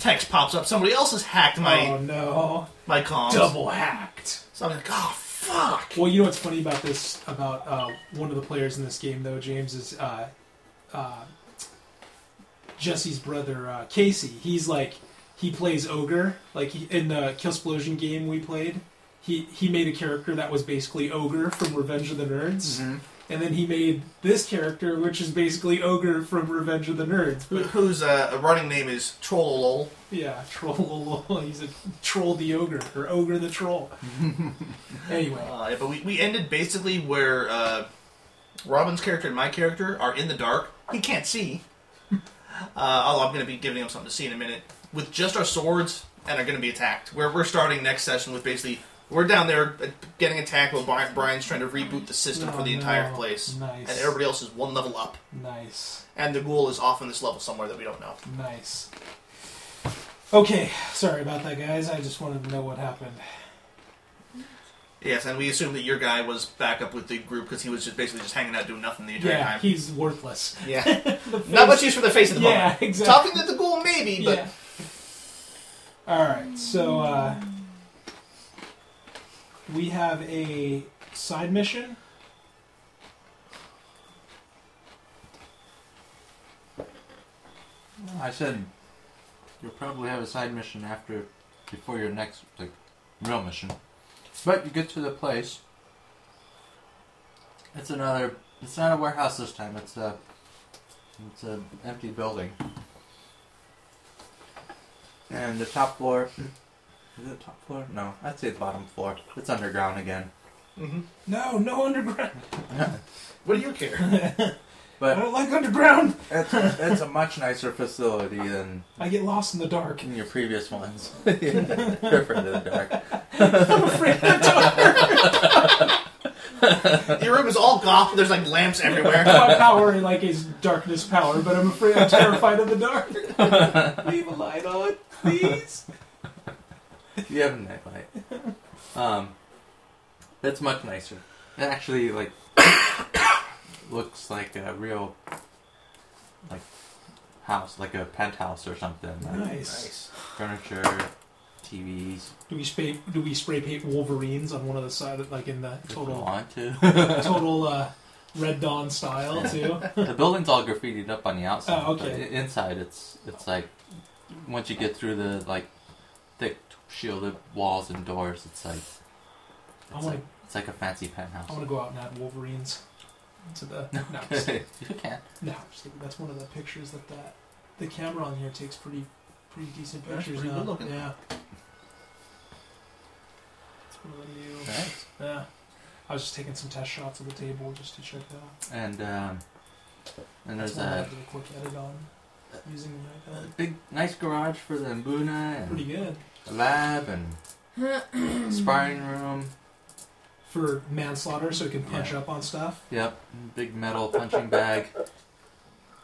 S7: text pops up. Somebody else has hacked my
S1: oh no.
S7: my comms.
S1: Double hacked.
S7: So I'm like, oh fuck.
S1: Well, you know what's funny about this about uh, one of the players in this game though, James is uh, uh, Jesse's brother uh, Casey. He's like he plays ogre. Like he, in the Killsplosion game we played, he he made a character that was basically ogre from Revenge of the Nerds. And then he made this character, which is basically ogre from Revenge of the Nerds.
S7: Who,
S1: But
S7: whose uh, running name is Trollolol.
S1: yeah, troll. He's a troll the ogre or ogre the troll. anyway,
S7: Uh, yeah, but we, we ended basically where uh, Robin's character and my character are in the dark. He can't see. Uh, although I'm going to be giving him something to see in a minute. With just our swords and are going to be attacked. We're, we're starting next session with basically. We're down there uh, getting attacked while Bri- Brian's trying to reboot the system
S1: Oh,
S7: for the entire
S1: no.
S7: place.
S1: Nice.
S7: And everybody else is one level up.
S1: nice.
S7: And the ghoul is off on this level somewhere that we don't know.
S1: Nice. Okay, sorry about that, guys. I just wanted to know what happened.
S7: Yes, and we assume that your guy was back up with the group because he was just basically just hanging out doing nothing the entire
S1: Yeah,
S7: time.
S1: he's worthless.
S7: yeah.
S1: The
S7: Not much
S1: face-
S7: use for the face at the moment.
S1: Yeah, exactly.
S7: Talking to the ghoul, maybe, but
S1: Yeah. All right, so uh, we have a side mission.
S2: I said, you'll probably have a side mission after, before your next like real mission. But you get to the place. It's another. It's not a warehouse this time. It's a. It's an empty building. And the top floor. Is it the top floor? No, I'd say the bottom floor. It's underground again.
S1: No, no underground.
S7: mm-hmm. What do you care?
S1: I
S2: But
S1: don't like underground.
S2: it's, it's a much nicer facility than
S1: I get lost in the dark.
S2: in your previous ones. They're friend of the dark.
S1: I'm afraid of the dark.
S7: Your room is all goth. There's like lamps everywhere.
S1: My power, like, is darkness power, but I'm afraid I'm terrified of the dark. Leave a light on, please.
S2: You have a nightlight. Um, that's much nicer. It actually like looks like a real like house, like a penthouse or something. Like,
S1: Nice.
S2: Furniture, TVs.
S1: Do we spray? Do we spray paint Wolverines on one of the side, of, like in the
S2: If you
S1: total
S2: want to.
S1: total uh, Red Dawn style too?
S2: the building's all graffitied up on the outside.
S1: Oh,
S2: but
S1: okay.
S2: i- inside, it's it's like once you get through the like thick shielded walls and doors, it's like
S1: I
S2: it's
S1: want
S2: like
S1: to.
S2: it's like a fancy penthouse.
S1: I want to go out and add Wolverines to the. No, I'm just-
S2: you can.
S1: no, I'm just kidding. that's one of the pictures that that the camera on here takes pretty pretty decent
S7: That's
S1: pictures
S7: pretty
S1: now.
S7: good looking.
S1: Yeah. What do you-
S2: Nice.
S1: Yeah. I was just taking some test shots of the table just to check that out.
S2: And um, and there's
S1: That's why I
S2: a,
S1: did a quick edit on
S7: Uh,
S1: using the
S2: a
S1: iPad.
S2: big, nice garage for the
S7: uh,
S2: Mbuna
S1: Pretty good.
S2: and a lab and sparring room.
S1: For manslaughter, so he can punch
S2: Yeah.
S1: up on stuff.
S2: Yep, big metal punching bag,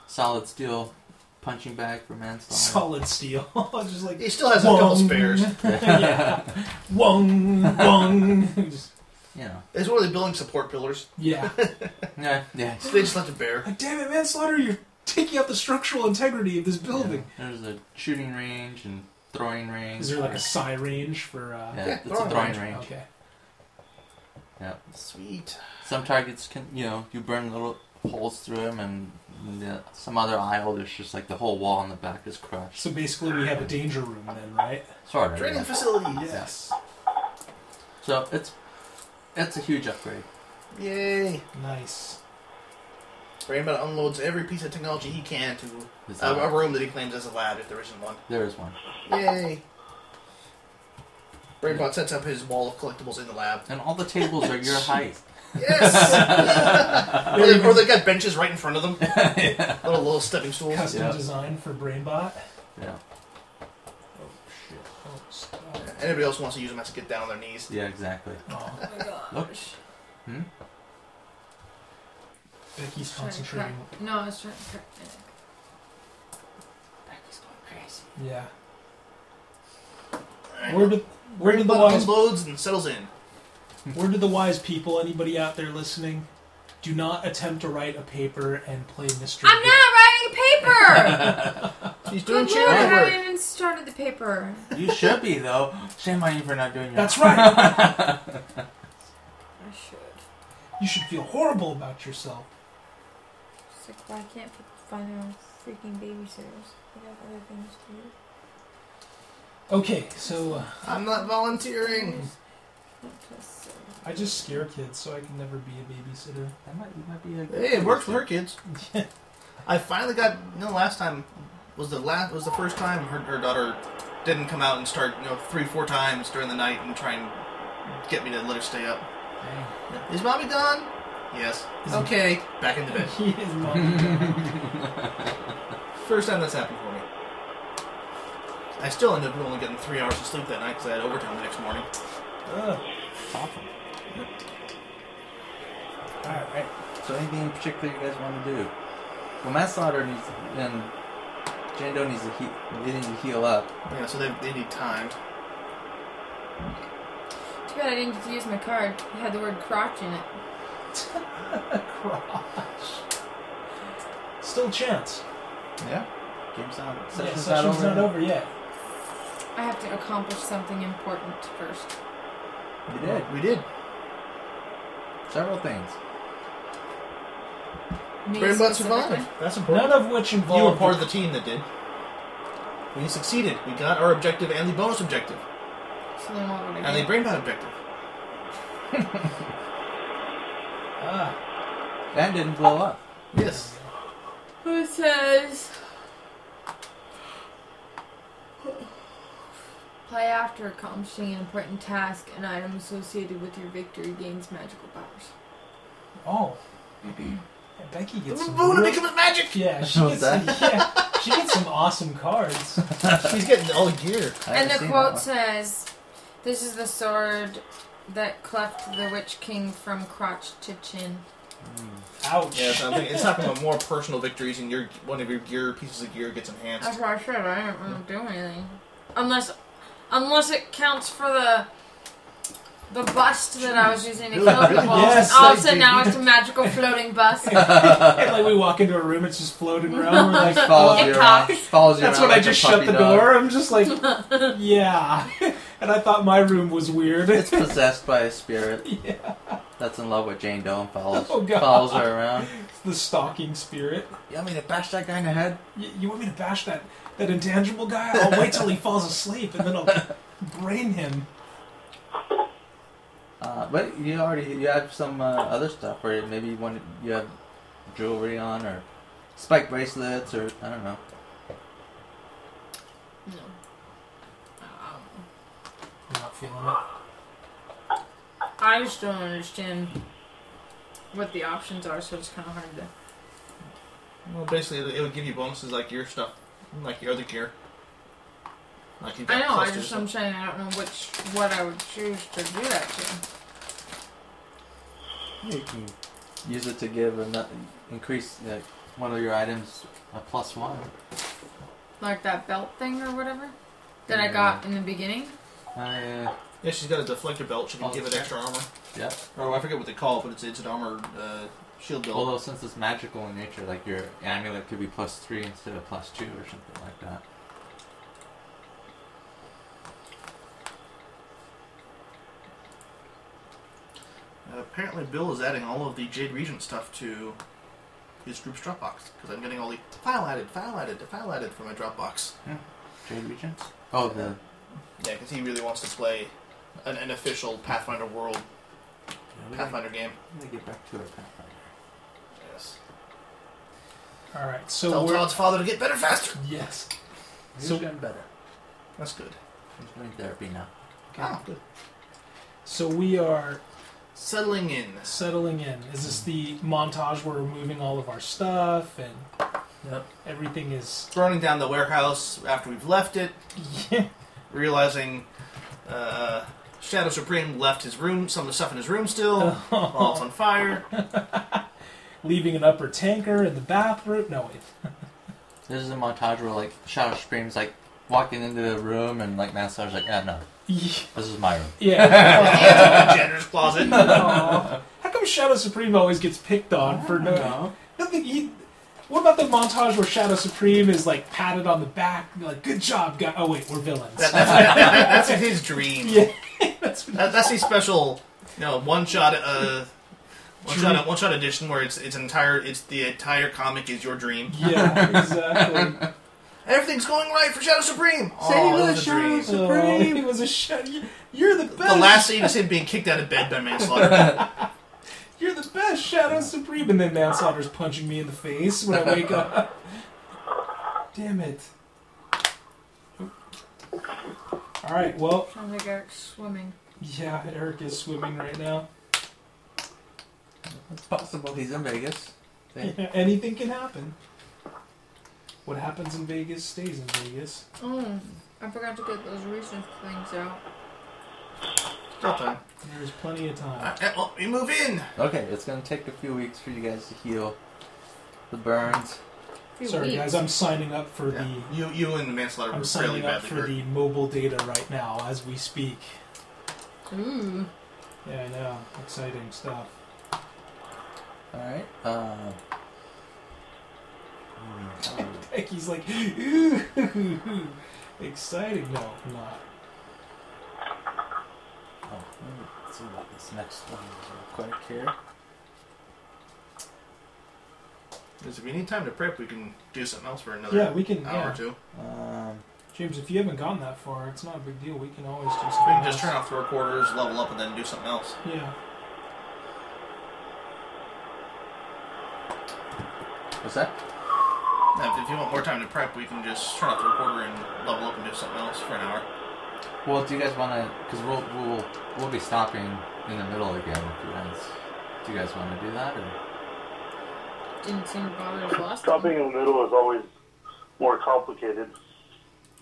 S2: solid steel punching bag for manslaughter.
S1: Solid steel. just like
S7: He still has a couple spares.
S1: yeah. Wong, wong. Just-
S2: You know,
S7: It's one of the building support pillars.
S1: yeah.
S2: yeah, yeah.
S7: So they just left it bare.
S1: Like, damn it, manslaughter! You're taking out the structural integrity of this building.
S2: Yeah. There's a shooting range and throwing range.
S1: Is there like
S2: or-
S1: a psi range for? Uh,
S2: yeah,
S7: Yeah,
S2: it's
S7: throwing
S2: a throwing
S7: range.
S2: range.
S1: Okay.
S2: Yep.
S7: Sweet.
S2: Some targets can, you know, you burn little holes through them, and the, some other aisle, there's just like the whole wall in the back is crushed.
S1: So basically, we have a danger room then, right?
S2: Sort of.
S7: Training
S2: yeah.
S7: facility.
S1: Yes.
S2: So it's it's a huge upgrade.
S7: Yay.
S1: Nice.
S7: Rainbow unloads every piece of technology he can to
S2: Is
S7: a, a
S2: that-
S7: room that he claims as a lab if there isn't one.
S2: Uh, there is one,
S7: Yay. Brainbot sets up his wall of collectibles in the lab.
S2: and all the tables are your height.
S7: Yes! or, they, or they got benches right in front of them. Little little stepping stools.
S1: Custom
S2: Yeah.
S1: design for BrainBot.
S2: Yeah.
S1: Oh shit! Oh, stop.
S7: Anybody else who wants to use them has to get down on their knees.
S2: Yeah, exactly.
S1: Oh,
S2: Look. Hmm?
S1: Becky's concentrating.
S5: No, I was trying to crack my neck.
S1: Yeah.
S7: Alright.
S1: Where did where did the
S7: Brainbot
S1: wise
S7: unloads and settles in.
S1: where did the wise people? Anybody out there listening? Do not attempt to write a paper and play mystery.
S5: I'm not writing a paper!
S7: He's doing
S5: Good lord, I
S7: charity work.
S5: haven't even started the paper.
S2: You should be though. Shame on you for not doing your.
S1: That's right.
S5: I should.
S1: you should feel horrible about yourself.
S5: It's like, why can't people find their own freaking babysitters? They have other things to do.
S1: Okay, so uh,
S7: I'm not volunteering.
S5: Not to sit.
S1: I just scare kids, so I can never be a babysitter.
S2: That might, you might be a
S7: Hey, it works for her kids. I finally got. You know, last time was the last was the first time her, her daughter didn't come out and start you know three four times during the night and try and get me to let her stay up. Is mommy gone? Yes.
S1: Is-
S7: okay. Back into bed.
S1: He is not.
S7: First time that's happened for me. I still ended up only getting three hours of sleep that night because I had overtime the next morning.
S1: Ugh.
S2: Awesome.
S1: All right.
S2: So anything in particular you guys want to do? Well, manslaughter needs and Jane Doe needs to heal. They need to heal up.
S7: Yeah, so they, they need time.
S5: Too bad I didn't get to use my card. It had the word crotch in it.
S1: Crotch. Still chance.
S2: Yeah. Game's not.
S1: Yeah,
S2: Session's not
S1: session's
S2: over.
S1: not over yet.
S5: I have to accomplish something important first.
S2: You did
S7: We did.
S2: several things.
S5: Me
S7: Brainbot
S5: specifically.
S7: survived. That's important.
S1: None of which
S7: You were
S1: involve
S7: part of the team that did. We succeeded. We got our objective and the bonus objective.
S5: So then what would I
S7: And the
S5: do?
S7: brain pot objective.
S1: Ah,
S2: And didn't blow up.
S7: Yes.
S5: Who says? Play after accomplishing an important task. An item associated with your victory gains magical powers.
S1: oh. Yeah, Becky gets some.
S7: Boom,
S1: real-
S7: it becomes magic!
S1: yeah, she
S2: Oh,
S1: gets. Some, yeah, she gets some awesome cards.
S7: She's getting all gear.
S2: I haven't
S5: and the
S2: seen
S5: quote
S2: that
S5: says, "This is the sword that cleft the Witch King from crotch to chin."
S1: Ouch.
S7: Yeah, so I'm thinking, it's talking about more personal victories and your one of your gear pieces of gear gets enhanced.
S5: That's what I said. I didn't really do anything, unless, unless it counts for the. The bust that I was using to kill
S7: Really?
S5: the walls.
S1: Yes,
S5: All
S1: I
S5: of a sudden,
S1: did.
S5: now it's a magical floating bust. Um,
S1: like we walk into a room, it's just floating around. We're like,
S2: one. follows
S5: It
S2: you around.
S5: cocks.
S2: Follows you
S1: That's
S2: around
S1: when I
S2: like a
S1: just shut
S2: puppy
S1: the
S2: dog.
S1: door. I'm just like, yeah. and I thought my room was weird.
S2: It's possessed by a spirit
S1: yeah.
S2: that's in love with Jane Doe and follows
S1: Oh, God.
S2: follows her around.
S1: It's the stalking spirit.
S2: You want me to bash that guy in the head?
S1: You, you want me to bash that, that intangible guy? I'll wait till he falls asleep and then I'll brain him.
S2: Uh, but you already you have some uh, other stuff where maybe you want you have jewelry on or spike bracelets or I don't know.
S5: No.
S1: I'm not feeling it.
S5: I just don't understand what the options are, so it's kind of hard to.
S7: Well, basically, it would give you bonuses like your stuff, like your other gear. Like you
S5: I know. I
S7: clusters.
S5: just I'm saying I don't know which what I would choose to do that to.
S2: You can use it to give another increase like one of your items a plus one.
S5: Like that belt thing or whatever that I got in the beginning.
S2: Uh,
S7: Yeah, she's got a deflector belt. She can
S2: Oh,
S7: give it
S2: okay.
S7: extra armor.
S2: yeah.
S7: Or Oh, I forget what they call it, but it's it's an armored uh, shield belt.
S2: Although since it's magical in nature, like your amulet could be plus three instead of plus two or something like that.
S7: Uh, apparently, Bill is adding all of the Jade Regent stuff to his group's Dropbox because I'm getting all the file added, file added, file added for my Dropbox.
S2: Jade Regents? Oh, the
S7: Yeah, because he really wants to play an, an official Pathfinder World Pathfinder game.
S2: I'm gonna get back to our Pathfinder.
S7: Yes.
S1: All right, so
S7: Tell
S1: we're
S7: Todd's father to get better faster.
S1: yes.
S2: So
S1: So-
S2: getting better.
S7: That's good.
S2: I'm doing therapy now.
S7: Ah, good.
S1: So we are
S7: Settling in.
S1: settling in. Is this the montage where we're moving all of our stuff and
S7: Yep.
S1: everything is?
S7: Burning down the warehouse after we've left it.
S1: Yeah.
S7: realizing uh, Shadow Supreme left his room, some of the stuff in his room still, while it's on fire.
S1: Leaving an upper tanker in the bathroom. No, wait.
S2: This is a montage where like Shadow Scream's like walking into the room and like Manstar's like, ah no, this is my room.
S1: Yeah.
S7: Janitor's closet.
S1: Aw. How come Shadow Supreme always gets picked on for no? Nothing. He, what about the montage where Shadow Supreme is like patted on the back, like "Good job, guy." Oh wait, we're villains.
S7: That- that's, that- that's his dream.
S1: yeah, that's
S7: That- that's his special, you know, one shot. Uh, one shot, one shot edition where it's it's entire it's the entire comic is your dream.
S1: yeah, exactly.
S7: Everything's going right for Shadow Supreme.
S2: Save
S7: Oh, that was
S2: the
S7: a dream.
S2: Shadow
S1: Oh,
S2: Supreme.
S1: it was a shot. You're the best.
S7: The last scene is him being kicked out of bed by manslaughter.
S1: You're the best, Shadow Supreme. And then Manslaughter's punching me in the face when I wake up. Damn it. Alright, well,
S5: Trying to go swimming.
S1: yeah, Eric is swimming right now.
S2: It's possible he's in Vegas.
S1: Yeah, anything can happen. What happens in Vegas stays in Vegas.
S5: Oh, I forgot to get those recent things out.
S7: Drop time.
S1: There's plenty of time.
S7: Uh, uh, well, we move in.
S2: Okay, it's gonna take a few weeks for you guys to heal the burns.
S5: Few
S1: Sorry,
S5: weeks.
S1: guys, I'm signing up for
S7: Yeah.
S1: the.
S7: You you and the manslaughter
S1: I'm
S7: were fairly
S1: signing up
S7: badly
S1: for
S7: hurt.
S1: the mobile data right now as we speak.
S5: Ooh.
S1: Yeah, I know. Exciting stuff.
S2: Alright. Uh, oh,
S1: Becky's like, ooh, exciting. No, I'm not.
S2: oh, let me see what this next one is real quick here.
S7: Because if we need time to prep, we can do something else for another
S1: Yeah, we can.
S7: hour or
S1: Yeah.
S7: two.
S2: Um,
S1: James, if you haven't gotten that far, it's not a big deal. We can always do something.
S7: We can just
S1: else.
S7: turn off the recorders, level up, and then do something else.
S1: Yeah.
S2: what's that?
S7: Now, if- if you want more time to prep, we can just turn off the recorder and level up and do something else for an hour.
S2: Well, do you guys want to? Because we'll we'll we'll be stopping in the middle again if you guys. Do you guys want to do that? Or?
S5: Didn't seem to bother to lost.
S4: Stopping in the middle is always more complicated.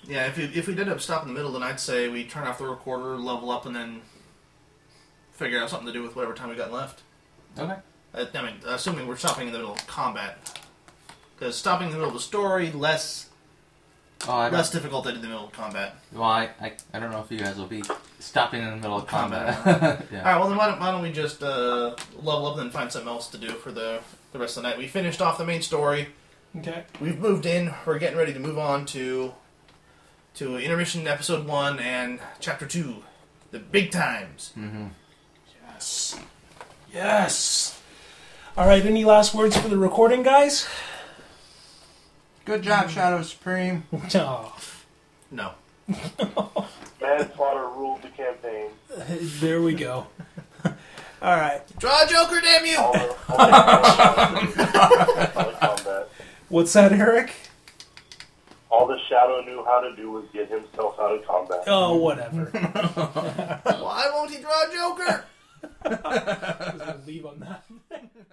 S7: Yeah, if, you, if we did up stop in the middle, then I'd say we turn off the recorder, level up, and then figure out something to do with whatever time we got left.
S2: Okay.
S7: Uh, I mean, assuming we're stopping in the middle of combat. Because stopping in the middle of a story, less
S2: Oh, I
S7: less
S2: don't,
S7: difficult than in the middle of combat.
S2: well, I, I I don't know if you guys will be stopping in the middle of combat. yeah.
S7: All right. Well, then why don't, why don't we just uh, level up and then find something else to do for the the rest of the night? We finished off the main story.
S1: Okay.
S7: We've moved in. We're getting ready to move on to to intermission episode one and chapter two, the big times.
S1: Yes. Yes. All right. Any last words for the recording, guys?
S8: Good job, Shadow Supreme.
S1: No.
S7: No,
S4: Manslaughter ruled the campaign.
S1: There we go. All right.
S7: draw a Joker, damn you!
S4: All the, all the- combat.
S1: What's that, Eric?
S4: All the Shadow knew how to do was get himself out of combat.
S1: Oh, whatever.
S7: Why won't he draw a Joker?
S1: I was gonna leave on that.